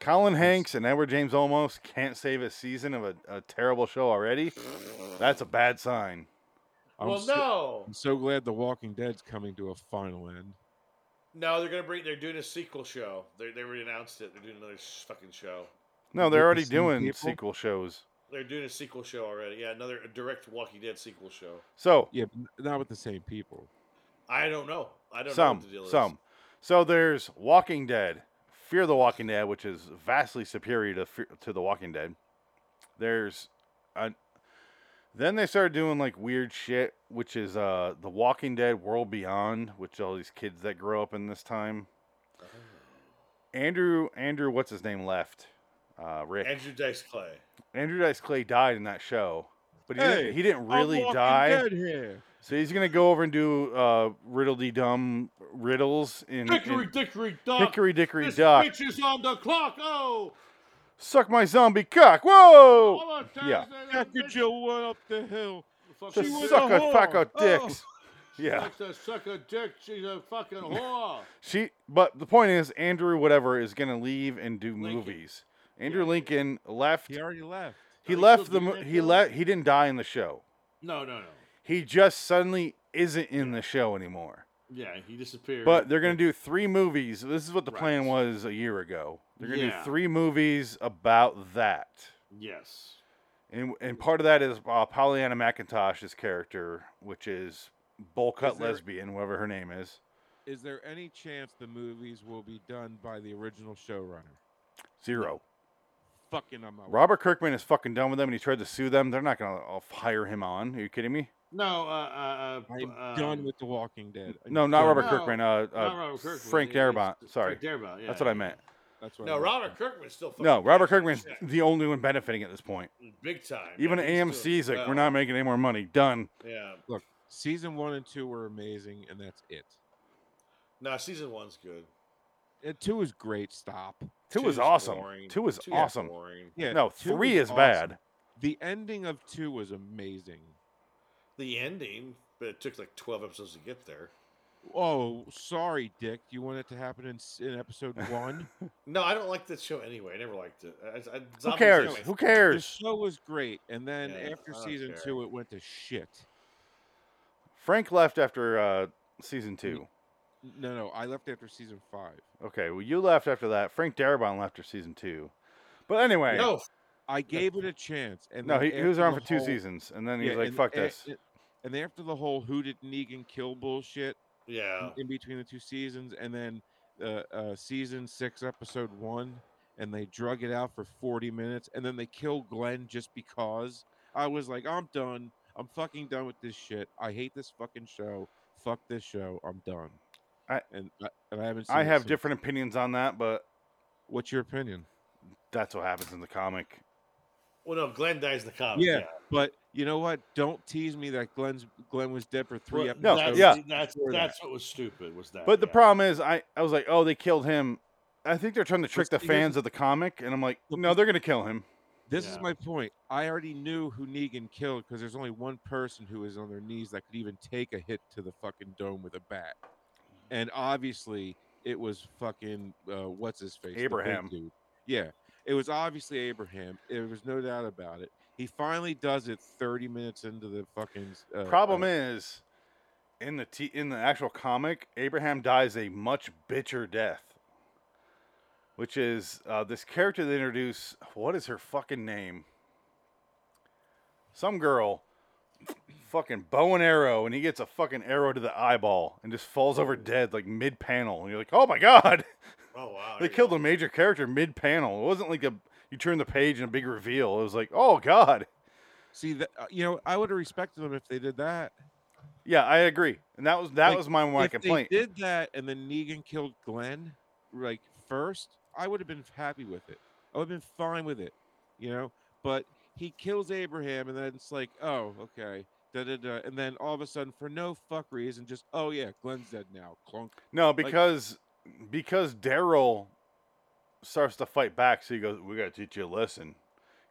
[SPEAKER 2] Colin Hanks and Edward James almost can't save a season of a, a terrible show already. That's a bad sign.
[SPEAKER 3] I'm
[SPEAKER 1] well,
[SPEAKER 3] so,
[SPEAKER 1] no,
[SPEAKER 3] I'm so glad The Walking Dead's coming to a final end.
[SPEAKER 1] no, they're gonna bring. They're doing a sequel show. They they already announced it. They're doing another s- fucking show.
[SPEAKER 2] No,
[SPEAKER 3] With
[SPEAKER 2] they're
[SPEAKER 3] the
[SPEAKER 2] already
[SPEAKER 3] same
[SPEAKER 2] doing
[SPEAKER 3] people?
[SPEAKER 2] sequel shows.
[SPEAKER 1] They're doing a sequel show already. Yeah, another a direct Walking Dead sequel show.
[SPEAKER 2] So
[SPEAKER 3] Yeah, but n- not with the same people.
[SPEAKER 1] I don't know. I don't know
[SPEAKER 2] some,
[SPEAKER 1] what the deal
[SPEAKER 2] some. So there's Walking Dead, Fear the Walking Dead, which is vastly superior to Fear, to the Walking Dead. There's, an, then they started doing like weird shit, which is uh the Walking Dead World Beyond, which all these kids that grow up in this time.
[SPEAKER 1] Oh.
[SPEAKER 2] Andrew, Andrew, what's his name left? Uh, Rick.
[SPEAKER 1] is. Andrew Dice Clay.
[SPEAKER 2] Andrew Dice Clay died in that show, but he,
[SPEAKER 3] Hey,
[SPEAKER 2] didn't, he didn't
[SPEAKER 3] I'm
[SPEAKER 2] really
[SPEAKER 3] Walking
[SPEAKER 2] die.
[SPEAKER 3] Dead here.
[SPEAKER 2] So he's gonna go over and do uh, riddledy dumb riddles in,
[SPEAKER 1] Dickory
[SPEAKER 2] in
[SPEAKER 1] Dickory Dock.
[SPEAKER 2] Hickory Dickory
[SPEAKER 1] this
[SPEAKER 2] Duck.
[SPEAKER 1] bitch is on the clock. Oh,
[SPEAKER 2] Suck my zombie cock. Whoa!
[SPEAKER 1] I'm a
[SPEAKER 2] Oh, Yeah.
[SPEAKER 1] Tarzan, that
[SPEAKER 3] Dr.
[SPEAKER 1] bitch-
[SPEAKER 3] Jill went up the hill.
[SPEAKER 1] Fuck
[SPEAKER 2] Just
[SPEAKER 1] you,
[SPEAKER 3] was
[SPEAKER 2] suck
[SPEAKER 3] a
[SPEAKER 2] a pack
[SPEAKER 3] whore.
[SPEAKER 1] Oh.
[SPEAKER 2] of dicks. Yeah.
[SPEAKER 1] Like to suck a dick. She's a fucking whore.
[SPEAKER 2] She. But the point is, Andrew whatever is gonna leave and do
[SPEAKER 1] Lincoln.
[SPEAKER 2] movies. Andrew Lincoln left.
[SPEAKER 3] He already left.
[SPEAKER 2] He
[SPEAKER 1] Oh, he's
[SPEAKER 2] left
[SPEAKER 1] still
[SPEAKER 2] the.
[SPEAKER 1] doing
[SPEAKER 2] mo-
[SPEAKER 1] that
[SPEAKER 2] He
[SPEAKER 1] show?
[SPEAKER 2] left. He didn't die in the show.
[SPEAKER 1] No, no, no.
[SPEAKER 2] He just suddenly isn't in the show anymore.
[SPEAKER 1] Yeah, he disappeared.
[SPEAKER 2] But they're gonna do three movies. This is what the plan
[SPEAKER 1] Right.
[SPEAKER 2] was a year ago. They're gonna
[SPEAKER 1] Yeah.
[SPEAKER 2] do three movies about that.
[SPEAKER 1] yes,
[SPEAKER 2] And, and part of that is uh, Pollyanna McIntosh's character, which is bowl cut
[SPEAKER 3] Is there-
[SPEAKER 2] lesbian, whatever her name is.
[SPEAKER 3] Is there any chance the movies will be done by the original showrunner?
[SPEAKER 2] Zero.
[SPEAKER 3] Fucking, I'm
[SPEAKER 1] Oh.
[SPEAKER 3] out.
[SPEAKER 2] Robert Kirkman is fucking done with them, and he tried to sue them. They're not gonna uh, hire him on. Are you kidding me?
[SPEAKER 1] no. Uh, uh, uh,
[SPEAKER 3] I'm
[SPEAKER 1] uh,
[SPEAKER 3] done with The Walking Dead. I'm
[SPEAKER 2] No, not
[SPEAKER 3] done.
[SPEAKER 2] Robert
[SPEAKER 1] No,
[SPEAKER 2] Kirkman. Uh, uh,
[SPEAKER 1] not Robert Kirkman.
[SPEAKER 2] Frank
[SPEAKER 1] yeah, it's-
[SPEAKER 2] Darabont.
[SPEAKER 1] it's
[SPEAKER 2] Sorry,
[SPEAKER 1] Frank Darabont. Yeah.
[SPEAKER 2] that's what I meant.
[SPEAKER 3] That's what
[SPEAKER 1] No,
[SPEAKER 3] I meant.
[SPEAKER 1] Robert Kirkman's still. Fucking
[SPEAKER 2] No, Robert
[SPEAKER 1] dead.
[SPEAKER 2] Kirkman's
[SPEAKER 1] Yeah,
[SPEAKER 2] the only one benefiting at this point.
[SPEAKER 1] big time.
[SPEAKER 2] Even
[SPEAKER 1] Yeah, he's doing
[SPEAKER 2] AMC's like,
[SPEAKER 1] well.
[SPEAKER 2] we're not making any more money. Done.
[SPEAKER 1] Yeah.
[SPEAKER 3] Look, season one and two were amazing, and that's it.
[SPEAKER 1] No, season one's good.
[SPEAKER 3] Uh, two is great. Stop.
[SPEAKER 2] Two was
[SPEAKER 1] Two's
[SPEAKER 2] awesome.
[SPEAKER 1] boring.
[SPEAKER 2] Two was
[SPEAKER 1] Two's
[SPEAKER 2] awesome.
[SPEAKER 1] boring.
[SPEAKER 3] Yeah.
[SPEAKER 2] No,
[SPEAKER 3] two was
[SPEAKER 2] three is
[SPEAKER 3] awesome.
[SPEAKER 2] bad.
[SPEAKER 3] The ending of two was amazing.
[SPEAKER 1] The ending, but it took like twelve episodes to get there.
[SPEAKER 3] Oh, sorry, Dick. You want it to happen in, s- in episode one?
[SPEAKER 1] No, I don't like this show anyway. I never liked it. I, I, zombies
[SPEAKER 2] Who
[SPEAKER 1] are
[SPEAKER 2] cares?
[SPEAKER 1] my-
[SPEAKER 2] Who
[SPEAKER 3] the
[SPEAKER 2] cares?
[SPEAKER 3] show was great, and then
[SPEAKER 1] Yeah, I
[SPEAKER 3] after
[SPEAKER 1] don't
[SPEAKER 3] season
[SPEAKER 1] care.
[SPEAKER 3] two, it went to shit.
[SPEAKER 2] Frank left after uh, season two.
[SPEAKER 3] No, no, I left after season five.
[SPEAKER 2] Okay, well, you left after that. Frank Darabont left after season two. But anyway,
[SPEAKER 1] No,
[SPEAKER 3] I gave it a chance, and
[SPEAKER 2] no,
[SPEAKER 3] then
[SPEAKER 2] he, he was
[SPEAKER 3] after
[SPEAKER 2] around
[SPEAKER 3] the
[SPEAKER 2] for two
[SPEAKER 3] whole-
[SPEAKER 2] seasons, and then he
[SPEAKER 3] yeah,
[SPEAKER 2] was like,
[SPEAKER 3] and-
[SPEAKER 2] "Fuck
[SPEAKER 3] and-
[SPEAKER 2] this."
[SPEAKER 3] And after the whole "Who did Negan kill?" bullshit,
[SPEAKER 1] yeah.
[SPEAKER 3] in between the two seasons, and then uh, uh, season six, episode one, and they drug it out for 40 minutes and then they kill Glenn just because. I was like, I'm done. I'm fucking done with this shit. I hate this fucking show. Fuck this show. I'm done.
[SPEAKER 2] I-
[SPEAKER 3] and I, and I haven't. Seen
[SPEAKER 2] I
[SPEAKER 3] it
[SPEAKER 2] have
[SPEAKER 3] since.
[SPEAKER 2] different opinions on that, but
[SPEAKER 3] What's your opinion?
[SPEAKER 2] that's what happens in the comic.
[SPEAKER 1] Well, no, Glenn dies in the comics.
[SPEAKER 3] Yeah, but you know what? Don't tease me that Glenn's Glenn was dead for three
[SPEAKER 1] Well, that's,
[SPEAKER 3] episodes.
[SPEAKER 2] yeah.
[SPEAKER 1] That's,
[SPEAKER 3] Before that.
[SPEAKER 1] that's what was stupid was that.
[SPEAKER 2] But the
[SPEAKER 1] yeah.
[SPEAKER 2] problem is, I, I was like, oh, they killed him. I think they're trying to trick
[SPEAKER 3] But
[SPEAKER 2] the
[SPEAKER 3] see,
[SPEAKER 2] fans of the comic, and I'm like,
[SPEAKER 3] Look,
[SPEAKER 2] no, they're gonna kill him.
[SPEAKER 3] This
[SPEAKER 1] Yeah.
[SPEAKER 3] is my point. I already knew who Negan killed because there's only one person who is on their knees that could even take a hit to the fucking dome with a bat, and obviously it was fucking uh, what's his face, the big
[SPEAKER 2] Abraham.
[SPEAKER 3] dude. Yeah, it was obviously Abraham. There was no doubt about it. He finally does it 30 minutes into the fucking uh,
[SPEAKER 2] Problem
[SPEAKER 3] uh,
[SPEAKER 2] is, in the t- in the actual comic, Abraham dies a much bitcher death, which is uh, this character they introduce. What is her fucking name? Some girl, fucking bow and arrow, and he gets a fucking arrow to the eyeball and just falls over dead like mid panel. And you're like, oh my god,
[SPEAKER 1] Oh wow.
[SPEAKER 2] they killed a major character mid panel. It wasn't like a you turn the page and a big reveal. It was like, oh god.
[SPEAKER 3] See that uh, you know I would have respected them if they did that.
[SPEAKER 2] Yeah, I agree, and that was that
[SPEAKER 3] Like,
[SPEAKER 2] was my one
[SPEAKER 3] if
[SPEAKER 2] complaint.
[SPEAKER 3] they did that and then Negan killed Glenn like first, I would have been happy with it. I would have been fine with it, you know. But he kills Abraham, and then it's like, oh, okay, da da da, and then all of a sudden, for no fuck reason, just oh yeah, Glenn's dead now, clunk.
[SPEAKER 2] No, because because Daryl starts to fight back, so he goes, "We got to teach you a lesson."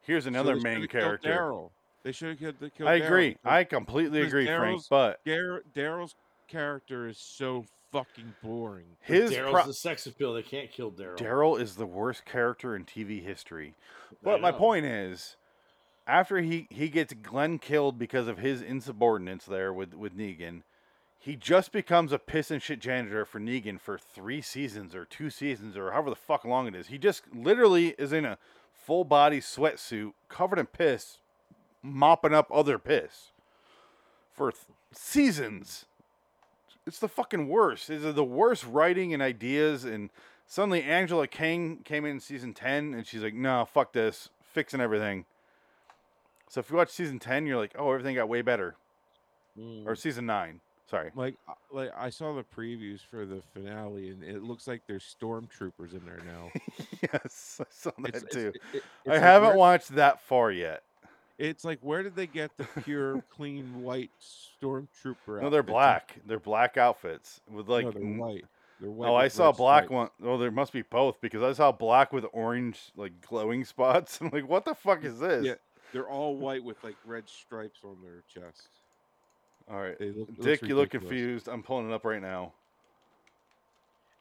[SPEAKER 2] Here's another main character.
[SPEAKER 3] Daryl. They should have killed. they killed
[SPEAKER 2] I
[SPEAKER 3] Daryl,
[SPEAKER 2] agree.
[SPEAKER 3] because
[SPEAKER 2] I completely
[SPEAKER 3] because
[SPEAKER 2] agree, Frank.
[SPEAKER 3] Daryl's-
[SPEAKER 2] But
[SPEAKER 3] Gar- Daryl's character is so fucking boring.
[SPEAKER 2] his
[SPEAKER 1] Daryl's
[SPEAKER 2] pro-
[SPEAKER 1] the sex appeal. They can't kill Daryl.
[SPEAKER 2] Daryl is the worst character in TV history.
[SPEAKER 1] I
[SPEAKER 2] But my
[SPEAKER 1] know.
[SPEAKER 2] point is, after he he gets Glenn killed because of his insubordinance there with with Negan, he just becomes a piss and shit janitor for Negan for three seasons or two seasons or however the fuck long it is. He just literally is in a full body sweatsuit covered in piss, mopping up other piss for th- seasons. It's the fucking worst. It's the worst writing and ideas. And suddenly Angela Kang came in season 10 and she's like, no, fuck this. Fixing everything. So if you watch season 10, you're like, oh, everything got way better. Or season 9. Sorry.
[SPEAKER 3] Mm. Like, uh, like I saw the previews for the finale, and it looks like there's stormtroopers in there now.
[SPEAKER 2] yes, I saw that
[SPEAKER 3] It's- it's-
[SPEAKER 2] too.
[SPEAKER 3] it- it- it's
[SPEAKER 2] I
[SPEAKER 3] like,
[SPEAKER 2] haven't
[SPEAKER 3] where-
[SPEAKER 2] watched that far yet.
[SPEAKER 3] It's like where did they get the pure, clean white stormtrooper?
[SPEAKER 2] No, they're
[SPEAKER 3] outfits?
[SPEAKER 2] black. They're black outfits with like.
[SPEAKER 3] no, they're
[SPEAKER 2] n-
[SPEAKER 3] white. They're white.
[SPEAKER 2] Oh,
[SPEAKER 3] with
[SPEAKER 2] I
[SPEAKER 3] red
[SPEAKER 2] saw black
[SPEAKER 3] stripes.
[SPEAKER 2] one. Oh, there must be both because I saw black with orange like glowing spots. I'm like, what the fuck is this?
[SPEAKER 3] Yeah, they're all white with like red stripes on their chest.
[SPEAKER 2] All right.
[SPEAKER 3] They look, it looks
[SPEAKER 2] Dick, you look
[SPEAKER 3] ridiculous.
[SPEAKER 2] confused. I'm pulling it up right now.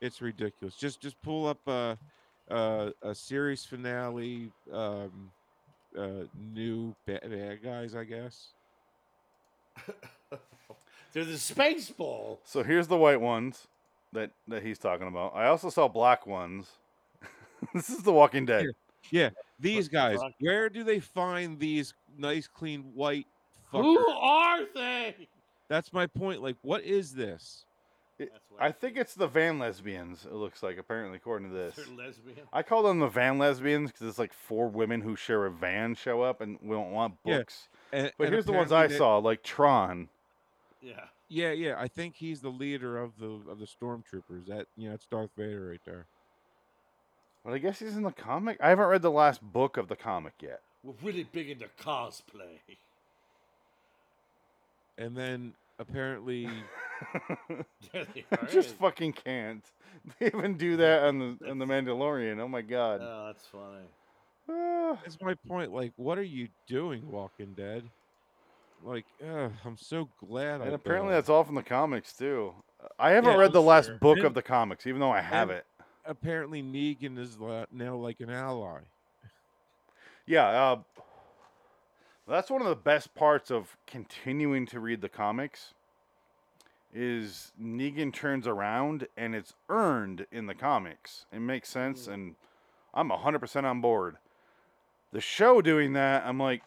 [SPEAKER 3] It's ridiculous. Just just pull up a a, a series finale. Um, uh, new ba- bad guys, I guess.
[SPEAKER 1] They're the space ball.
[SPEAKER 2] So here's the white ones that that he's talking about. I also saw black ones. this is The Walking Dead.
[SPEAKER 3] These guys,
[SPEAKER 1] fuck?
[SPEAKER 3] where do they find these nice, clean, white?
[SPEAKER 1] Who
[SPEAKER 3] fuckers?
[SPEAKER 1] are they?
[SPEAKER 3] That's my point. Like, what is this?
[SPEAKER 1] That's what
[SPEAKER 2] I think it's the van lesbians. It looks like apparently according to this.
[SPEAKER 1] they're lesbian.
[SPEAKER 2] I call them the van lesbians because it's like four women who share a van show up and we don't want
[SPEAKER 3] Yeah.
[SPEAKER 2] books.
[SPEAKER 3] And,
[SPEAKER 2] But
[SPEAKER 3] and
[SPEAKER 2] here's the ones I
[SPEAKER 3] apparently they-
[SPEAKER 2] saw, like Tron.
[SPEAKER 1] Yeah.
[SPEAKER 3] Yeah, yeah. I think he's the leader of the of the stormtroopers. That you know, it's Darth Vader right there.
[SPEAKER 2] But I guess he's in the comic. I haven't read the last book of the comic yet.
[SPEAKER 1] We're really big into cosplay.
[SPEAKER 3] And then apparently,
[SPEAKER 1] There they
[SPEAKER 2] I
[SPEAKER 1] are.
[SPEAKER 2] just fucking can't. They even do that on the on the Mandalorian. Oh my god.
[SPEAKER 3] Uh,
[SPEAKER 1] Oh, that's funny.
[SPEAKER 2] Ah.
[SPEAKER 3] that's my point. Like, what are you doing, Walking Dead? Like, ugh, I'm so glad. I
[SPEAKER 2] And apparently
[SPEAKER 3] bailed.
[SPEAKER 2] that's all from the comics too. I haven't
[SPEAKER 3] Yeah,
[SPEAKER 2] read the
[SPEAKER 3] I'm
[SPEAKER 2] last
[SPEAKER 3] sure.
[SPEAKER 2] book of
[SPEAKER 3] And-
[SPEAKER 2] the comics, even though I have
[SPEAKER 3] and-
[SPEAKER 2] it.
[SPEAKER 3] apparently Negan is la- now like an ally.
[SPEAKER 2] Yeah, uh, that's one of the best parts of continuing to read the comics. Is Negan turns around and it's earned in the comics. It makes sense, and I'm 100% on board. The show doing that, I'm like,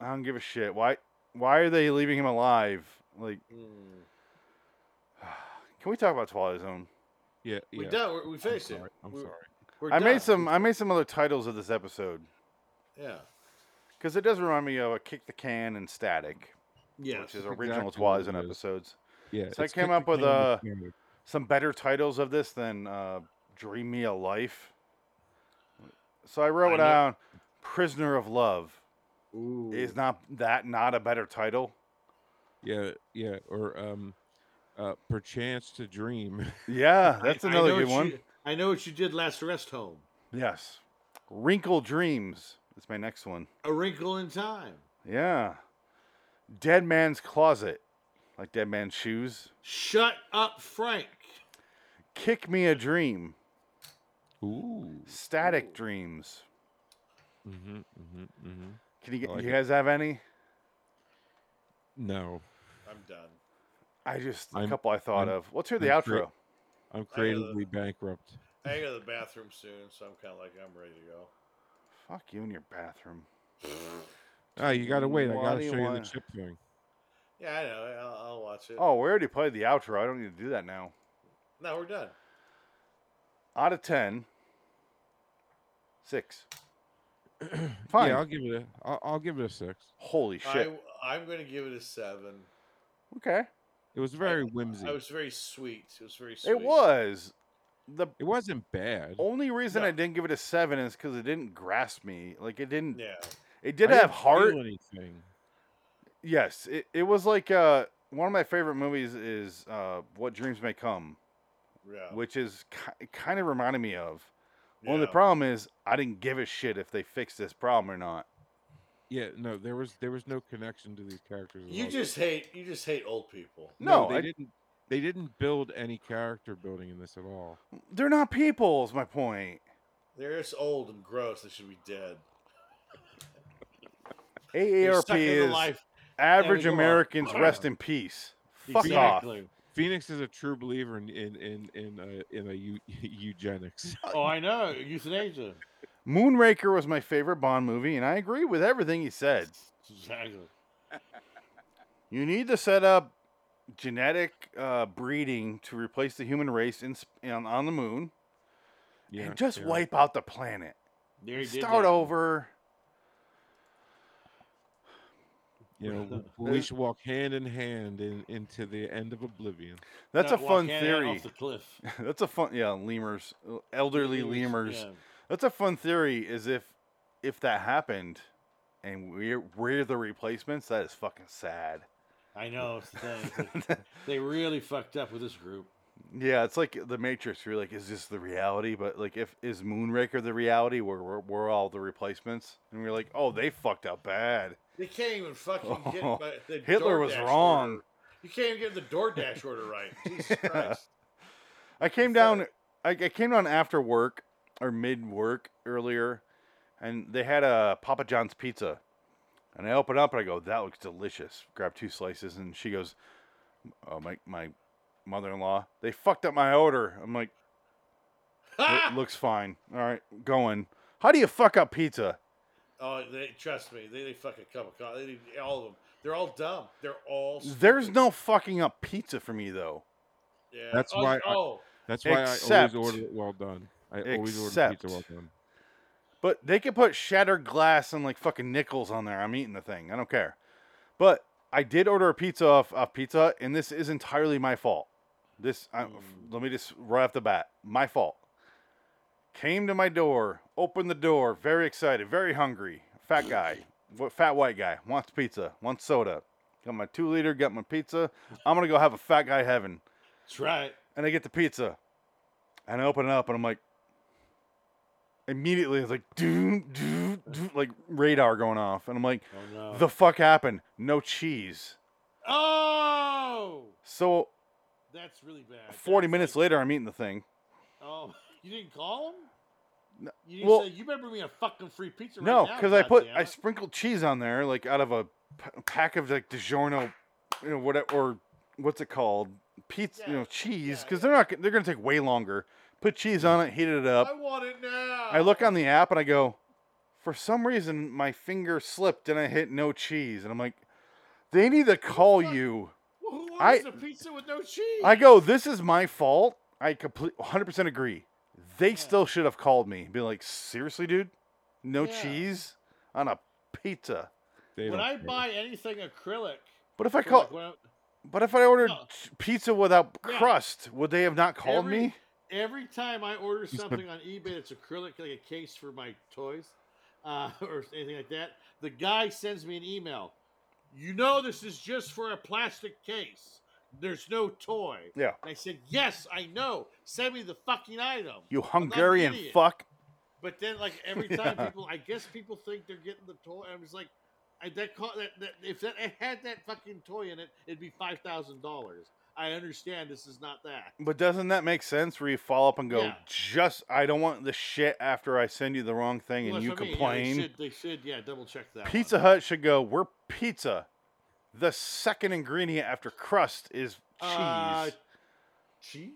[SPEAKER 2] I don't give a shit. Why? Why are they leaving him alive? Like, can we talk about Twilight Zone?
[SPEAKER 3] Yeah,
[SPEAKER 1] We
[SPEAKER 3] yeah.
[SPEAKER 1] done. We're, we
[SPEAKER 3] I'm
[SPEAKER 1] finished it.
[SPEAKER 3] sorry. I'm
[SPEAKER 1] We're-
[SPEAKER 3] sorry.
[SPEAKER 1] We're
[SPEAKER 2] I
[SPEAKER 1] done.
[SPEAKER 2] made some. I made some other titles of this episode
[SPEAKER 1] Yeah.
[SPEAKER 2] because it does remind me of a kick the can and static,
[SPEAKER 1] Yeah.
[SPEAKER 2] which is original
[SPEAKER 3] exactly what
[SPEAKER 2] Twilight Zone
[SPEAKER 3] it is.
[SPEAKER 2] episodes.
[SPEAKER 3] Yeah.
[SPEAKER 2] So I
[SPEAKER 3] it's
[SPEAKER 2] came
[SPEAKER 3] kick the
[SPEAKER 2] up with
[SPEAKER 3] can
[SPEAKER 2] uh,
[SPEAKER 3] with camera.
[SPEAKER 2] some better titles of this than uh, "Dream Me a Life." So I wrote
[SPEAKER 1] I know-
[SPEAKER 2] down "Prisoner of Love."
[SPEAKER 1] Ooh.
[SPEAKER 2] Is not that not a better title?
[SPEAKER 3] Yeah, yeah, or um, uh, perchance to dream.
[SPEAKER 2] Yeah, that's
[SPEAKER 1] I
[SPEAKER 2] another
[SPEAKER 1] know
[SPEAKER 2] good
[SPEAKER 1] what
[SPEAKER 2] one.
[SPEAKER 1] you- I know what you did last rest home.
[SPEAKER 2] Yes, "Wrinkle Dreams." That's my next one.
[SPEAKER 1] A Wrinkle in Time.
[SPEAKER 2] Yeah, "Dead Man's Closet," like Dead Man's Shoes.
[SPEAKER 1] Shut up, Frank.
[SPEAKER 2] "Kick Me a Dream."
[SPEAKER 3] Ooh.
[SPEAKER 2] Static Dreams.
[SPEAKER 3] Mm-hmm, mm-hmm, mm-hmm.
[SPEAKER 2] Can you
[SPEAKER 3] I
[SPEAKER 2] get
[SPEAKER 3] like
[SPEAKER 2] you
[SPEAKER 3] it.
[SPEAKER 2] guys have any?
[SPEAKER 3] No,
[SPEAKER 1] I'm done.
[SPEAKER 2] I just a
[SPEAKER 3] I'm-
[SPEAKER 2] couple I thought
[SPEAKER 3] I'm-
[SPEAKER 2] of. Let's hear the
[SPEAKER 3] I'm
[SPEAKER 2] outro.
[SPEAKER 3] I'm
[SPEAKER 2] uh,
[SPEAKER 3] creatively bankrupt.
[SPEAKER 1] I go to the bathroom soon, so I'm kind of like I'm ready to go.
[SPEAKER 2] Fuck you in your bathroom.
[SPEAKER 3] Ah, you gotta wait. I
[SPEAKER 2] Why
[SPEAKER 3] gotta
[SPEAKER 2] do you
[SPEAKER 3] show you the
[SPEAKER 2] wanna-
[SPEAKER 3] chip thing.
[SPEAKER 1] Yeah, I know. I'll, I'll watch it.
[SPEAKER 2] Oh, we already played the outro. I don't need to do that now.
[SPEAKER 1] No, we're done.
[SPEAKER 2] Out of ten, six. Fine.
[SPEAKER 3] Yeah, I'll give it a. I'll, I'll give it a six.
[SPEAKER 2] Holy shit.
[SPEAKER 1] I, I'm going to give it a seven.
[SPEAKER 2] Okay.
[SPEAKER 3] It was very whimsy.
[SPEAKER 1] I was very sweet. It was very sweet.
[SPEAKER 2] It was. The
[SPEAKER 3] It wasn't bad.
[SPEAKER 2] only reason
[SPEAKER 1] No.
[SPEAKER 2] I didn't give it a seven is because it didn't grasp me. Like it didn't.
[SPEAKER 1] Yeah.
[SPEAKER 2] It did
[SPEAKER 3] I
[SPEAKER 2] have
[SPEAKER 3] didn't feel
[SPEAKER 2] heart.
[SPEAKER 3] Anything.
[SPEAKER 2] Yes, it, it was like uh, one of my favorite movies is uh, What Dreams May Come,
[SPEAKER 1] Yeah.
[SPEAKER 2] which is ki- kind of reminded me of. Only
[SPEAKER 1] yeah.
[SPEAKER 2] problem is I didn't give a shit if they fixed this problem or not.
[SPEAKER 3] Yeah, no, there was there was no connection to these characters. at
[SPEAKER 1] You
[SPEAKER 3] all.
[SPEAKER 1] just hate. You just hate old people.
[SPEAKER 2] No,
[SPEAKER 3] they
[SPEAKER 2] I-
[SPEAKER 3] didn't. They didn't build any character building in this at all.
[SPEAKER 2] They're not people. Is my point.
[SPEAKER 1] They're just old and gross. They should be dead. They're
[SPEAKER 2] AARP
[SPEAKER 1] stuck in the
[SPEAKER 2] is
[SPEAKER 1] life.
[SPEAKER 2] average
[SPEAKER 1] go on.
[SPEAKER 2] Americans rest in peace. Fuck off.
[SPEAKER 1] exactly.
[SPEAKER 3] Phoenix is a true believer in in in in uh, in a eu- eugenics.
[SPEAKER 2] Uh,
[SPEAKER 1] Oh, I know. Euthanasia.
[SPEAKER 2] Moonraker was my favorite Bond movie, and I agree with everything he said.
[SPEAKER 1] Exactly.
[SPEAKER 2] You need to set up genetic uh, breeding to replace the human race in, sp- on, on the moon,
[SPEAKER 3] Yeah,
[SPEAKER 2] and just
[SPEAKER 3] yeah.
[SPEAKER 2] wipe out the planet.
[SPEAKER 1] They already did
[SPEAKER 2] Start
[SPEAKER 1] that.
[SPEAKER 2] over.
[SPEAKER 3] You know, we should walk hand in hand in, into the end of oblivion.
[SPEAKER 2] That's
[SPEAKER 1] Not
[SPEAKER 2] a
[SPEAKER 1] walk
[SPEAKER 2] fun
[SPEAKER 1] hand out
[SPEAKER 2] theory.
[SPEAKER 1] Off the cliff.
[SPEAKER 2] That's a fun yeah, lemurs, uh, elderly lemurs.
[SPEAKER 1] Yeah.
[SPEAKER 2] That's a fun theory. Is if if that happened, and we're we're the replacements, that is fucking sad.
[SPEAKER 1] I know. It's the thing. It's like, they really fucked up with this group.
[SPEAKER 2] Yeah, it's like the Matrix. You're like, is this the reality? But like, if is Moonraker the reality where we're, we're all the replacements, and we're like, oh, they fucked up bad.
[SPEAKER 1] They can't even fucking get
[SPEAKER 2] Oh,
[SPEAKER 1] my- the
[SPEAKER 2] Hitler was
[SPEAKER 1] DoorDash
[SPEAKER 2] wrong.
[SPEAKER 1] order. You can't even get the DoorDash order right. Jesus
[SPEAKER 2] Yeah.
[SPEAKER 1] Christ.
[SPEAKER 2] I came down. I, I came down after work or mid work earlier, and they had a Papa John's pizza, and I open up and I go, "That looks delicious." Grab two slices, and she goes, "Oh my my mother in law, they fucked up my order." I'm like, "It
[SPEAKER 1] Ha!
[SPEAKER 2] looks fine. All right, going. How do you fuck up pizza?"
[SPEAKER 1] Oh, they, trust me. They, they fuck a cup of coffee. They, all of them. They're all dumb. They're all.
[SPEAKER 2] There's
[SPEAKER 1] stupid.
[SPEAKER 2] no fucking up pizza for me though.
[SPEAKER 1] Yeah.
[SPEAKER 3] That's
[SPEAKER 1] oh,
[SPEAKER 3] why I-
[SPEAKER 1] Oh,
[SPEAKER 3] That's why
[SPEAKER 2] Except-
[SPEAKER 3] I always order it well done. I always order
[SPEAKER 2] Except-
[SPEAKER 3] pizza well done.
[SPEAKER 2] But they could put shattered glass and like fucking nickels on there. I'm eating the thing. I don't care. But I did order a pizza off, off Pizza, Hut, and this is entirely my fault. This I, f- let me just right off the bat, my fault. Came to my door, opened the door, very excited, very hungry. Fat guy, wh- fat white guy wants pizza, wants soda. Got my two liter, got my pizza. I'm gonna go have a fat guy heaven
[SPEAKER 1] that's right.
[SPEAKER 2] and I get the pizza, and I open it up, and I'm like, immediately it's like, doom, doom, doom, like radar going off, and I'm like,
[SPEAKER 1] Oh no.
[SPEAKER 2] the fuck happened? No cheese.
[SPEAKER 1] oh,
[SPEAKER 2] So
[SPEAKER 1] that's really bad.
[SPEAKER 2] 40
[SPEAKER 1] That's
[SPEAKER 2] minutes
[SPEAKER 1] like-
[SPEAKER 2] later, I'm eating the thing.
[SPEAKER 1] Oh, you didn't call him.
[SPEAKER 2] No,
[SPEAKER 1] You didn't
[SPEAKER 2] well-
[SPEAKER 1] say you better bring me a fucking free pizza.
[SPEAKER 2] No,
[SPEAKER 1] right now,
[SPEAKER 2] because I put
[SPEAKER 1] goddammit."
[SPEAKER 2] I sprinkled cheese on there, like out of a p- pack of like DiGiorno, you know whatever or what's it called pizza, you
[SPEAKER 1] Yeah,
[SPEAKER 2] know cheese,
[SPEAKER 1] yeah, Mm.
[SPEAKER 2] because they're not g- they're gonna take way longer. Put cheese on it, heat it up.
[SPEAKER 1] I want it now.
[SPEAKER 2] I look on the app and I go, for some reason my finger slipped and I hit no cheese. And I'm like, they need to call
[SPEAKER 1] fuck?
[SPEAKER 2] you.
[SPEAKER 1] Well, who
[SPEAKER 2] I-
[SPEAKER 1] orders a pizza with no cheese?
[SPEAKER 2] I go, this is my fault. I complete 100% agree. They still should have called me, be like, seriously, dude, no
[SPEAKER 1] Yeah.
[SPEAKER 2] cheese on a pizza.
[SPEAKER 1] When I buy anything acrylic,
[SPEAKER 2] But if I
[SPEAKER 1] for,
[SPEAKER 2] call-
[SPEAKER 1] like, when I'm-
[SPEAKER 2] But if I ordered
[SPEAKER 1] No.
[SPEAKER 2] ch- pizza without
[SPEAKER 1] Yeah.
[SPEAKER 2] crust, would they have not called
[SPEAKER 1] every,
[SPEAKER 2] me?
[SPEAKER 1] every time I order
[SPEAKER 2] said-
[SPEAKER 1] something on eBay that's acrylic, like a case for my toys uh, or anything like that, the guy sends me an email. You know, this is just for a plastic case. There's no toy.
[SPEAKER 2] Yeah.
[SPEAKER 1] And I said, yes, I know. Send me the fucking item.
[SPEAKER 2] You
[SPEAKER 1] I'm not an
[SPEAKER 2] Hungarian
[SPEAKER 1] idiot."
[SPEAKER 2] fuck.
[SPEAKER 1] But then, like every time,
[SPEAKER 2] Yeah.
[SPEAKER 1] people, I guess people think they're getting the toy. I was like, I, that, co- that that if that it had that fucking toy in it, it'd be five thousand dollars. I understand this is not that.
[SPEAKER 2] But doesn't that make sense where you follow up and go,
[SPEAKER 1] Yeah.
[SPEAKER 2] just, I don't want the shit after I send you the wrong thing
[SPEAKER 1] Well, that's
[SPEAKER 2] and you
[SPEAKER 1] what I mean. Yeah,
[SPEAKER 2] complain?
[SPEAKER 1] they, should, they should, yeah, double check that. one.
[SPEAKER 2] Pizza Hut should go, we're pizza. The second ingredient after crust is cheese.
[SPEAKER 1] Uh, cheese.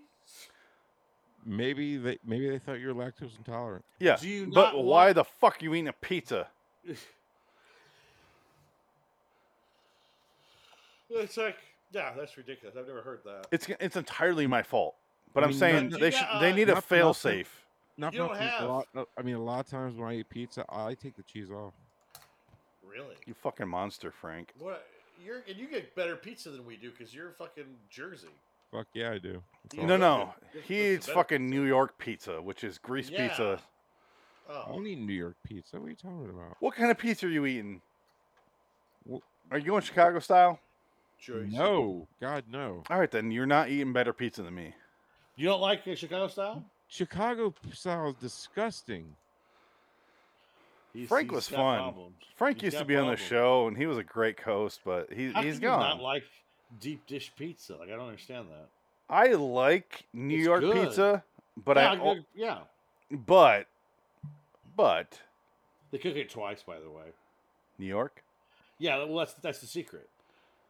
[SPEAKER 3] Maybe they maybe they thought you were lactose intolerant.
[SPEAKER 2] yeah.
[SPEAKER 1] do you
[SPEAKER 2] But
[SPEAKER 1] not
[SPEAKER 2] why
[SPEAKER 1] want-
[SPEAKER 2] the fuck you eating a pizza?
[SPEAKER 1] It's like, yeah, that's ridiculous. I've never heard that.
[SPEAKER 2] It's it's entirely my fault. But I
[SPEAKER 3] I
[SPEAKER 2] am
[SPEAKER 3] mean,
[SPEAKER 2] saying
[SPEAKER 1] not-
[SPEAKER 2] they
[SPEAKER 1] Yeah,
[SPEAKER 2] should they
[SPEAKER 1] uh,
[SPEAKER 2] need a
[SPEAKER 3] not for nothing.
[SPEAKER 2] fail safe.
[SPEAKER 3] Not
[SPEAKER 1] You don't
[SPEAKER 3] nothing,
[SPEAKER 1] have-
[SPEAKER 3] A lot, uh, I mean, a lot of times when I eat pizza, I take the cheese off.
[SPEAKER 1] Really?
[SPEAKER 2] You fucking monster, Frank.
[SPEAKER 1] What? You're and you get better pizza than we do because you're fucking Jersey.
[SPEAKER 3] Fuck yeah, I do. It's
[SPEAKER 1] You
[SPEAKER 3] all-
[SPEAKER 2] No, no.
[SPEAKER 1] That's
[SPEAKER 2] He
[SPEAKER 1] the
[SPEAKER 2] eats
[SPEAKER 1] better
[SPEAKER 2] fucking New York pizza, which is grease
[SPEAKER 1] Yeah.
[SPEAKER 2] pizza.
[SPEAKER 1] Oh,
[SPEAKER 3] I don't eat New York pizza. What are you talking about?
[SPEAKER 2] What kind of pizza are you eating?
[SPEAKER 3] Wh-
[SPEAKER 2] Are you going Chicago style?
[SPEAKER 1] Jersey.
[SPEAKER 3] No, God, no.
[SPEAKER 2] All right, then you're not eating better pizza than me.
[SPEAKER 1] You don't like the Chicago style?
[SPEAKER 3] Chicago style is disgusting.
[SPEAKER 1] He's,
[SPEAKER 2] Frank
[SPEAKER 1] he's
[SPEAKER 2] was
[SPEAKER 1] got
[SPEAKER 2] fun.
[SPEAKER 1] problems.
[SPEAKER 2] Frank
[SPEAKER 1] He's
[SPEAKER 2] used to
[SPEAKER 1] got
[SPEAKER 2] be on the
[SPEAKER 1] problems.
[SPEAKER 2] show, and he was a great host, but he,
[SPEAKER 1] How
[SPEAKER 2] he's
[SPEAKER 1] can you
[SPEAKER 2] gone.
[SPEAKER 1] Not like deep dish pizza. Like I don't understand that.
[SPEAKER 2] I like New
[SPEAKER 1] It's
[SPEAKER 2] York
[SPEAKER 1] good.
[SPEAKER 2] pizza, but
[SPEAKER 1] yeah,
[SPEAKER 2] I al-
[SPEAKER 1] good- yeah,
[SPEAKER 2] but but
[SPEAKER 1] they cook it twice, by the way.
[SPEAKER 2] New York.
[SPEAKER 1] Yeah, well, that's that's the secret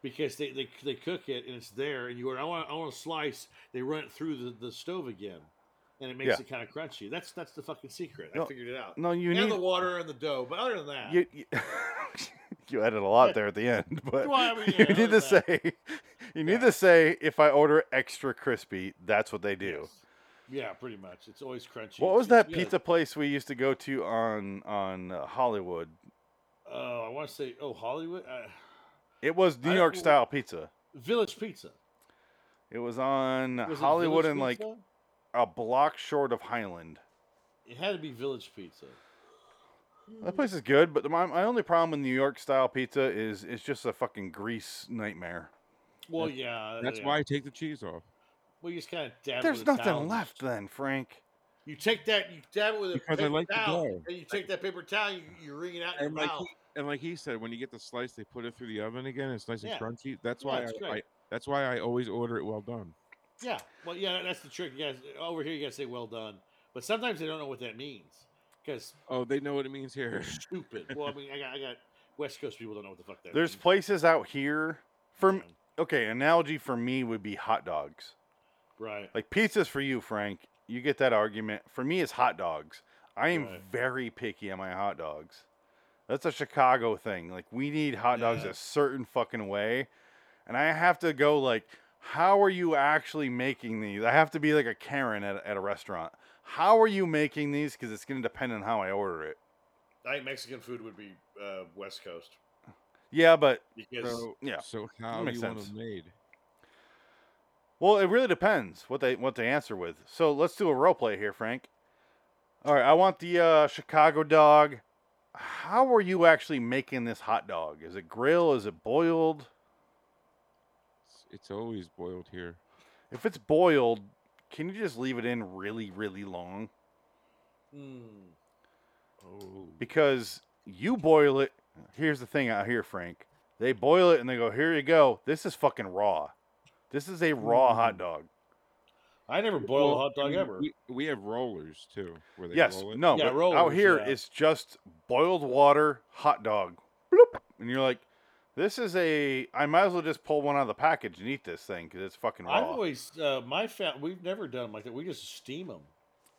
[SPEAKER 1] because they they, they cook it and it's there, and you order. I want I want a slice. They run it through the, the stove again, and it makes
[SPEAKER 2] Yeah.
[SPEAKER 1] it kind of crunchy. That's that's the fucking secret.
[SPEAKER 2] No,
[SPEAKER 1] I figured it out.
[SPEAKER 2] No, you
[SPEAKER 1] and
[SPEAKER 2] need
[SPEAKER 1] the water and the dough, but other than that,
[SPEAKER 2] you, you, you added a lot there at the end, but
[SPEAKER 1] Well, I mean, yeah, other
[SPEAKER 2] you need to
[SPEAKER 1] than that.
[SPEAKER 2] say you need
[SPEAKER 1] Yeah.
[SPEAKER 2] to say if I order extra crispy, that's what they do.
[SPEAKER 1] yes. yeah, pretty much. It's always crunchy.
[SPEAKER 2] What
[SPEAKER 1] It's-
[SPEAKER 2] was that
[SPEAKER 1] it's good.
[SPEAKER 2] pizza place we used to go to on on uh, Hollywood?
[SPEAKER 1] Oh, I want to say oh Hollywood uh,
[SPEAKER 2] It was New
[SPEAKER 1] I-
[SPEAKER 2] York
[SPEAKER 1] w-
[SPEAKER 2] style pizza.
[SPEAKER 1] Village Pizza.
[SPEAKER 2] It was on
[SPEAKER 1] Was it
[SPEAKER 2] Uh, Hollywood
[SPEAKER 1] Village
[SPEAKER 2] and like
[SPEAKER 1] Pizza?
[SPEAKER 2] a block short of Highland.
[SPEAKER 1] it had to be Village Pizza. Mm.
[SPEAKER 2] That place is good, but my, my only problem with New York style pizza is it's just a fucking grease nightmare.
[SPEAKER 1] Well, yeah,
[SPEAKER 3] That's
[SPEAKER 1] Uh, yeah.
[SPEAKER 3] why I take the cheese off.
[SPEAKER 1] Well, you just kind of dab.
[SPEAKER 2] There's
[SPEAKER 1] with a
[SPEAKER 2] nothing
[SPEAKER 1] towel.
[SPEAKER 2] left then, Frank.
[SPEAKER 1] You take that, you dab it with a
[SPEAKER 3] Because I
[SPEAKER 1] paper
[SPEAKER 3] like the
[SPEAKER 1] towel,
[SPEAKER 3] dough.
[SPEAKER 1] and you take that paper towel, you, you wring it out in your
[SPEAKER 3] And like,
[SPEAKER 1] mouth.
[SPEAKER 3] he, and like he said, when you get the slice, they put it through the oven again. It's nice
[SPEAKER 1] Yeah.
[SPEAKER 3] and crunchy. That's
[SPEAKER 1] Yeah,
[SPEAKER 3] why
[SPEAKER 1] it's
[SPEAKER 3] I- I,
[SPEAKER 1] great.
[SPEAKER 3] that's why I always order it well done.
[SPEAKER 1] Yeah, well, yeah, that's the trick, you guys. Over here, you guys say "well done," but sometimes they don't know what that means because
[SPEAKER 3] Oh, they know what it means here.
[SPEAKER 1] stupid. well, I mean, I got, I got West Coast people don't know what the fuck that.
[SPEAKER 2] There's
[SPEAKER 1] means.
[SPEAKER 2] places out here for m-
[SPEAKER 1] Yeah,
[SPEAKER 2] okay, analogy for me would be hot dogs.
[SPEAKER 1] right.
[SPEAKER 2] Like pizza's for you, Frank. You get that argument. For me it's hot dogs. I am
[SPEAKER 1] Right.
[SPEAKER 2] very picky on my hot dogs. That's a Chicago thing. Like we need hot dogs
[SPEAKER 1] Yeah.
[SPEAKER 2] a certain fucking way. And I have to go like, how are you actually making these? I have to be like a Karen at, at a restaurant. How are you making these? Because it's gonna depend on how I order it.
[SPEAKER 1] I think Mexican food would be uh, West Coast
[SPEAKER 2] Yeah, but
[SPEAKER 1] because
[SPEAKER 3] So,
[SPEAKER 2] yeah.
[SPEAKER 3] So how do
[SPEAKER 2] makes
[SPEAKER 3] you want
[SPEAKER 2] sense.
[SPEAKER 3] them made?
[SPEAKER 2] Well, it really depends what they what they answer with. So let's do a role play here, Frank. All right, I want the uh, Chicago dog. How are you actually making this hot dog? Is it grill? Is it boiled?
[SPEAKER 3] It's, it's always boiled here.
[SPEAKER 2] If it's boiled, can you just leave it in really, really long?
[SPEAKER 1] Mm,
[SPEAKER 3] Oh,
[SPEAKER 2] Because you boil it. Here's the thing out here, Frank. They boil it and they go, "Here you go. This is fucking raw. This is a raw hot dog."
[SPEAKER 1] I never boil a hot dog ever.
[SPEAKER 3] We, we have rollers too, where they
[SPEAKER 2] Yes.
[SPEAKER 3] roll it.
[SPEAKER 2] No.
[SPEAKER 1] Yeah,
[SPEAKER 2] but out
[SPEAKER 1] rollers,
[SPEAKER 2] here,
[SPEAKER 1] yeah.
[SPEAKER 2] it's just boiled water, hot dog, bloop, and you're like, this is a. I might as well just pull one out of the package and eat this thing because it's fucking
[SPEAKER 1] I've
[SPEAKER 2] raw.
[SPEAKER 1] always uh, my fat. We've never done 'em like that. We just steam them.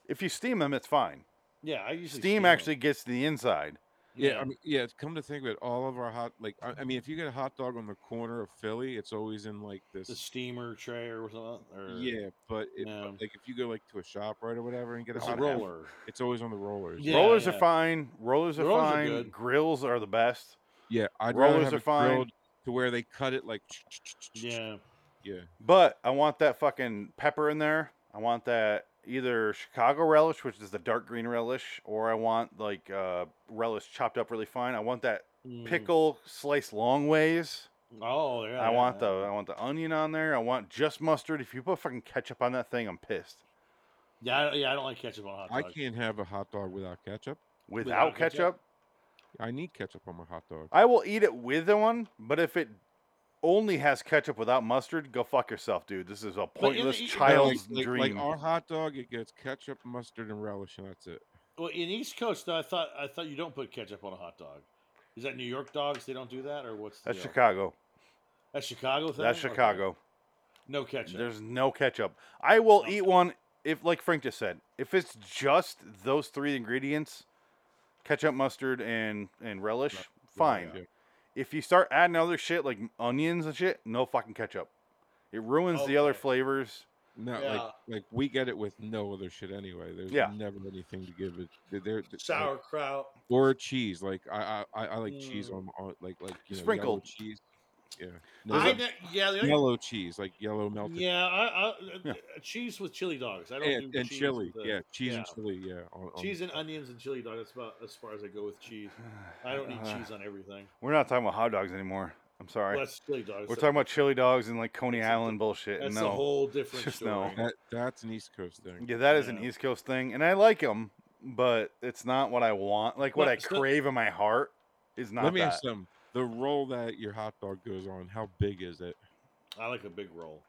[SPEAKER 2] If you steam them, it's fine.
[SPEAKER 1] Yeah, I usually
[SPEAKER 2] Steam
[SPEAKER 1] 'em.
[SPEAKER 2] actually gets to the inside.
[SPEAKER 3] Yeah, I mean, yeah. it's- Come to think of it, all of our hot, like, I, I mean, if you get a hot dog on the corner of Philly, it's always in like this.
[SPEAKER 1] The steamer tray or something. Or,
[SPEAKER 3] yeah, but, it, but,
[SPEAKER 1] Yeah.
[SPEAKER 3] like if you go like to a shop right or whatever and get a
[SPEAKER 1] It's a
[SPEAKER 3] hot half,
[SPEAKER 1] roller.
[SPEAKER 3] it's always on the rollers.
[SPEAKER 1] Yeah,
[SPEAKER 2] rollers
[SPEAKER 1] yeah.
[SPEAKER 2] are fine. Rollers are
[SPEAKER 1] Rollers are
[SPEAKER 2] fine.
[SPEAKER 1] good.
[SPEAKER 2] Grills are the best.
[SPEAKER 3] Yeah, I'd rather
[SPEAKER 2] Rollers
[SPEAKER 3] have
[SPEAKER 2] are
[SPEAKER 3] it
[SPEAKER 2] fine.
[SPEAKER 3] grilled to where they cut it like.
[SPEAKER 1] Yeah.
[SPEAKER 3] Yeah,
[SPEAKER 2] But I want that fucking pepper in there. I want that either Chicago relish, which is the dark green relish, or I want like uh, relish chopped up really fine. I want that
[SPEAKER 1] Mm.
[SPEAKER 2] pickle sliced long ways.
[SPEAKER 1] Oh, yeah. yeah,
[SPEAKER 2] I want
[SPEAKER 1] yeah.
[SPEAKER 2] the I want the onion on there. I want just mustard. If you put fucking ketchup on that thing, I'm pissed.
[SPEAKER 1] Yeah, I, don't- yeah, I don't like ketchup on hot
[SPEAKER 3] I
[SPEAKER 1] dogs.
[SPEAKER 3] can't have a hot dog without ketchup.
[SPEAKER 2] Without,
[SPEAKER 1] Without ketchup?
[SPEAKER 2] ketchup,
[SPEAKER 3] I need ketchup on my hot dog.
[SPEAKER 2] I will eat it with the one. But if it only has ketchup without mustard, go fuck yourself, dude. This is a pointless
[SPEAKER 1] it- it-
[SPEAKER 3] Yeah,
[SPEAKER 1] Kyle's
[SPEAKER 2] child's
[SPEAKER 3] like, like,
[SPEAKER 2] dream.
[SPEAKER 3] like our hot dog, it gets ketchup, mustard, and relish, and that's it.
[SPEAKER 1] Well, in East Coast, though, I thought I thought you don't put ketchup on a hot dog. Is that New York dogs? They don't do that, or what's the
[SPEAKER 2] That's
[SPEAKER 1] deal?
[SPEAKER 2] Chicago.
[SPEAKER 1] That's Chicago thing.
[SPEAKER 2] That's
[SPEAKER 1] Okay.
[SPEAKER 2] Chicago.
[SPEAKER 1] No ketchup.
[SPEAKER 2] There's no ketchup. I will eat one if, like Frank just said, if it's just those three ingredients, ketchup, mustard, and and relish, fine.
[SPEAKER 3] yeah.
[SPEAKER 2] If you start adding other shit like onions and shit, no fucking ketchup. It ruins the other
[SPEAKER 1] Okay.
[SPEAKER 2] flavors.
[SPEAKER 3] No,
[SPEAKER 1] Yeah.
[SPEAKER 3] like like we get it with no other shit anyway. There's
[SPEAKER 2] Yeah.
[SPEAKER 3] never anything to give it. There- There, like,
[SPEAKER 1] sauerkraut.
[SPEAKER 3] or cheese. Like I I, I I like cheese on, on like like you know, yellow
[SPEAKER 2] Sprinkled.
[SPEAKER 3] cheese. Yeah, no,
[SPEAKER 1] Mm. I
[SPEAKER 3] like
[SPEAKER 1] ne- yeah, the only-
[SPEAKER 3] yellow cheese, like yellow melted.
[SPEAKER 1] yeah, I, I,
[SPEAKER 2] Yeah.
[SPEAKER 1] uh, cheese with chili dogs. I don't
[SPEAKER 3] and,
[SPEAKER 1] do
[SPEAKER 3] and
[SPEAKER 1] cheese
[SPEAKER 3] chili.
[SPEAKER 1] with, uh,
[SPEAKER 3] yeah, cheese and
[SPEAKER 1] yeah.
[SPEAKER 3] chili. Yeah, on, on-
[SPEAKER 1] cheese and onions and chili dog. That's about as far as I go with cheese. I don't need
[SPEAKER 2] Uh,
[SPEAKER 1] cheese on everything.
[SPEAKER 2] We're not talking about hot dogs anymore. I'm sorry.
[SPEAKER 1] Well, that's chili dogs.
[SPEAKER 2] We're talking about chili dogs and like Coney
[SPEAKER 1] That's a-
[SPEAKER 2] Island bullshit.
[SPEAKER 1] that's
[SPEAKER 2] no.
[SPEAKER 1] a whole different
[SPEAKER 2] Just no.
[SPEAKER 1] story.
[SPEAKER 3] that, that's an East Coast thing.
[SPEAKER 2] Yeah, that is an
[SPEAKER 1] Yeah.
[SPEAKER 2] East Coast thing, and I like them, but it's not what I want. Like what
[SPEAKER 1] Well,
[SPEAKER 2] I
[SPEAKER 1] it's not-
[SPEAKER 2] crave in my heart is not
[SPEAKER 3] Let me
[SPEAKER 2] that.
[SPEAKER 3] ask them. The roll that your hot dog goes on, how big is it?
[SPEAKER 1] I like a big roll.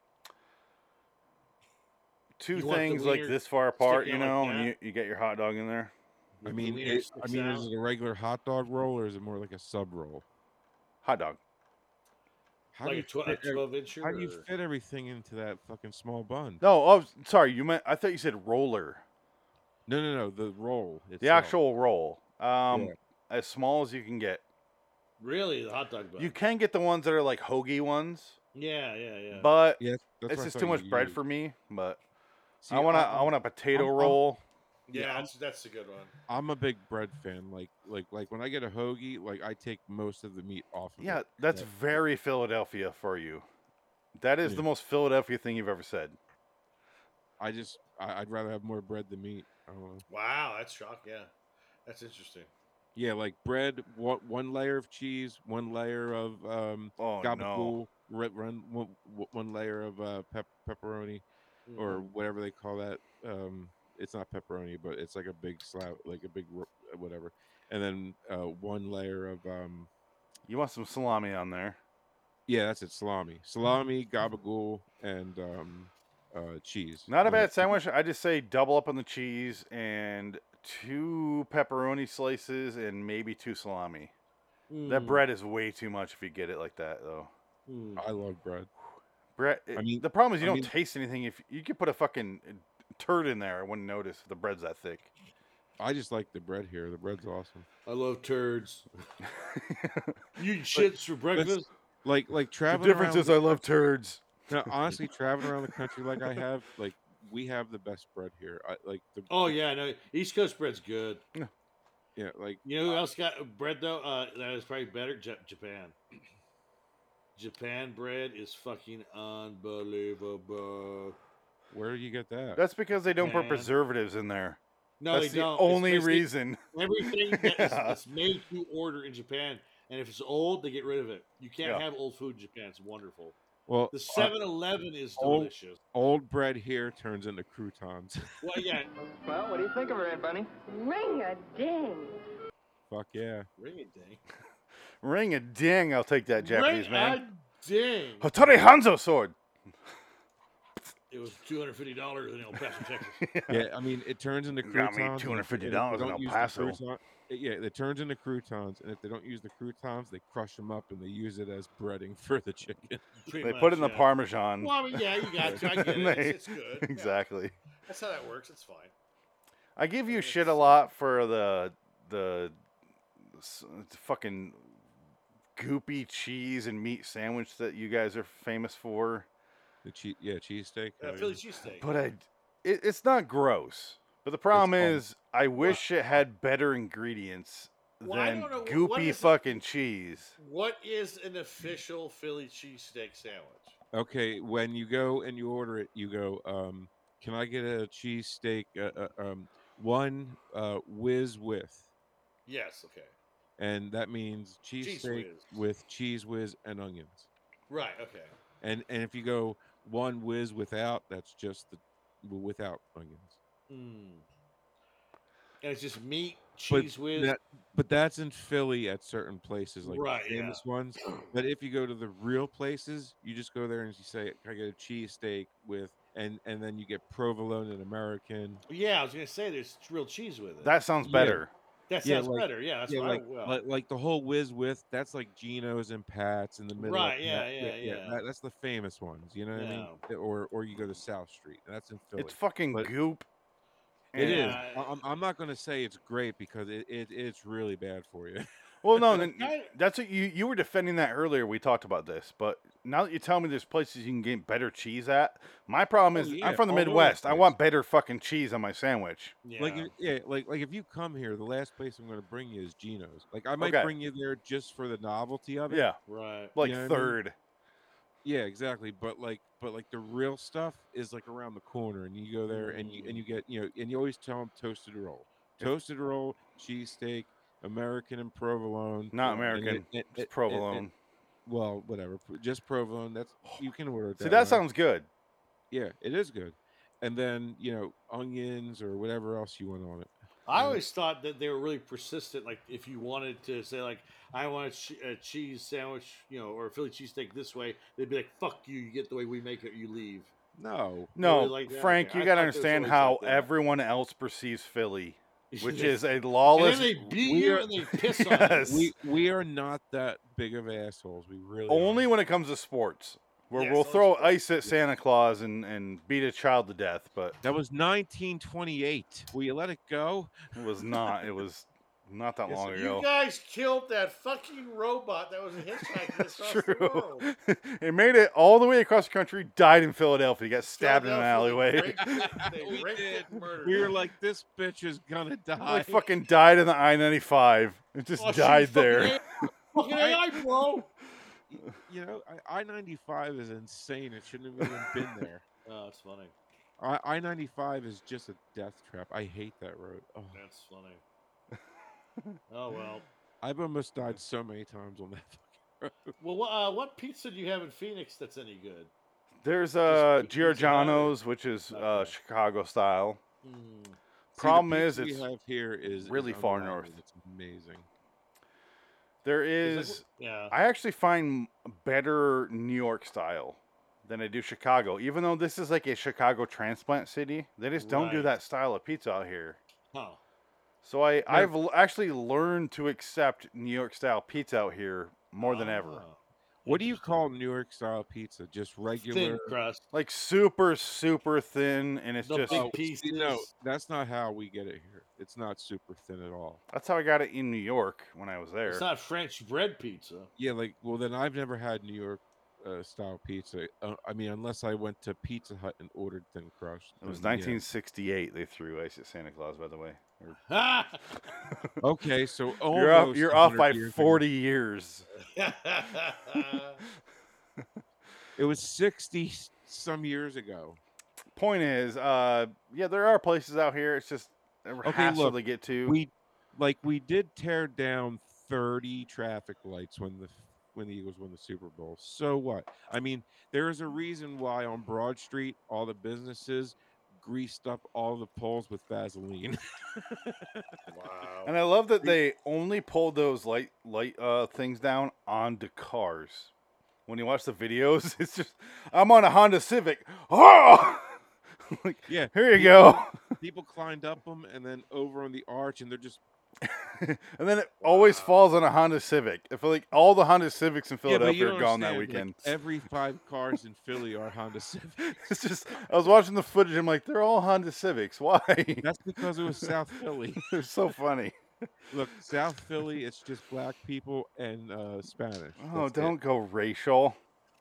[SPEAKER 2] Two
[SPEAKER 1] you want the
[SPEAKER 2] things like
[SPEAKER 1] wiener
[SPEAKER 2] this far apart,
[SPEAKER 1] sticking
[SPEAKER 2] you
[SPEAKER 1] out
[SPEAKER 2] know,
[SPEAKER 1] like
[SPEAKER 2] and you,
[SPEAKER 1] that?
[SPEAKER 2] you get your hot dog in there.
[SPEAKER 3] I
[SPEAKER 1] The
[SPEAKER 3] mean,
[SPEAKER 1] wiener
[SPEAKER 3] it, I
[SPEAKER 1] sticks
[SPEAKER 3] mean,
[SPEAKER 1] out.
[SPEAKER 3] is it a regular hot dog roll or is it more like a sub roll?
[SPEAKER 2] Hot dog.
[SPEAKER 3] How
[SPEAKER 1] like a,
[SPEAKER 3] do
[SPEAKER 1] tw-
[SPEAKER 3] you
[SPEAKER 1] a
[SPEAKER 3] fit ev-
[SPEAKER 1] 12 incher.
[SPEAKER 3] how do you
[SPEAKER 1] or-
[SPEAKER 3] fit everything into that fucking small bun?
[SPEAKER 2] No, oh, sorry, you meant I thought you said roller.
[SPEAKER 3] No, no, no, the roll.
[SPEAKER 2] The
[SPEAKER 3] itself.
[SPEAKER 2] actual roll, um,
[SPEAKER 3] Yeah.
[SPEAKER 2] as small as you can get.
[SPEAKER 1] Really, the hot dog bun.
[SPEAKER 2] You can get the ones that are like hoagie ones,
[SPEAKER 1] yeah, yeah, yeah.
[SPEAKER 2] but
[SPEAKER 3] Yeah,
[SPEAKER 2] it's
[SPEAKER 3] that's what I
[SPEAKER 2] just
[SPEAKER 3] thought
[SPEAKER 2] too
[SPEAKER 3] you
[SPEAKER 2] much bread
[SPEAKER 3] used.
[SPEAKER 2] for me. But
[SPEAKER 3] See,
[SPEAKER 2] I want to,
[SPEAKER 3] I'm-
[SPEAKER 2] I want a potato
[SPEAKER 3] I'm- I'm-
[SPEAKER 2] roll.
[SPEAKER 1] yeah,
[SPEAKER 3] yeah,
[SPEAKER 1] that's, that's a good one.
[SPEAKER 3] I'm a big bread fan. Like, like, like when I get a hoagie, like I take most of the meat off. Of
[SPEAKER 2] yeah,
[SPEAKER 3] it.
[SPEAKER 2] that's
[SPEAKER 3] yeah.
[SPEAKER 2] very Philadelphia for you. That is
[SPEAKER 3] Yeah.
[SPEAKER 2] the most Philadelphia thing you've ever said.
[SPEAKER 3] I just, I, I'd rather have more bread than meat. I don't know.
[SPEAKER 1] Wow, that's shock. Yeah, that's interesting.
[SPEAKER 3] Yeah, like bread, one, one layer of cheese, one layer of um,
[SPEAKER 2] Oh no!
[SPEAKER 3] gabagool, re- run one, one layer of uh, pep- pepperoni or
[SPEAKER 2] Mm-hmm.
[SPEAKER 3] whatever they call that. Um, it's not pepperoni, but it's like a big slab, like a big ro- whatever, and then uh, one layer of um,
[SPEAKER 2] You want some salami on there?
[SPEAKER 3] Yeah, that's it. Salami, salami, gabagool, and um, uh, cheese.
[SPEAKER 2] Not a
[SPEAKER 3] And that-
[SPEAKER 2] bad sandwich. I just say double up on the cheese and two pepperoni slices and maybe two salami.
[SPEAKER 3] Mm.
[SPEAKER 2] That bread is way too much if you get it like that though.
[SPEAKER 1] hmm.
[SPEAKER 3] I love bread.
[SPEAKER 2] Bread.
[SPEAKER 3] I
[SPEAKER 2] I mean,
[SPEAKER 3] mean-
[SPEAKER 2] eh, the problem is you
[SPEAKER 3] I
[SPEAKER 2] don't
[SPEAKER 3] mean-
[SPEAKER 2] taste anything. If you could put a fucking eh, turd in there, I wouldn't notice if the bread's that thick.
[SPEAKER 3] I just like the bread here. The bread's awesome.
[SPEAKER 1] I love turds. You eat shits for breakfast.
[SPEAKER 3] Like like
[SPEAKER 2] the
[SPEAKER 3] traveling.
[SPEAKER 2] difference
[SPEAKER 3] around
[SPEAKER 2] is I love turds.
[SPEAKER 3] the- no, honestly traveling around the country like I have. Like we have the best bread here. I like the
[SPEAKER 1] Oh yeah, no, East Coast bread's good.
[SPEAKER 3] yeah like
[SPEAKER 1] You know who else got bread though? Uh, that is probably better. Ja- Japan. Japan bread is fucking unbelievable.
[SPEAKER 3] where do you get that?
[SPEAKER 2] That's because they don't put
[SPEAKER 1] Uh, Man.
[SPEAKER 2] preservatives in there.
[SPEAKER 1] No,
[SPEAKER 2] That's
[SPEAKER 1] they
[SPEAKER 2] the
[SPEAKER 1] don't. It's
[SPEAKER 2] only
[SPEAKER 1] basically
[SPEAKER 2] reason.
[SPEAKER 1] Everything that is,
[SPEAKER 2] Yeah.
[SPEAKER 1] that's made to order in Japan, and if it's old, they get rid of it. You can't
[SPEAKER 2] Yeah.
[SPEAKER 1] have old food in Japan. It's wonderful.
[SPEAKER 3] well,
[SPEAKER 1] The
[SPEAKER 3] uh,
[SPEAKER 1] 7 Eleven is
[SPEAKER 3] old-
[SPEAKER 1] delicious.
[SPEAKER 3] old bread here turns into croutons.
[SPEAKER 1] Well, yeah.
[SPEAKER 9] Well, what do you think of her, Ed Bunny?
[SPEAKER 11] Ring a ding.
[SPEAKER 3] Fuck yeah.
[SPEAKER 1] Ring a ding.
[SPEAKER 2] Ring a ding! I'll take that Japanese
[SPEAKER 1] Ring
[SPEAKER 2] man.
[SPEAKER 1] a ding.
[SPEAKER 2] Hattori Hanzo sword.
[SPEAKER 1] It was $250 in El Paso, Texas.
[SPEAKER 3] Yeah, I mean, it turns into
[SPEAKER 2] Got
[SPEAKER 3] croutons.
[SPEAKER 2] me
[SPEAKER 3] and if-
[SPEAKER 2] $250
[SPEAKER 3] and if they
[SPEAKER 2] in
[SPEAKER 3] don't
[SPEAKER 2] El
[SPEAKER 3] use the
[SPEAKER 2] Paso.
[SPEAKER 3] crouton- it- yeah, it turns into croutons, and if they don't use the croutons, they crush them up and they use it as breading for the chicken.
[SPEAKER 1] Pretty
[SPEAKER 2] They
[SPEAKER 1] much,
[SPEAKER 2] put in the
[SPEAKER 1] yeah.
[SPEAKER 2] parmesan.
[SPEAKER 1] Well, I mean, yeah, you got to. I get
[SPEAKER 2] and
[SPEAKER 1] it.
[SPEAKER 2] they-
[SPEAKER 1] It's, it's good. Yeah,
[SPEAKER 2] Exactly.
[SPEAKER 1] that's how that works. It's fine.
[SPEAKER 2] I give you
[SPEAKER 1] mean,
[SPEAKER 2] shit a
[SPEAKER 1] it's-
[SPEAKER 2] lot for the the s- fucking goopy cheese and meat sandwich that you guys are famous for.
[SPEAKER 3] The cheese, yeah, cheesesteak.
[SPEAKER 1] Yeah, Uh, Philly cheesesteak.
[SPEAKER 2] But I, it, it's not gross. But the problem is, I wish it had better ingredients
[SPEAKER 1] Well, I
[SPEAKER 2] than
[SPEAKER 1] don't know, what
[SPEAKER 2] goopy
[SPEAKER 1] is it?
[SPEAKER 2] fucking cheese.
[SPEAKER 1] What is an official Philly cheesesteak sandwich?
[SPEAKER 3] Okay, when you go and you order it, you go, um, "Can I get a cheesesteak, uh, uh, um, one uh, whiz with?"
[SPEAKER 1] Yes. Okay.
[SPEAKER 3] And that means cheesesteak
[SPEAKER 1] whiz.
[SPEAKER 3] with cheese whiz and onions.
[SPEAKER 1] Right. Okay.
[SPEAKER 3] And and if you go one whiz without, that's just the w- without onions.
[SPEAKER 1] Mm. And it's just meat, cheese
[SPEAKER 3] but
[SPEAKER 1] whiz.
[SPEAKER 3] that- but that's in Philly at certain places, like the
[SPEAKER 1] Right, yeah.
[SPEAKER 3] famous ones. But if you go to the real places, you just go there and you say, "Can I get a cheesesteak with?" and and then you get provolone and American.
[SPEAKER 1] yeah, I was gonna say there's real cheese with it.
[SPEAKER 2] That sounds
[SPEAKER 3] Yeah.
[SPEAKER 2] better.
[SPEAKER 1] That sounds better. Yeah, that's what I-
[SPEAKER 3] like,
[SPEAKER 1] well.
[SPEAKER 3] like like the whole whiz with. That's like Geno's and Pat's in the middle. of
[SPEAKER 1] Right, yeah,
[SPEAKER 3] that-
[SPEAKER 1] yeah, yeah.
[SPEAKER 3] that- that's the famous ones. You know what I mean? Or or you go to South Street. and That's in Philly.
[SPEAKER 2] It's fucking goop.
[SPEAKER 3] It is.
[SPEAKER 2] and- uh,
[SPEAKER 3] I- I'm, I'm not going to say it's great because it, it it's really bad for you.
[SPEAKER 2] Well, no, then, that's what you you were defending that earlier. We talked about this, but now that you tell me there's places you can get better cheese at, my problem
[SPEAKER 3] Oh,
[SPEAKER 2] is
[SPEAKER 3] yeah,
[SPEAKER 2] I'm from the
[SPEAKER 3] all over the
[SPEAKER 2] Midwest. I
[SPEAKER 3] place.
[SPEAKER 2] want better fucking cheese on my sandwich.
[SPEAKER 3] Like if- yeah, like like if you come here, the last place I'm going to bring you is Geno's. Like I might
[SPEAKER 2] Okay.
[SPEAKER 3] bring you there just for the novelty of it.
[SPEAKER 2] Yeah.
[SPEAKER 1] Right.
[SPEAKER 2] Like
[SPEAKER 3] You know what I mean?
[SPEAKER 2] third.
[SPEAKER 3] Yeah, exactly. But like, but like the real stuff is like around the corner, and you go there, and you
[SPEAKER 2] Mm.
[SPEAKER 3] and you get you know, and you always tell them toasted roll, toasted roll, cheesesteak, American and provolone.
[SPEAKER 2] Not
[SPEAKER 3] and
[SPEAKER 2] American,
[SPEAKER 3] and-
[SPEAKER 2] it's
[SPEAKER 3] and-
[SPEAKER 2] provolone. Oh.
[SPEAKER 3] well, whatever, pro- just provolone. That's you can order it.
[SPEAKER 2] See, that
[SPEAKER 3] way.
[SPEAKER 2] sounds good.
[SPEAKER 3] Yeah, it is good. And then you know onions or whatever else you want on it.
[SPEAKER 1] I always thought that they were really persistent. Like if you wanted to say like I want a, che- a cheese sandwich, you know, or a Philly cheesesteak this way, they'd be like, "Fuck you! You get the way we make it. You leave."
[SPEAKER 3] No,
[SPEAKER 2] No,
[SPEAKER 1] Really like that?
[SPEAKER 2] Frank,
[SPEAKER 1] Okay,
[SPEAKER 2] you
[SPEAKER 1] I
[SPEAKER 2] got
[SPEAKER 1] thought
[SPEAKER 2] to
[SPEAKER 1] there was
[SPEAKER 2] understand
[SPEAKER 1] always
[SPEAKER 2] how
[SPEAKER 1] like that.
[SPEAKER 2] everyone else perceives Philly, which
[SPEAKER 1] Yeah.
[SPEAKER 2] is a
[SPEAKER 1] And then
[SPEAKER 2] lawless.
[SPEAKER 1] they beat
[SPEAKER 2] we
[SPEAKER 1] you
[SPEAKER 2] are-
[SPEAKER 1] and they piss on you.
[SPEAKER 2] Yes.
[SPEAKER 3] We we are not that big of assholes. We really aren't.
[SPEAKER 2] Only when it comes to sports, where
[SPEAKER 3] Yes,
[SPEAKER 2] we'll
[SPEAKER 1] oh,
[SPEAKER 3] those
[SPEAKER 2] throw ice at Santa Claus and, and beat a child to death, but
[SPEAKER 3] That was 1928. Will you let it go?
[SPEAKER 2] it was not. It was not that
[SPEAKER 3] Yes,
[SPEAKER 2] long
[SPEAKER 1] You
[SPEAKER 2] ago.
[SPEAKER 1] guys killed that fucking robot that was hitchhiking across the world.
[SPEAKER 2] He made it all the way across the country, died in Philadelphia, got stabbed in an alleyway,
[SPEAKER 1] Philadelphia, raped it, They raped it and murdered
[SPEAKER 3] We
[SPEAKER 1] it.
[SPEAKER 3] were like, this bitch is gonna die.
[SPEAKER 2] like fucking died in the I ninety five. It just
[SPEAKER 1] Oh, she
[SPEAKER 2] died
[SPEAKER 1] fucking
[SPEAKER 2] there.
[SPEAKER 1] ate Fucking AI, bro.
[SPEAKER 3] you know, I 95 is insane. It shouldn't have even been there.
[SPEAKER 1] Oh, that's funny.
[SPEAKER 3] I 95 is just a death trap. I hate that road. Oh,
[SPEAKER 1] That's funny. Oh well.
[SPEAKER 3] I've almost died so many times on that.
[SPEAKER 1] Well, wha- uh, what pizza do you have in Phoenix that's any good?
[SPEAKER 2] There's uh Giorgiano's, which is uh, Chicago style.
[SPEAKER 1] Hmm,
[SPEAKER 3] See, the
[SPEAKER 2] Problem is,
[SPEAKER 3] pizza
[SPEAKER 2] it's
[SPEAKER 3] we have here is is
[SPEAKER 2] really far
[SPEAKER 3] unrivaled.
[SPEAKER 2] north.
[SPEAKER 3] It's amazing.
[SPEAKER 2] There
[SPEAKER 3] Is that
[SPEAKER 2] is.
[SPEAKER 3] what- Yeah.
[SPEAKER 2] I actually find better New York style than I do Chicago. Even though this is like a Chicago transplant city, they just don't do
[SPEAKER 1] Right.
[SPEAKER 2] that style of pizza out here.
[SPEAKER 1] Huh.
[SPEAKER 2] So I, I've l- actually learned to accept New York style pizza out here more
[SPEAKER 1] Oh,
[SPEAKER 2] than ever.
[SPEAKER 3] Ah. What do you call New York style pizza? Just regular
[SPEAKER 1] crust.
[SPEAKER 2] Like super, super thin, and it's just
[SPEAKER 3] Oh, see, No, that's not how we get it here. It's not super thin at all.
[SPEAKER 2] that's how I got it in New York when I was there.
[SPEAKER 1] It's not French bread pizza.
[SPEAKER 3] Yeah, like well, then I've never had New York uh, style pizza. Uh, I mean, unless I went to Pizza Hut and ordered thin crust.
[SPEAKER 2] It was
[SPEAKER 3] then, yeah.
[SPEAKER 2] 1968. They threw ice at Santa Claus, by the way. Or-
[SPEAKER 3] Okay, so
[SPEAKER 2] you're off.
[SPEAKER 3] almost
[SPEAKER 2] You're off
[SPEAKER 3] 100
[SPEAKER 2] by
[SPEAKER 3] years ago.
[SPEAKER 2] 40 years.
[SPEAKER 3] It was 60 some years ago.
[SPEAKER 2] Point is, uh, yeah, there are places out here. It's just a hassle to get to.
[SPEAKER 3] We like we did tear down 30 traffic lights when the when the Eagles won the Super Bowl. So what? I mean, there is a reason why on Broad Street all the businesses greased up all the poles with Vaseline.
[SPEAKER 1] wow.
[SPEAKER 2] and I love that they only pulled those light light uh, things down onto cars. When you watch the videos, it's just I'm on a Honda Civic. Oh, like,
[SPEAKER 3] Yeah.
[SPEAKER 2] Here you
[SPEAKER 3] people-
[SPEAKER 2] go.
[SPEAKER 3] People climbed up them and then over on the arch, and they're just
[SPEAKER 2] And then it always falls on a Honda Civic. I feel like all the Honda Civics in
[SPEAKER 3] Yeah, but
[SPEAKER 2] Philadelphia
[SPEAKER 3] you don't
[SPEAKER 2] are gone that
[SPEAKER 3] understand, like,
[SPEAKER 2] weekend.
[SPEAKER 3] every five cars in Philly are Honda Civics.
[SPEAKER 2] it's just I was watching the footage. I'm like, they're all Honda Civics. Why?
[SPEAKER 3] That's because it was South Philly.
[SPEAKER 2] They're so funny.
[SPEAKER 3] Look, South Philly, it's just black people and uh, Spanish.
[SPEAKER 2] Oh,
[SPEAKER 3] That's it.
[SPEAKER 2] don't go racial.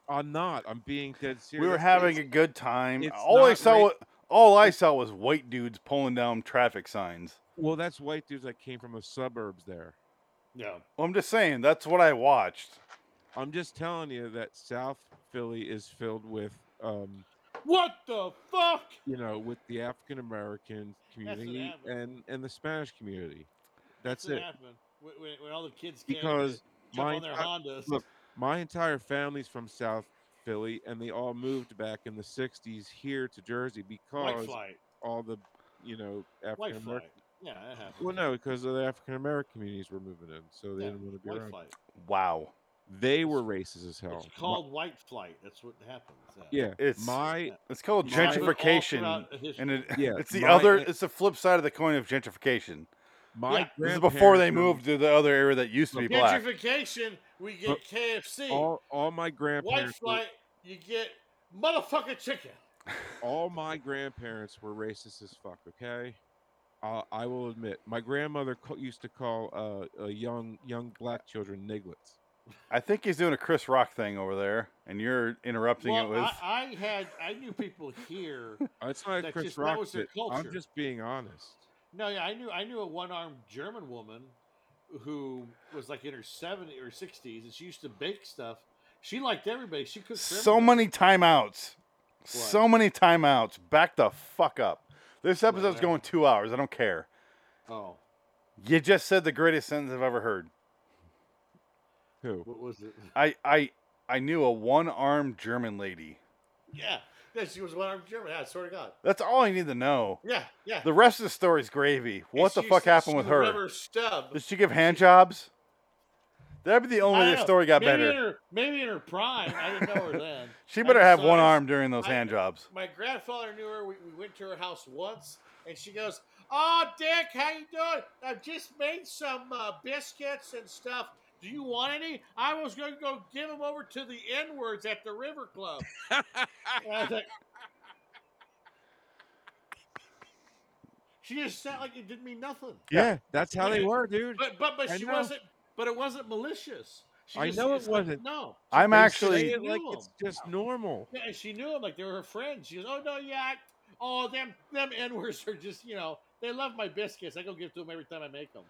[SPEAKER 3] I'm not. I'm being dead serious.
[SPEAKER 2] We were having a good time.
[SPEAKER 3] it's
[SPEAKER 2] All I
[SPEAKER 3] not
[SPEAKER 2] saw,
[SPEAKER 3] ra-
[SPEAKER 2] wa- all I saw was white dudes pulling down traffic signs.
[SPEAKER 3] Well, that's white dudes that came from the suburbs there.
[SPEAKER 1] No.
[SPEAKER 2] Well, I'm just saying that's what I watched.
[SPEAKER 3] I'm just telling you that South Philly is filled with, um,
[SPEAKER 1] What the fuck?
[SPEAKER 3] you know, with the African American community
[SPEAKER 1] happened.
[SPEAKER 3] and and the Spanish community. That's
[SPEAKER 1] what
[SPEAKER 3] it.
[SPEAKER 1] happened when, when, when all the kids came
[SPEAKER 3] Because
[SPEAKER 1] jump
[SPEAKER 3] my
[SPEAKER 1] on their
[SPEAKER 3] enti-
[SPEAKER 1] Hondas.
[SPEAKER 3] look, my entire family's from South Philly, and they all moved back in the '60s here to Jersey because
[SPEAKER 1] flight.
[SPEAKER 3] all the, you know,
[SPEAKER 1] white
[SPEAKER 3] African
[SPEAKER 1] flight.
[SPEAKER 3] American.
[SPEAKER 1] Yeah, that happened.
[SPEAKER 3] Well, no, because the African American communities were moving in, so they
[SPEAKER 1] Yeah,
[SPEAKER 3] didn't want to be
[SPEAKER 1] white
[SPEAKER 3] around.
[SPEAKER 1] flight.
[SPEAKER 2] Wow.
[SPEAKER 3] They were racist as hell.
[SPEAKER 1] It's called white flight. That's what happens.
[SPEAKER 3] my, yeah,
[SPEAKER 2] It's
[SPEAKER 3] my
[SPEAKER 2] It's called
[SPEAKER 3] my-
[SPEAKER 2] gentrification,
[SPEAKER 1] All throughout
[SPEAKER 2] and it,
[SPEAKER 3] Yeah,
[SPEAKER 2] it's the
[SPEAKER 3] my-
[SPEAKER 2] other. It's the flip side of the coin of gentrification.
[SPEAKER 3] my
[SPEAKER 1] Yeah.
[SPEAKER 2] This is before they
[SPEAKER 3] grandparents
[SPEAKER 2] moved to the other area that used to be black.
[SPEAKER 1] Gentrification, we get
[SPEAKER 3] But
[SPEAKER 1] KFC.
[SPEAKER 3] Were, all all my
[SPEAKER 1] white
[SPEAKER 3] grandparents, were,
[SPEAKER 1] flight, you get motherfucking chicken.
[SPEAKER 3] all my grandparents were racist as fuck. Okay, uh, I will admit, my grandmother ca- used to call uh, uh, young young black children nigglets.
[SPEAKER 2] I think he's doing a Chris Rock thing over there, and you're interrupting it
[SPEAKER 1] Well,
[SPEAKER 2] with.
[SPEAKER 1] I, I had, I knew people here.
[SPEAKER 3] Uh, It's not
[SPEAKER 1] That's
[SPEAKER 3] Chris
[SPEAKER 1] just- that
[SPEAKER 3] Rock.
[SPEAKER 1] was their
[SPEAKER 3] shit. I'm
[SPEAKER 1] culture.
[SPEAKER 3] just being honest.
[SPEAKER 1] No, yeah, I knew, I knew a one-armed German woman who was like in her 70s or 60s, and she used to bake stuff. She liked everybody. She cooked. for
[SPEAKER 2] so
[SPEAKER 1] everybody.
[SPEAKER 2] many timeouts. So many timeouts. Back the fuck up. This episode's
[SPEAKER 1] Whatever.
[SPEAKER 2] going two hours. I don't care.
[SPEAKER 1] Oh,
[SPEAKER 2] You just said the greatest sentence I've ever heard.
[SPEAKER 3] Who?
[SPEAKER 1] what was it?
[SPEAKER 2] I I I knew a one-armed German lady.
[SPEAKER 1] Yeah, yeah, she was one-armed German. I swear to God.
[SPEAKER 2] That's all I need to know.
[SPEAKER 1] Yeah, yeah.
[SPEAKER 2] The rest of the story's gravy. What the
[SPEAKER 1] She
[SPEAKER 2] fuck
[SPEAKER 1] said
[SPEAKER 2] happened
[SPEAKER 1] she
[SPEAKER 2] with
[SPEAKER 1] would
[SPEAKER 2] her?
[SPEAKER 1] Rubber stub.
[SPEAKER 2] Did she give hand jobs? That'd be the only
[SPEAKER 1] I
[SPEAKER 2] way
[SPEAKER 1] don't
[SPEAKER 2] the
[SPEAKER 1] know.
[SPEAKER 2] story got
[SPEAKER 1] maybe
[SPEAKER 2] better.
[SPEAKER 1] In her, maybe in her prime. I didn't know her then.
[SPEAKER 2] she
[SPEAKER 1] I
[SPEAKER 2] better
[SPEAKER 1] just
[SPEAKER 2] have
[SPEAKER 1] saw
[SPEAKER 2] one
[SPEAKER 1] her-
[SPEAKER 2] arm during those
[SPEAKER 1] I-
[SPEAKER 2] hand jobs.
[SPEAKER 1] My grandfather knew her. We, we went to her house once, and she goes, "Oh, Dick, how you doing? I just made some uh, biscuits and stuff. Do you want any? I was going to go give them over to the N words at the River Club." And I was like- she just sat like it didn't mean nothing.
[SPEAKER 3] Yeah, that's how they
[SPEAKER 1] Yeah.
[SPEAKER 3] were, dude.
[SPEAKER 1] But but but
[SPEAKER 3] I
[SPEAKER 1] she
[SPEAKER 3] know.
[SPEAKER 1] wasn't. But it wasn't malicious. She
[SPEAKER 3] I
[SPEAKER 1] just-
[SPEAKER 3] know it
[SPEAKER 1] it's like,
[SPEAKER 3] wasn't.
[SPEAKER 1] No.
[SPEAKER 2] I'm
[SPEAKER 3] They say
[SPEAKER 2] actually
[SPEAKER 3] it like
[SPEAKER 1] Knew
[SPEAKER 3] it's
[SPEAKER 1] 'em.
[SPEAKER 3] just normal.
[SPEAKER 1] Yeah, and she knew him like they were her friends. She goes, "Oh no, yeah, I, oh them them N words are just you know they love my biscuits. I go give to them every time I make them."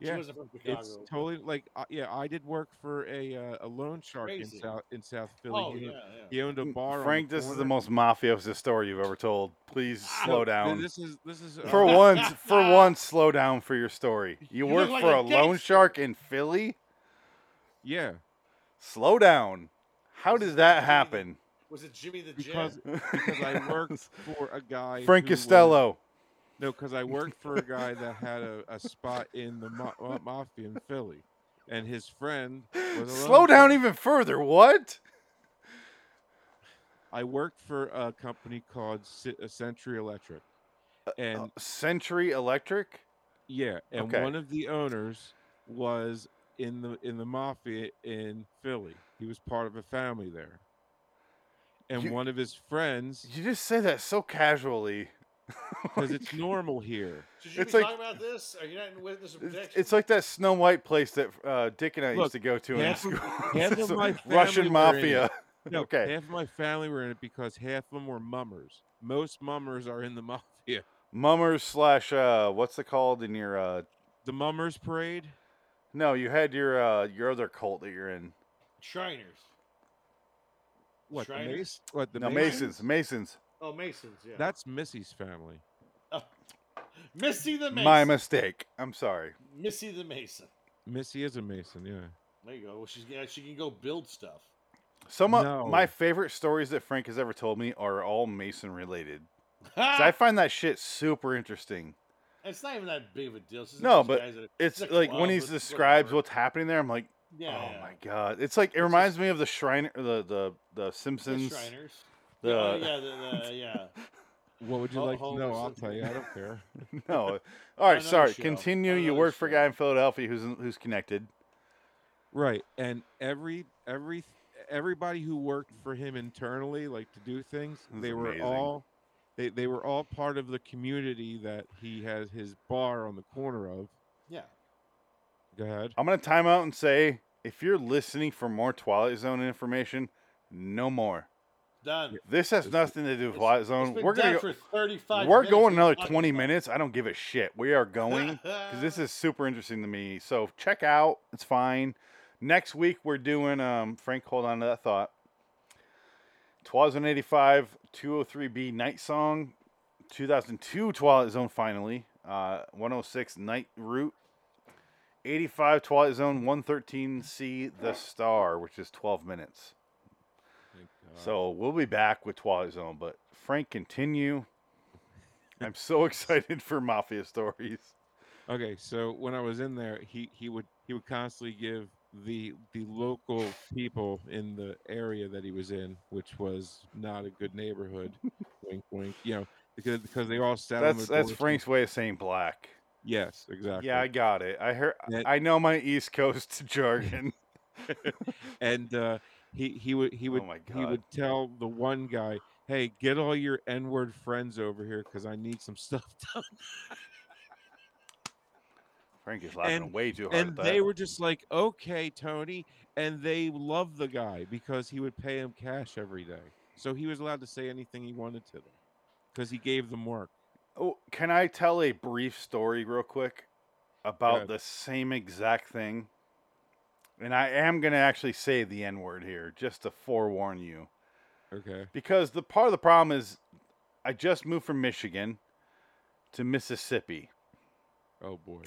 [SPEAKER 3] Yeah,
[SPEAKER 1] she wasn't from Chicago.
[SPEAKER 3] It's totally like uh, yeah. I did work for a uh, a loan shark in
[SPEAKER 1] Crazy.
[SPEAKER 3] South in South Philly.
[SPEAKER 1] oh
[SPEAKER 3] he,
[SPEAKER 1] yeah, yeah.
[SPEAKER 3] he owned a bar. on the
[SPEAKER 2] Mm, Frank. This is the
[SPEAKER 3] corner.
[SPEAKER 2] most mafioso story you've ever told. Please
[SPEAKER 1] Ah,
[SPEAKER 2] slow
[SPEAKER 3] No, th-
[SPEAKER 2] down.
[SPEAKER 3] This is this is uh,
[SPEAKER 2] For once, for once, slow down for your story.
[SPEAKER 1] You
[SPEAKER 2] You, work
[SPEAKER 1] look like
[SPEAKER 2] for
[SPEAKER 1] a
[SPEAKER 2] a loan
[SPEAKER 1] gangster.
[SPEAKER 2] shark in Philly.
[SPEAKER 3] Yeah,
[SPEAKER 2] Slow down. How does that happen?
[SPEAKER 1] Was it Jimmy the
[SPEAKER 3] because
[SPEAKER 1] Jet?
[SPEAKER 3] because I worked for a guy.
[SPEAKER 2] Frank
[SPEAKER 3] who was-
[SPEAKER 2] Costello.
[SPEAKER 3] No, because I worked for a guy that had a, a spot in the ma- uh, mafia in Philly, and his friend was a
[SPEAKER 2] Slow
[SPEAKER 3] loan
[SPEAKER 2] down
[SPEAKER 3] shark.
[SPEAKER 2] even further. What?
[SPEAKER 3] I worked for a company called C- uh, Century Electric, and
[SPEAKER 2] Uh, Century Electric.
[SPEAKER 3] Yeah, and
[SPEAKER 2] Okay.
[SPEAKER 3] one of the owners was in the in the mafia in Philly. He was part of a family there. And
[SPEAKER 2] You-
[SPEAKER 3] one of his friends,
[SPEAKER 2] You just say that so casually.
[SPEAKER 3] because it's normal here.
[SPEAKER 1] Should you
[SPEAKER 2] it's
[SPEAKER 1] be
[SPEAKER 2] like-
[SPEAKER 1] talking about this? Are you not in witness of
[SPEAKER 2] It's-
[SPEAKER 1] protection?
[SPEAKER 2] It's like that Snow White place that uh, Dick and I used
[SPEAKER 3] Look,
[SPEAKER 2] to go to in
[SPEAKER 3] half
[SPEAKER 2] school.
[SPEAKER 3] of- half
[SPEAKER 2] It's
[SPEAKER 3] of
[SPEAKER 2] a
[SPEAKER 3] my
[SPEAKER 2] Russian
[SPEAKER 3] family were in it.
[SPEAKER 2] mafia.
[SPEAKER 3] No,
[SPEAKER 2] Okay.
[SPEAKER 3] half of my family were in it because half of them were mummers. Most mummers are in the mafia.
[SPEAKER 2] Mummers slash uh, what's it called in your uh,
[SPEAKER 3] The mummers parade.
[SPEAKER 2] no, you had your uh, your other cult that you're in.
[SPEAKER 1] Shriners.
[SPEAKER 3] What the
[SPEAKER 1] Shriners?
[SPEAKER 3] Mace? What the
[SPEAKER 2] no, Masons. Masons.
[SPEAKER 1] Oh, Masons. Yeah.
[SPEAKER 3] That's Missy's family.
[SPEAKER 1] Missy the Mason.
[SPEAKER 2] My mistake. I'm sorry.
[SPEAKER 1] Missy the Mason.
[SPEAKER 3] Missy is a Mason. Yeah.
[SPEAKER 1] There you go. Well, she's yeah, she can go build stuff.
[SPEAKER 2] Some
[SPEAKER 3] No.
[SPEAKER 2] of my favorite stories that Frank has ever told me are all Mason related.
[SPEAKER 1] Ah.
[SPEAKER 2] 'Cause I find that shit super interesting.
[SPEAKER 1] it's not even that big of a deal. It's just
[SPEAKER 2] No,
[SPEAKER 1] these
[SPEAKER 2] but
[SPEAKER 1] guys that-
[SPEAKER 2] It's
[SPEAKER 1] a
[SPEAKER 2] like
[SPEAKER 1] club,
[SPEAKER 2] when he
[SPEAKER 1] it's
[SPEAKER 2] describes
[SPEAKER 1] whatever.
[SPEAKER 2] what's happening there, I'm like,
[SPEAKER 1] Yeah,
[SPEAKER 2] oh
[SPEAKER 1] yeah.
[SPEAKER 2] my god! It's like it reminds me of the Shriner, the the the
[SPEAKER 1] The
[SPEAKER 2] Simpsons.
[SPEAKER 1] Shriners.
[SPEAKER 2] The-
[SPEAKER 1] oh, yeah, the, the, yeah.
[SPEAKER 3] What would you
[SPEAKER 1] Ho-
[SPEAKER 3] like to know?
[SPEAKER 1] homeless
[SPEAKER 3] I'll
[SPEAKER 1] is-
[SPEAKER 3] tell you. I don't care.
[SPEAKER 2] No, all right,
[SPEAKER 1] another
[SPEAKER 2] sorry.
[SPEAKER 1] show.
[SPEAKER 2] Continue.
[SPEAKER 1] On
[SPEAKER 2] You
[SPEAKER 1] another
[SPEAKER 2] work for a
[SPEAKER 1] show.
[SPEAKER 2] guy in Philadelphia who's who's connected.
[SPEAKER 3] Right, and every every everybody who worked for him internally, like to do things,
[SPEAKER 2] That's
[SPEAKER 3] they were
[SPEAKER 2] amazing.
[SPEAKER 3] all they, they were all part of the community that he had his bar on the corner of,
[SPEAKER 1] Yeah.
[SPEAKER 3] Go ahead.
[SPEAKER 2] I'm gonna time out and say, if you're listening for more Twilight Zone information, no more.
[SPEAKER 1] Done.
[SPEAKER 2] This has nothing to do with Twilight Zone.
[SPEAKER 1] it's been
[SPEAKER 2] we're gonna
[SPEAKER 1] done for
[SPEAKER 2] go,
[SPEAKER 1] 35
[SPEAKER 2] We're
[SPEAKER 1] minutes.
[SPEAKER 2] going
[SPEAKER 1] We're
[SPEAKER 2] another
[SPEAKER 1] talking
[SPEAKER 2] 20 minutes. I don't give a shit. We are going because this is super interesting to me. So check out. It's fine. Next week we're doing. Um, Frank, hold on to that thought. Twilight Zone 85, 203B Night Song, 2002 Twilight Zone finally, uh, 106 Night Route, 85 Twilight Zone, 113C The Star, which is 12 minutes.
[SPEAKER 3] Uh-huh.
[SPEAKER 2] So we'll be back with Twilight Zone, but Frank, continue. I'm so excited for Mafia stories.
[SPEAKER 3] Okay, so when I was in there, he he would he would constantly give the the local people in the area that he was in, which was not a good neighborhood. wink, wink. You know, because because they all sat.
[SPEAKER 2] That's
[SPEAKER 3] on their
[SPEAKER 2] that's
[SPEAKER 3] porch.
[SPEAKER 2] Frank's way of saying black.
[SPEAKER 3] Yes, exactly.
[SPEAKER 2] Yeah, I got it. I heard.
[SPEAKER 3] That-
[SPEAKER 2] I know my East Coast jargon.
[SPEAKER 3] and uh, he he would he would
[SPEAKER 2] Oh my
[SPEAKER 3] he
[SPEAKER 2] God.
[SPEAKER 3] would tell the one guy, "Hey, get all your N-word friends over here because I need some stuff done."
[SPEAKER 2] Frank is laughing way too hard.
[SPEAKER 3] And
[SPEAKER 2] at that.
[SPEAKER 3] they were just like, "Okay, Tony," and they loved the guy because he would pay him cash every day, so he was allowed to say anything he wanted to them because he gave them work.
[SPEAKER 2] Oh, can I tell a brief story real quick about
[SPEAKER 3] ahead.
[SPEAKER 2] the same exact thing? And I am going to actually say the N word here just to forewarn you.
[SPEAKER 3] Okay.
[SPEAKER 2] Because the part of the problem is I just moved from Michigan to Mississippi.
[SPEAKER 3] Oh boy.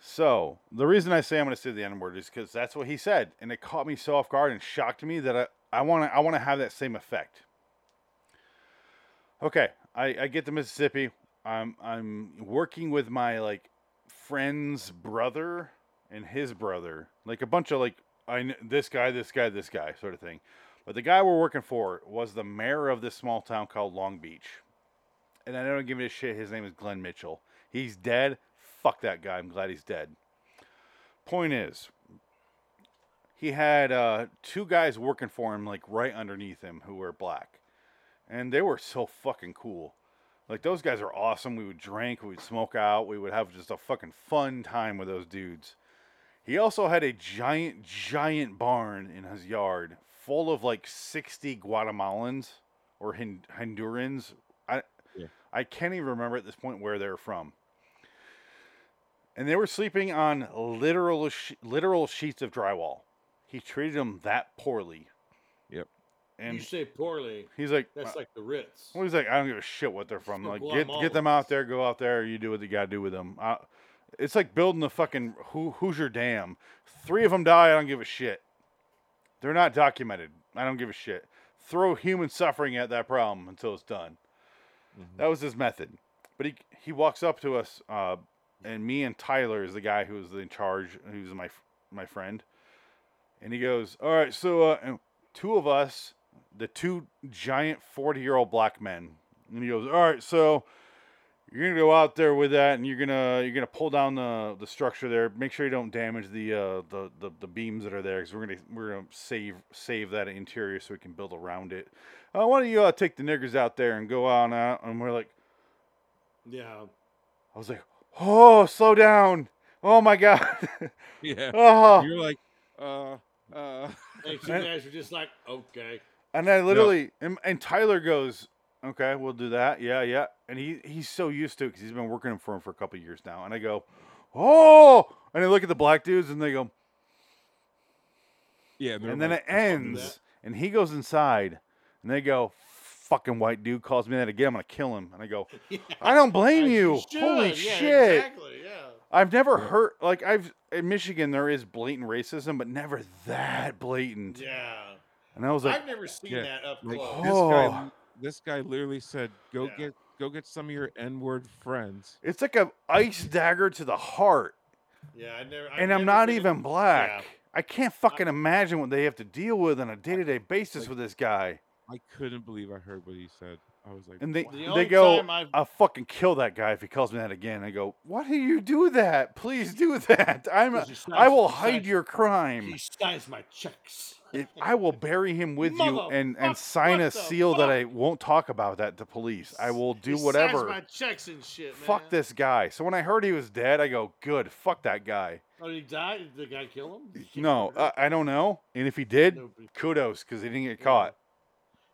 [SPEAKER 2] So the reason I say I'm going to say the N word is because that's what he said, and it caught me so off guard and shocked me that I I want to I want to have that same effect. Okay, I, I get to Mississippi. I'm I'm working with my like friend's brother and his brother, like a bunch of like I kn- this guy, this guy, this guy sort of thing. But the guy we're working for was the mayor of this small town called Long Beach and I don't give it a shit. His name is Glenn Mitchell. He's dead. Fuck that guy. I'm glad he's dead. Point is, he had uh, two guys working for him, like right underneath him, who were black, and they were so fucking cool. Like those guys are awesome. We would drink, we would smoke out, we would have just a fucking fun time with those dudes. He also had a giant, giant barn in his yard full of like 60 Guatemalans or Hon- Hondurans. I, I can't even remember at this point where they're from. And they were sleeping on literal, sh- literal sheets of drywall. He treated them that poorly.
[SPEAKER 3] Yep.
[SPEAKER 2] And
[SPEAKER 1] you say poorly.
[SPEAKER 2] he's like,
[SPEAKER 1] That's
[SPEAKER 2] "Uh,
[SPEAKER 1] like the Ritz.
[SPEAKER 2] well, he's like, I don't give a shit what they're from.
[SPEAKER 1] no
[SPEAKER 2] Like, get get them out there, go out there. You do what you gotta do with them. I, it's like building the fucking who, Hoosier Dam. Three of them die. I don't give a shit. They're not documented. I don't give a shit. Throw human suffering at that problem until it's done. That was his method. But he he walks up to us, uh, and me and Tyler is the guy who was in charge, who's my f- my friend. And he goes, "All right, so uh, and two of us, the two giant forty-year-old black men." And he goes, "All right, so you're gonna go out there with that, and you're gonna you're gonna pull down the the structure there. Make sure you don't damage the uh, the, the the beams that are there, because we're gonna we're gonna save save that interior so we can build around it. Uh, why don't you uh, take the niggers out there and go on out?" And we're like,
[SPEAKER 1] Yeah.
[SPEAKER 2] I was like, "Oh, slow down! Oh my god!
[SPEAKER 3] Yeah.
[SPEAKER 2] Oh.
[SPEAKER 3] You're like, uh, uh.
[SPEAKER 1] And two guys are just like, okay.
[SPEAKER 2] And I literally, and, and Tyler goes, "Okay, we'll do that. Yeah, yeah." And he he's so used to it because he's been working for him for a couple years now. And I go, "Oh!" And I look at the black dudes, and they go,
[SPEAKER 3] Yeah. they're
[SPEAKER 2] and then
[SPEAKER 3] like,
[SPEAKER 2] it
[SPEAKER 3] "Let's not do that."
[SPEAKER 2] ends, and he goes inside, and they go, "Fucking white dude calls me that again. I'm gonna kill him." And I go, "I don't blame you. Holy
[SPEAKER 1] should, yeah,
[SPEAKER 2] shit!"
[SPEAKER 1] exactly, yeah.
[SPEAKER 2] I've never heard like I've in Michigan there is blatant racism, but never that blatant.
[SPEAKER 1] Yeah.
[SPEAKER 2] And I was like,
[SPEAKER 1] I've never seen
[SPEAKER 3] Yeah,
[SPEAKER 1] that up
[SPEAKER 3] like,
[SPEAKER 1] close.
[SPEAKER 3] This, guy, this guy literally said, "Go
[SPEAKER 1] Yeah.
[SPEAKER 3] get, go get some of your N-word friends."
[SPEAKER 2] It's like a ice dagger to the heart.
[SPEAKER 1] Yeah, I never. I've
[SPEAKER 2] and I'm
[SPEAKER 1] never
[SPEAKER 2] not
[SPEAKER 1] been in-
[SPEAKER 2] even black.
[SPEAKER 1] Yeah.
[SPEAKER 2] I can't fucking imagine what they have to deal with on a day to day basis with this guy.
[SPEAKER 3] I couldn't believe I heard what he said. I was like,
[SPEAKER 2] And they
[SPEAKER 3] "Wow."
[SPEAKER 2] they go, I'll fucking kill that guy if he calls me that again. I go, why do you do that? Please do that. I'm
[SPEAKER 1] Because he
[SPEAKER 2] I
[SPEAKER 1] signs-
[SPEAKER 2] will
[SPEAKER 1] he
[SPEAKER 2] hide
[SPEAKER 1] signs-
[SPEAKER 2] your crime.
[SPEAKER 1] He signs my checks.
[SPEAKER 2] If I will bury him with you and,
[SPEAKER 1] Motherfuck-
[SPEAKER 2] and sign a
[SPEAKER 1] what the
[SPEAKER 2] seal that I won't talk about that to police. I will do
[SPEAKER 1] he
[SPEAKER 2] whatever.
[SPEAKER 1] Signs my checks and shit, man.
[SPEAKER 2] fuck this guy. So when I heard he was dead, I go, good, fuck that guy.
[SPEAKER 1] Oh, did he die? Did the guy kill him? Did he kick
[SPEAKER 2] No,
[SPEAKER 1] him?
[SPEAKER 2] uh, I don't know. And if he did,
[SPEAKER 1] Nobody.
[SPEAKER 2] kudos because he didn't get caught.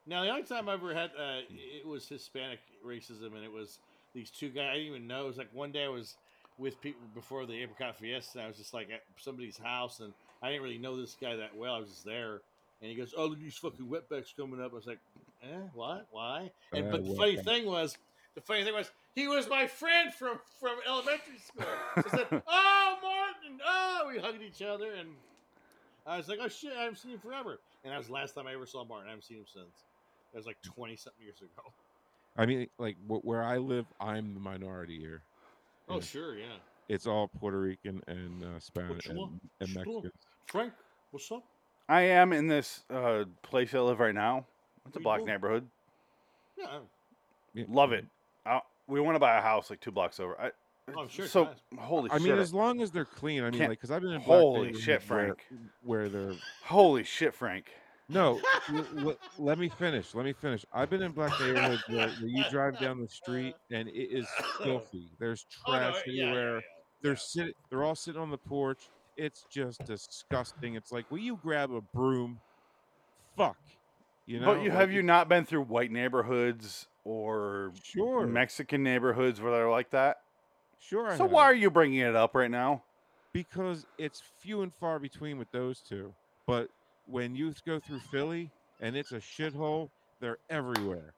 [SPEAKER 1] Now, the only time I ever had uh, it was Hispanic racism, and it was these two guys I didn't even know. It was like one day I was with people before the Apricot Fiesta, and I was just like at somebody's house, and I didn't really know this guy that well. I was just there, and he goes, "Oh, look at these fucking wetbacks coming up." I was like, "Eh, what? Why?" And
[SPEAKER 7] Uh,
[SPEAKER 1] but the funny
[SPEAKER 7] wetback.
[SPEAKER 1] thing was, the funny thing was, he was my friend from from elementary school. So I said, "Oh, Martin! Oh!" We hugged each other, and I was like, "Oh shit, I haven't seen you forever." And that was the last time I ever saw Martin. I haven't seen him since. That was like twenty something years ago.
[SPEAKER 3] I mean, like wh- where I live, I'm the minority here.
[SPEAKER 1] Oh
[SPEAKER 3] Yeah.
[SPEAKER 1] sure, yeah.
[SPEAKER 3] It's all Puerto Rican and uh, Spanish
[SPEAKER 1] What you
[SPEAKER 3] and,
[SPEAKER 1] want?
[SPEAKER 3] and
[SPEAKER 1] What you want?
[SPEAKER 3] Mexican.
[SPEAKER 1] Frank, what's up?
[SPEAKER 2] I am in this uh, place I live right now. It's a
[SPEAKER 1] Where you
[SPEAKER 2] black
[SPEAKER 1] going?
[SPEAKER 2] neighborhood.
[SPEAKER 1] Yeah.
[SPEAKER 2] Love it. I, we want to buy a house like two blocks over. I,
[SPEAKER 1] Oh, I'm sure it's
[SPEAKER 2] So
[SPEAKER 1] nice.
[SPEAKER 2] holy
[SPEAKER 3] I
[SPEAKER 2] shit!
[SPEAKER 3] mean, as long as they're clean. I mean,
[SPEAKER 2] Can't-
[SPEAKER 3] like, because I've been in black
[SPEAKER 2] holy
[SPEAKER 3] neighborhoods
[SPEAKER 2] shit,
[SPEAKER 3] where-
[SPEAKER 2] Frank.
[SPEAKER 3] Where, they're
[SPEAKER 2] Holy shit, Frank.
[SPEAKER 3] no. l- l- let me finish. Let me finish. I've been in black neighborhoods where, where you drive down the street and it is filthy. There's
[SPEAKER 1] Oh, no,
[SPEAKER 3] trash
[SPEAKER 1] yeah, yeah,
[SPEAKER 3] everywhere.
[SPEAKER 1] yeah.
[SPEAKER 3] They're sit. They're all sitting on the porch. It's just disgusting. It's like, will you grab a broom? Fuck. You know.
[SPEAKER 2] but you
[SPEAKER 3] like,
[SPEAKER 2] have you not been through white neighborhoods or
[SPEAKER 3] Sure.
[SPEAKER 2] Mexican neighborhoods where they're like that?
[SPEAKER 3] Sure. I
[SPEAKER 2] So
[SPEAKER 3] have.
[SPEAKER 2] why are you bringing it up right now?
[SPEAKER 3] because it's few and far between with those two. But when you go through Philly and it's a shithole, they're everywhere.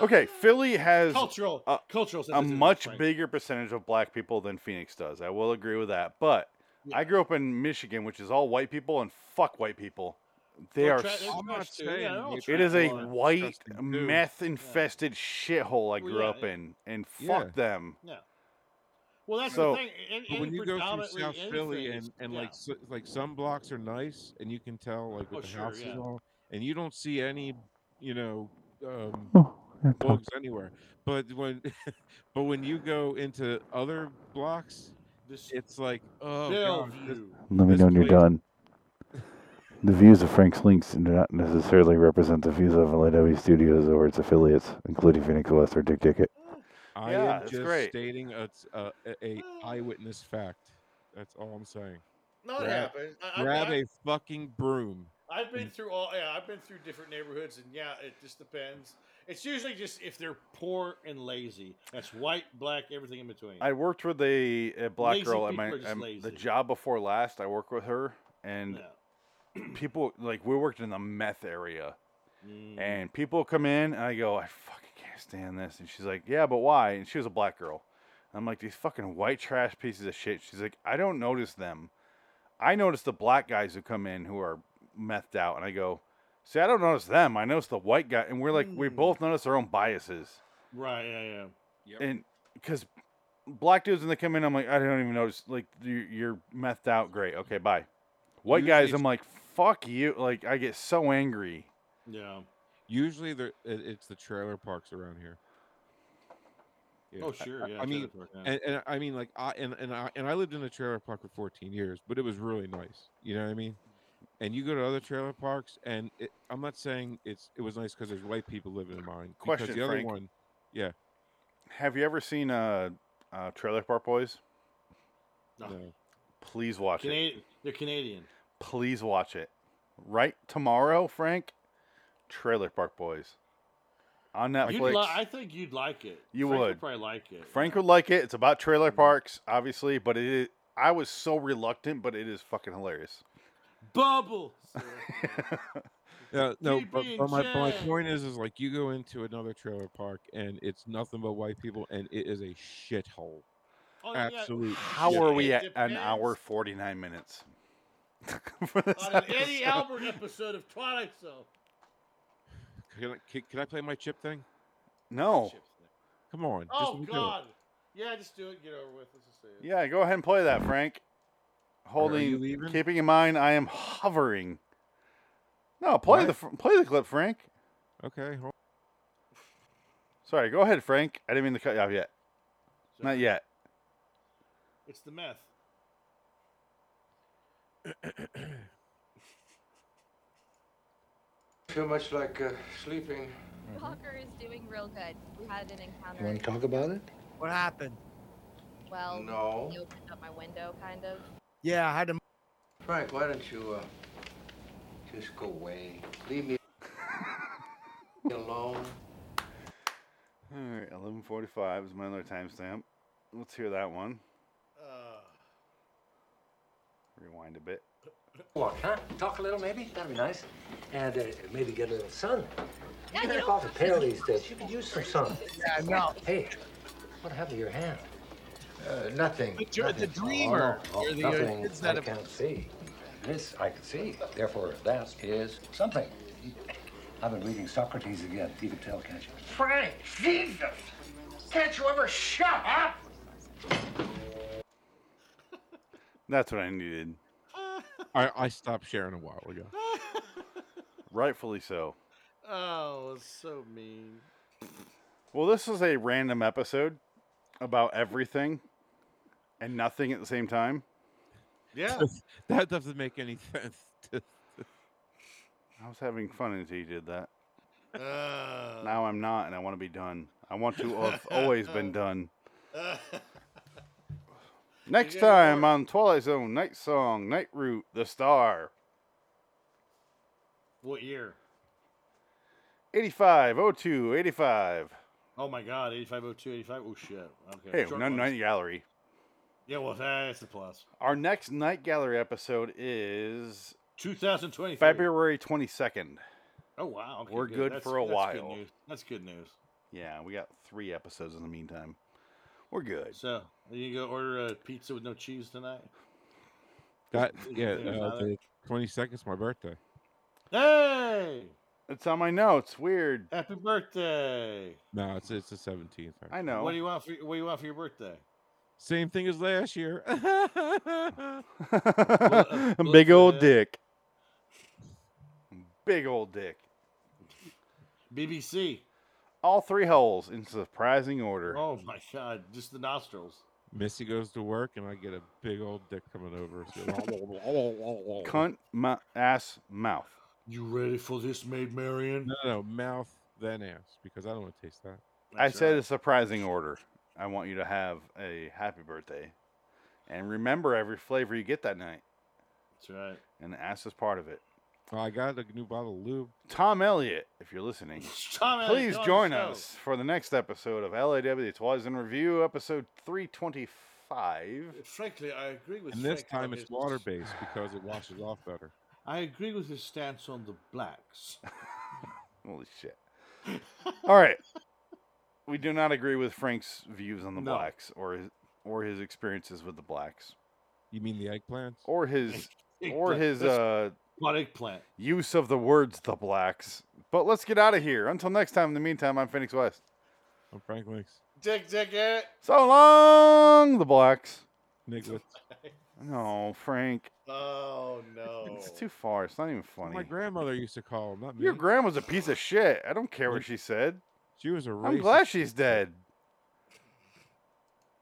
[SPEAKER 2] Okay, Philly has
[SPEAKER 1] Cultural,
[SPEAKER 2] a,
[SPEAKER 1] cultural
[SPEAKER 2] uh, a
[SPEAKER 1] sensitivity,
[SPEAKER 2] much
[SPEAKER 1] Frank.
[SPEAKER 2] bigger percentage of black people than Phoenix does. I will agree with that. But I grew up in Michigan, which is all white people and fuck white people. They
[SPEAKER 1] Well,
[SPEAKER 2] are.
[SPEAKER 1] tra-
[SPEAKER 2] s-
[SPEAKER 1] there's trash too. Yeah, they're all
[SPEAKER 2] it
[SPEAKER 1] trash
[SPEAKER 2] is a
[SPEAKER 1] people are
[SPEAKER 2] white
[SPEAKER 1] disgusting too.
[SPEAKER 2] meth infested shithole
[SPEAKER 1] Well,
[SPEAKER 2] I grew
[SPEAKER 1] yeah,
[SPEAKER 2] up
[SPEAKER 1] yeah.
[SPEAKER 2] in, and
[SPEAKER 3] Yeah.
[SPEAKER 2] fuck them.
[SPEAKER 1] Yeah. Well, that's
[SPEAKER 2] So-
[SPEAKER 1] the thing. Any,
[SPEAKER 3] But
[SPEAKER 1] any
[SPEAKER 3] when you go through
[SPEAKER 1] predominantly
[SPEAKER 3] South Philly
[SPEAKER 1] anything is-
[SPEAKER 3] and, and
[SPEAKER 1] yeah.
[SPEAKER 3] like so, like some blocks are nice and you can tell like with
[SPEAKER 1] Oh,
[SPEAKER 3] the
[SPEAKER 1] sure,
[SPEAKER 3] houses
[SPEAKER 1] yeah.
[SPEAKER 3] and all, and you don't see any you know um, bugs anywhere. But when but when you go into other blocks,
[SPEAKER 1] This-
[SPEAKER 3] it's like oh God, this-
[SPEAKER 1] Bellevue.
[SPEAKER 2] Let me
[SPEAKER 3] This
[SPEAKER 2] know when you're
[SPEAKER 3] place-
[SPEAKER 2] done. The views of Frank's Links do not necessarily represent the views of LAW Studios or its affiliates, including Phoenix West or Dick Ticket.
[SPEAKER 3] I
[SPEAKER 2] Yeah,
[SPEAKER 3] am
[SPEAKER 2] that's
[SPEAKER 3] just
[SPEAKER 2] great.
[SPEAKER 3] stating a, t- a, a- a eyewitness fact. That's all I'm saying.
[SPEAKER 1] No, it
[SPEAKER 3] Grab-
[SPEAKER 1] happens. I- I-
[SPEAKER 3] grab
[SPEAKER 1] I-
[SPEAKER 3] a fucking broom.
[SPEAKER 1] I've been through all. Yeah, I've been through different neighborhoods, and yeah, it just depends. It's usually just if they're poor and lazy. That's white, black, everything in between.
[SPEAKER 2] I worked with a, a black
[SPEAKER 1] Lazy
[SPEAKER 2] girl at my
[SPEAKER 1] people are just
[SPEAKER 2] um, the
[SPEAKER 1] lazy.
[SPEAKER 2] job before last. I worked with her, and
[SPEAKER 1] Yeah.
[SPEAKER 2] people like we worked in the meth area,
[SPEAKER 1] Mm. Mm-hmm.
[SPEAKER 2] and people come in, and I go, I fucking can't stand this, and she's like, Yeah, but why? And she was a black girl. I'm like, These fucking white trash pieces of shit. She's like, I don't notice them. I notice the black guys who come in who are methed out, and I go, See, I don't notice them. I notice the white guy, and we're like, we both notice our own biases.
[SPEAKER 1] Right? Yeah, yeah.
[SPEAKER 2] And because black dudes when they come in, I'm like, I don't even notice. Like you're, you're methed out, great, okay, bye. White
[SPEAKER 3] Usually
[SPEAKER 2] guys,
[SPEAKER 3] it's-
[SPEAKER 2] I'm like, fuck you. Like I get so angry.
[SPEAKER 1] Yeah.
[SPEAKER 3] Usually, there it, it's the trailer parks around here. Yeah,
[SPEAKER 1] Oh,
[SPEAKER 3] I-
[SPEAKER 1] sure.
[SPEAKER 3] I-
[SPEAKER 1] Yeah.
[SPEAKER 3] I mean,
[SPEAKER 1] trailer park, yeah.
[SPEAKER 3] and, and I mean, like, I and, and I and I lived in a trailer park for 14 years, but it was really nice. You know what I mean? And you go to other trailer parks, and it, I'm not saying it's it was nice because there's white people living in mine. because
[SPEAKER 2] Question,
[SPEAKER 3] the other
[SPEAKER 2] Frank.
[SPEAKER 3] one, yeah,
[SPEAKER 2] Have you ever seen uh, uh Trailer Park Boys?
[SPEAKER 1] No.
[SPEAKER 3] no.
[SPEAKER 2] Please watch it.
[SPEAKER 1] Cana- they're Canadian.
[SPEAKER 2] Please watch it. Right tomorrow, Frank. Trailer Park Boys on
[SPEAKER 1] You'd
[SPEAKER 2] Netflix.
[SPEAKER 1] li- I think you'd like it.
[SPEAKER 2] You
[SPEAKER 1] Frank
[SPEAKER 2] would.
[SPEAKER 1] probably like it.
[SPEAKER 2] Frank would like it. It's about trailer parks, obviously, but it is, I was so reluctant, but it is fucking hilarious.
[SPEAKER 1] Bubbles.
[SPEAKER 3] Yeah, no,
[SPEAKER 1] Keep
[SPEAKER 3] but,
[SPEAKER 1] being
[SPEAKER 3] but my, but my
[SPEAKER 1] Jack.
[SPEAKER 3] point is, is like you go into another trailer park and it's nothing but white people, and it is a shithole.
[SPEAKER 1] Oh, yeah.
[SPEAKER 3] Absolute.
[SPEAKER 2] How
[SPEAKER 3] shit.
[SPEAKER 2] are we
[SPEAKER 1] It
[SPEAKER 2] at an hour
[SPEAKER 1] depends.
[SPEAKER 2] 49 minutes? For this
[SPEAKER 1] On an Eddie
[SPEAKER 2] episode.
[SPEAKER 1] Albert episode of Twilight Zone.
[SPEAKER 3] Can I, can, can I play my chip thing?
[SPEAKER 2] No.
[SPEAKER 3] Come on. just let
[SPEAKER 1] Oh
[SPEAKER 3] me do it.
[SPEAKER 1] God. Yeah, just do it. Get over with. Let's just say it.
[SPEAKER 2] Yeah, go ahead and play that, Frank.
[SPEAKER 3] you
[SPEAKER 2] Holding,
[SPEAKER 3] leaving?
[SPEAKER 2] keeping in mind, I am hovering. No, play
[SPEAKER 3] What?
[SPEAKER 2] the fr- play the clip, Frank.
[SPEAKER 3] Okay. hold-
[SPEAKER 2] Sorry, go ahead, Frank. I didn't mean to cut you off yet. Not yet.
[SPEAKER 1] It's the meth.
[SPEAKER 9] Feel much like uh, sleeping.
[SPEAKER 8] Walker is doing real good. We had an encounter.
[SPEAKER 10] You want to talk about it?
[SPEAKER 12] What happened?
[SPEAKER 8] well.
[SPEAKER 9] No.
[SPEAKER 8] He opened up my window, kind of.
[SPEAKER 12] Yeah, I had to.
[SPEAKER 9] Frank, why don't you uh, just go away? Leave me alone.
[SPEAKER 2] All right, 11:45 is my other timestamp. Let's hear that one.
[SPEAKER 3] Uh.
[SPEAKER 2] Rewind a bit.
[SPEAKER 10] Walk, huh? Talk a little, maybe. That'd be nice. And uh, maybe get a little sun.
[SPEAKER 8] Yeah, you
[SPEAKER 10] you gotta
[SPEAKER 8] know-
[SPEAKER 10] go off the pale these days. You could use some sun.
[SPEAKER 12] Yeah, no.
[SPEAKER 10] Hey, what happened to your hand? Uh, nothing.
[SPEAKER 12] But you're
[SPEAKER 10] nothing.
[SPEAKER 12] the dreamer.
[SPEAKER 10] Oh, no,
[SPEAKER 12] You're
[SPEAKER 10] no,
[SPEAKER 12] the, uh,
[SPEAKER 10] nothing
[SPEAKER 12] kids that
[SPEAKER 10] I
[SPEAKER 12] have-
[SPEAKER 10] can't see. This I can see. Therefore, that is something. I've been reading Socrates again. You can tell, can't you?
[SPEAKER 13] Frank, Jesus! Can't you ever shut up?
[SPEAKER 2] That's what I needed.
[SPEAKER 3] I, I stopped sharing a while ago.
[SPEAKER 2] Rightfully so.
[SPEAKER 1] Oh, it's so mean.
[SPEAKER 2] Well, this is a random episode about everything and nothing at the same time.
[SPEAKER 1] Yeah.
[SPEAKER 3] that doesn't make any sense. To...
[SPEAKER 2] I was having fun until you did that.
[SPEAKER 1] Uh,
[SPEAKER 2] Now I'm not, and I want to be done. I want to have always been done. Next time on Twilight Zone, Night Song, Night Route, The Star,
[SPEAKER 1] what year?
[SPEAKER 2] 85, 02, 85.
[SPEAKER 1] Oh my God, 8502, 85. Oh shit. Okay.
[SPEAKER 2] Hey,
[SPEAKER 1] Short
[SPEAKER 2] no
[SPEAKER 1] ones.
[SPEAKER 2] Night Gallery.
[SPEAKER 1] Yeah, well, that's a plus.
[SPEAKER 2] Our next Night Gallery episode is
[SPEAKER 1] 2023.
[SPEAKER 2] February 22nd.
[SPEAKER 1] Oh wow, okay,
[SPEAKER 2] We're good
[SPEAKER 1] That's-
[SPEAKER 2] for a
[SPEAKER 1] that's
[SPEAKER 2] while.
[SPEAKER 1] Good news. That's good news.
[SPEAKER 2] Yeah, we got three episodes in the meantime. We're good.
[SPEAKER 1] So, are you gonna order a pizza with no cheese tonight?
[SPEAKER 3] That yeah,
[SPEAKER 1] Yeah,
[SPEAKER 3] uh,
[SPEAKER 1] another-
[SPEAKER 3] the twenty seconds my birthday.
[SPEAKER 1] Hey,
[SPEAKER 2] It's on my notes. Weird.
[SPEAKER 1] happy birthday!
[SPEAKER 3] No, it's it's the seventeenth.
[SPEAKER 2] I know.
[SPEAKER 1] What do you want for What do you want for your birthday?
[SPEAKER 3] Same thing as last year.
[SPEAKER 2] Big old dick. Big old dick.
[SPEAKER 1] BBC.
[SPEAKER 2] All three holes in surprising order.
[SPEAKER 1] Oh my God, just the nostrils.
[SPEAKER 3] Missy goes to work and I get a big old dick coming over. She goes,
[SPEAKER 2] Cunt, my ass, mouth.
[SPEAKER 1] You ready for this, Maid Marian?
[SPEAKER 3] No, no, mouth then ass because I don't want to taste that.
[SPEAKER 2] I said a surprising order. I want you to have a happy birthday. And remember every flavor you get that night.
[SPEAKER 1] That's right.
[SPEAKER 2] And ass is part of it.
[SPEAKER 3] Well, I got a new bottle of lube.
[SPEAKER 2] Tom Elliott, if you're listening,
[SPEAKER 1] Tom Elliott,
[SPEAKER 2] please
[SPEAKER 1] come on the
[SPEAKER 2] join
[SPEAKER 1] show.
[SPEAKER 2] us for the next episode of LAW Twice in Review, episode 325.
[SPEAKER 1] Frankly, I agree with.
[SPEAKER 3] And this
[SPEAKER 1] Frank on
[SPEAKER 3] time it's
[SPEAKER 1] his-
[SPEAKER 3] water based because it washes off better.
[SPEAKER 1] I agree with his stance on the blacks.
[SPEAKER 2] Holy shit. All right. We do not agree with Frank's views on the
[SPEAKER 3] No.
[SPEAKER 2] blacks or his, or his experiences with the blacks
[SPEAKER 3] You mean the eggplants?
[SPEAKER 2] or his or
[SPEAKER 3] Eggplant.
[SPEAKER 2] his
[SPEAKER 3] That's
[SPEAKER 2] uh
[SPEAKER 1] not eggplant.
[SPEAKER 2] use of the words the blacks. But let's get out of here. Until next time, in the meantime, I'm Phoenix West.
[SPEAKER 3] I'm Oh, Frank Links.
[SPEAKER 1] Dick, dick it.
[SPEAKER 2] So long, the blacks.
[SPEAKER 3] Nicholas.
[SPEAKER 2] No, Frank.
[SPEAKER 1] Oh no.
[SPEAKER 2] It's too far. It's not even funny.
[SPEAKER 3] My grandmother used to call him, not me.
[SPEAKER 2] Your grandma's a piece of shit. I don't care what she said.
[SPEAKER 3] She was a
[SPEAKER 2] I'm
[SPEAKER 3] racist.
[SPEAKER 2] glad she's dead.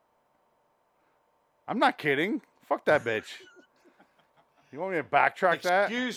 [SPEAKER 2] I'm not kidding. Fuck that bitch. You want me to backtrack that?
[SPEAKER 1] Excuse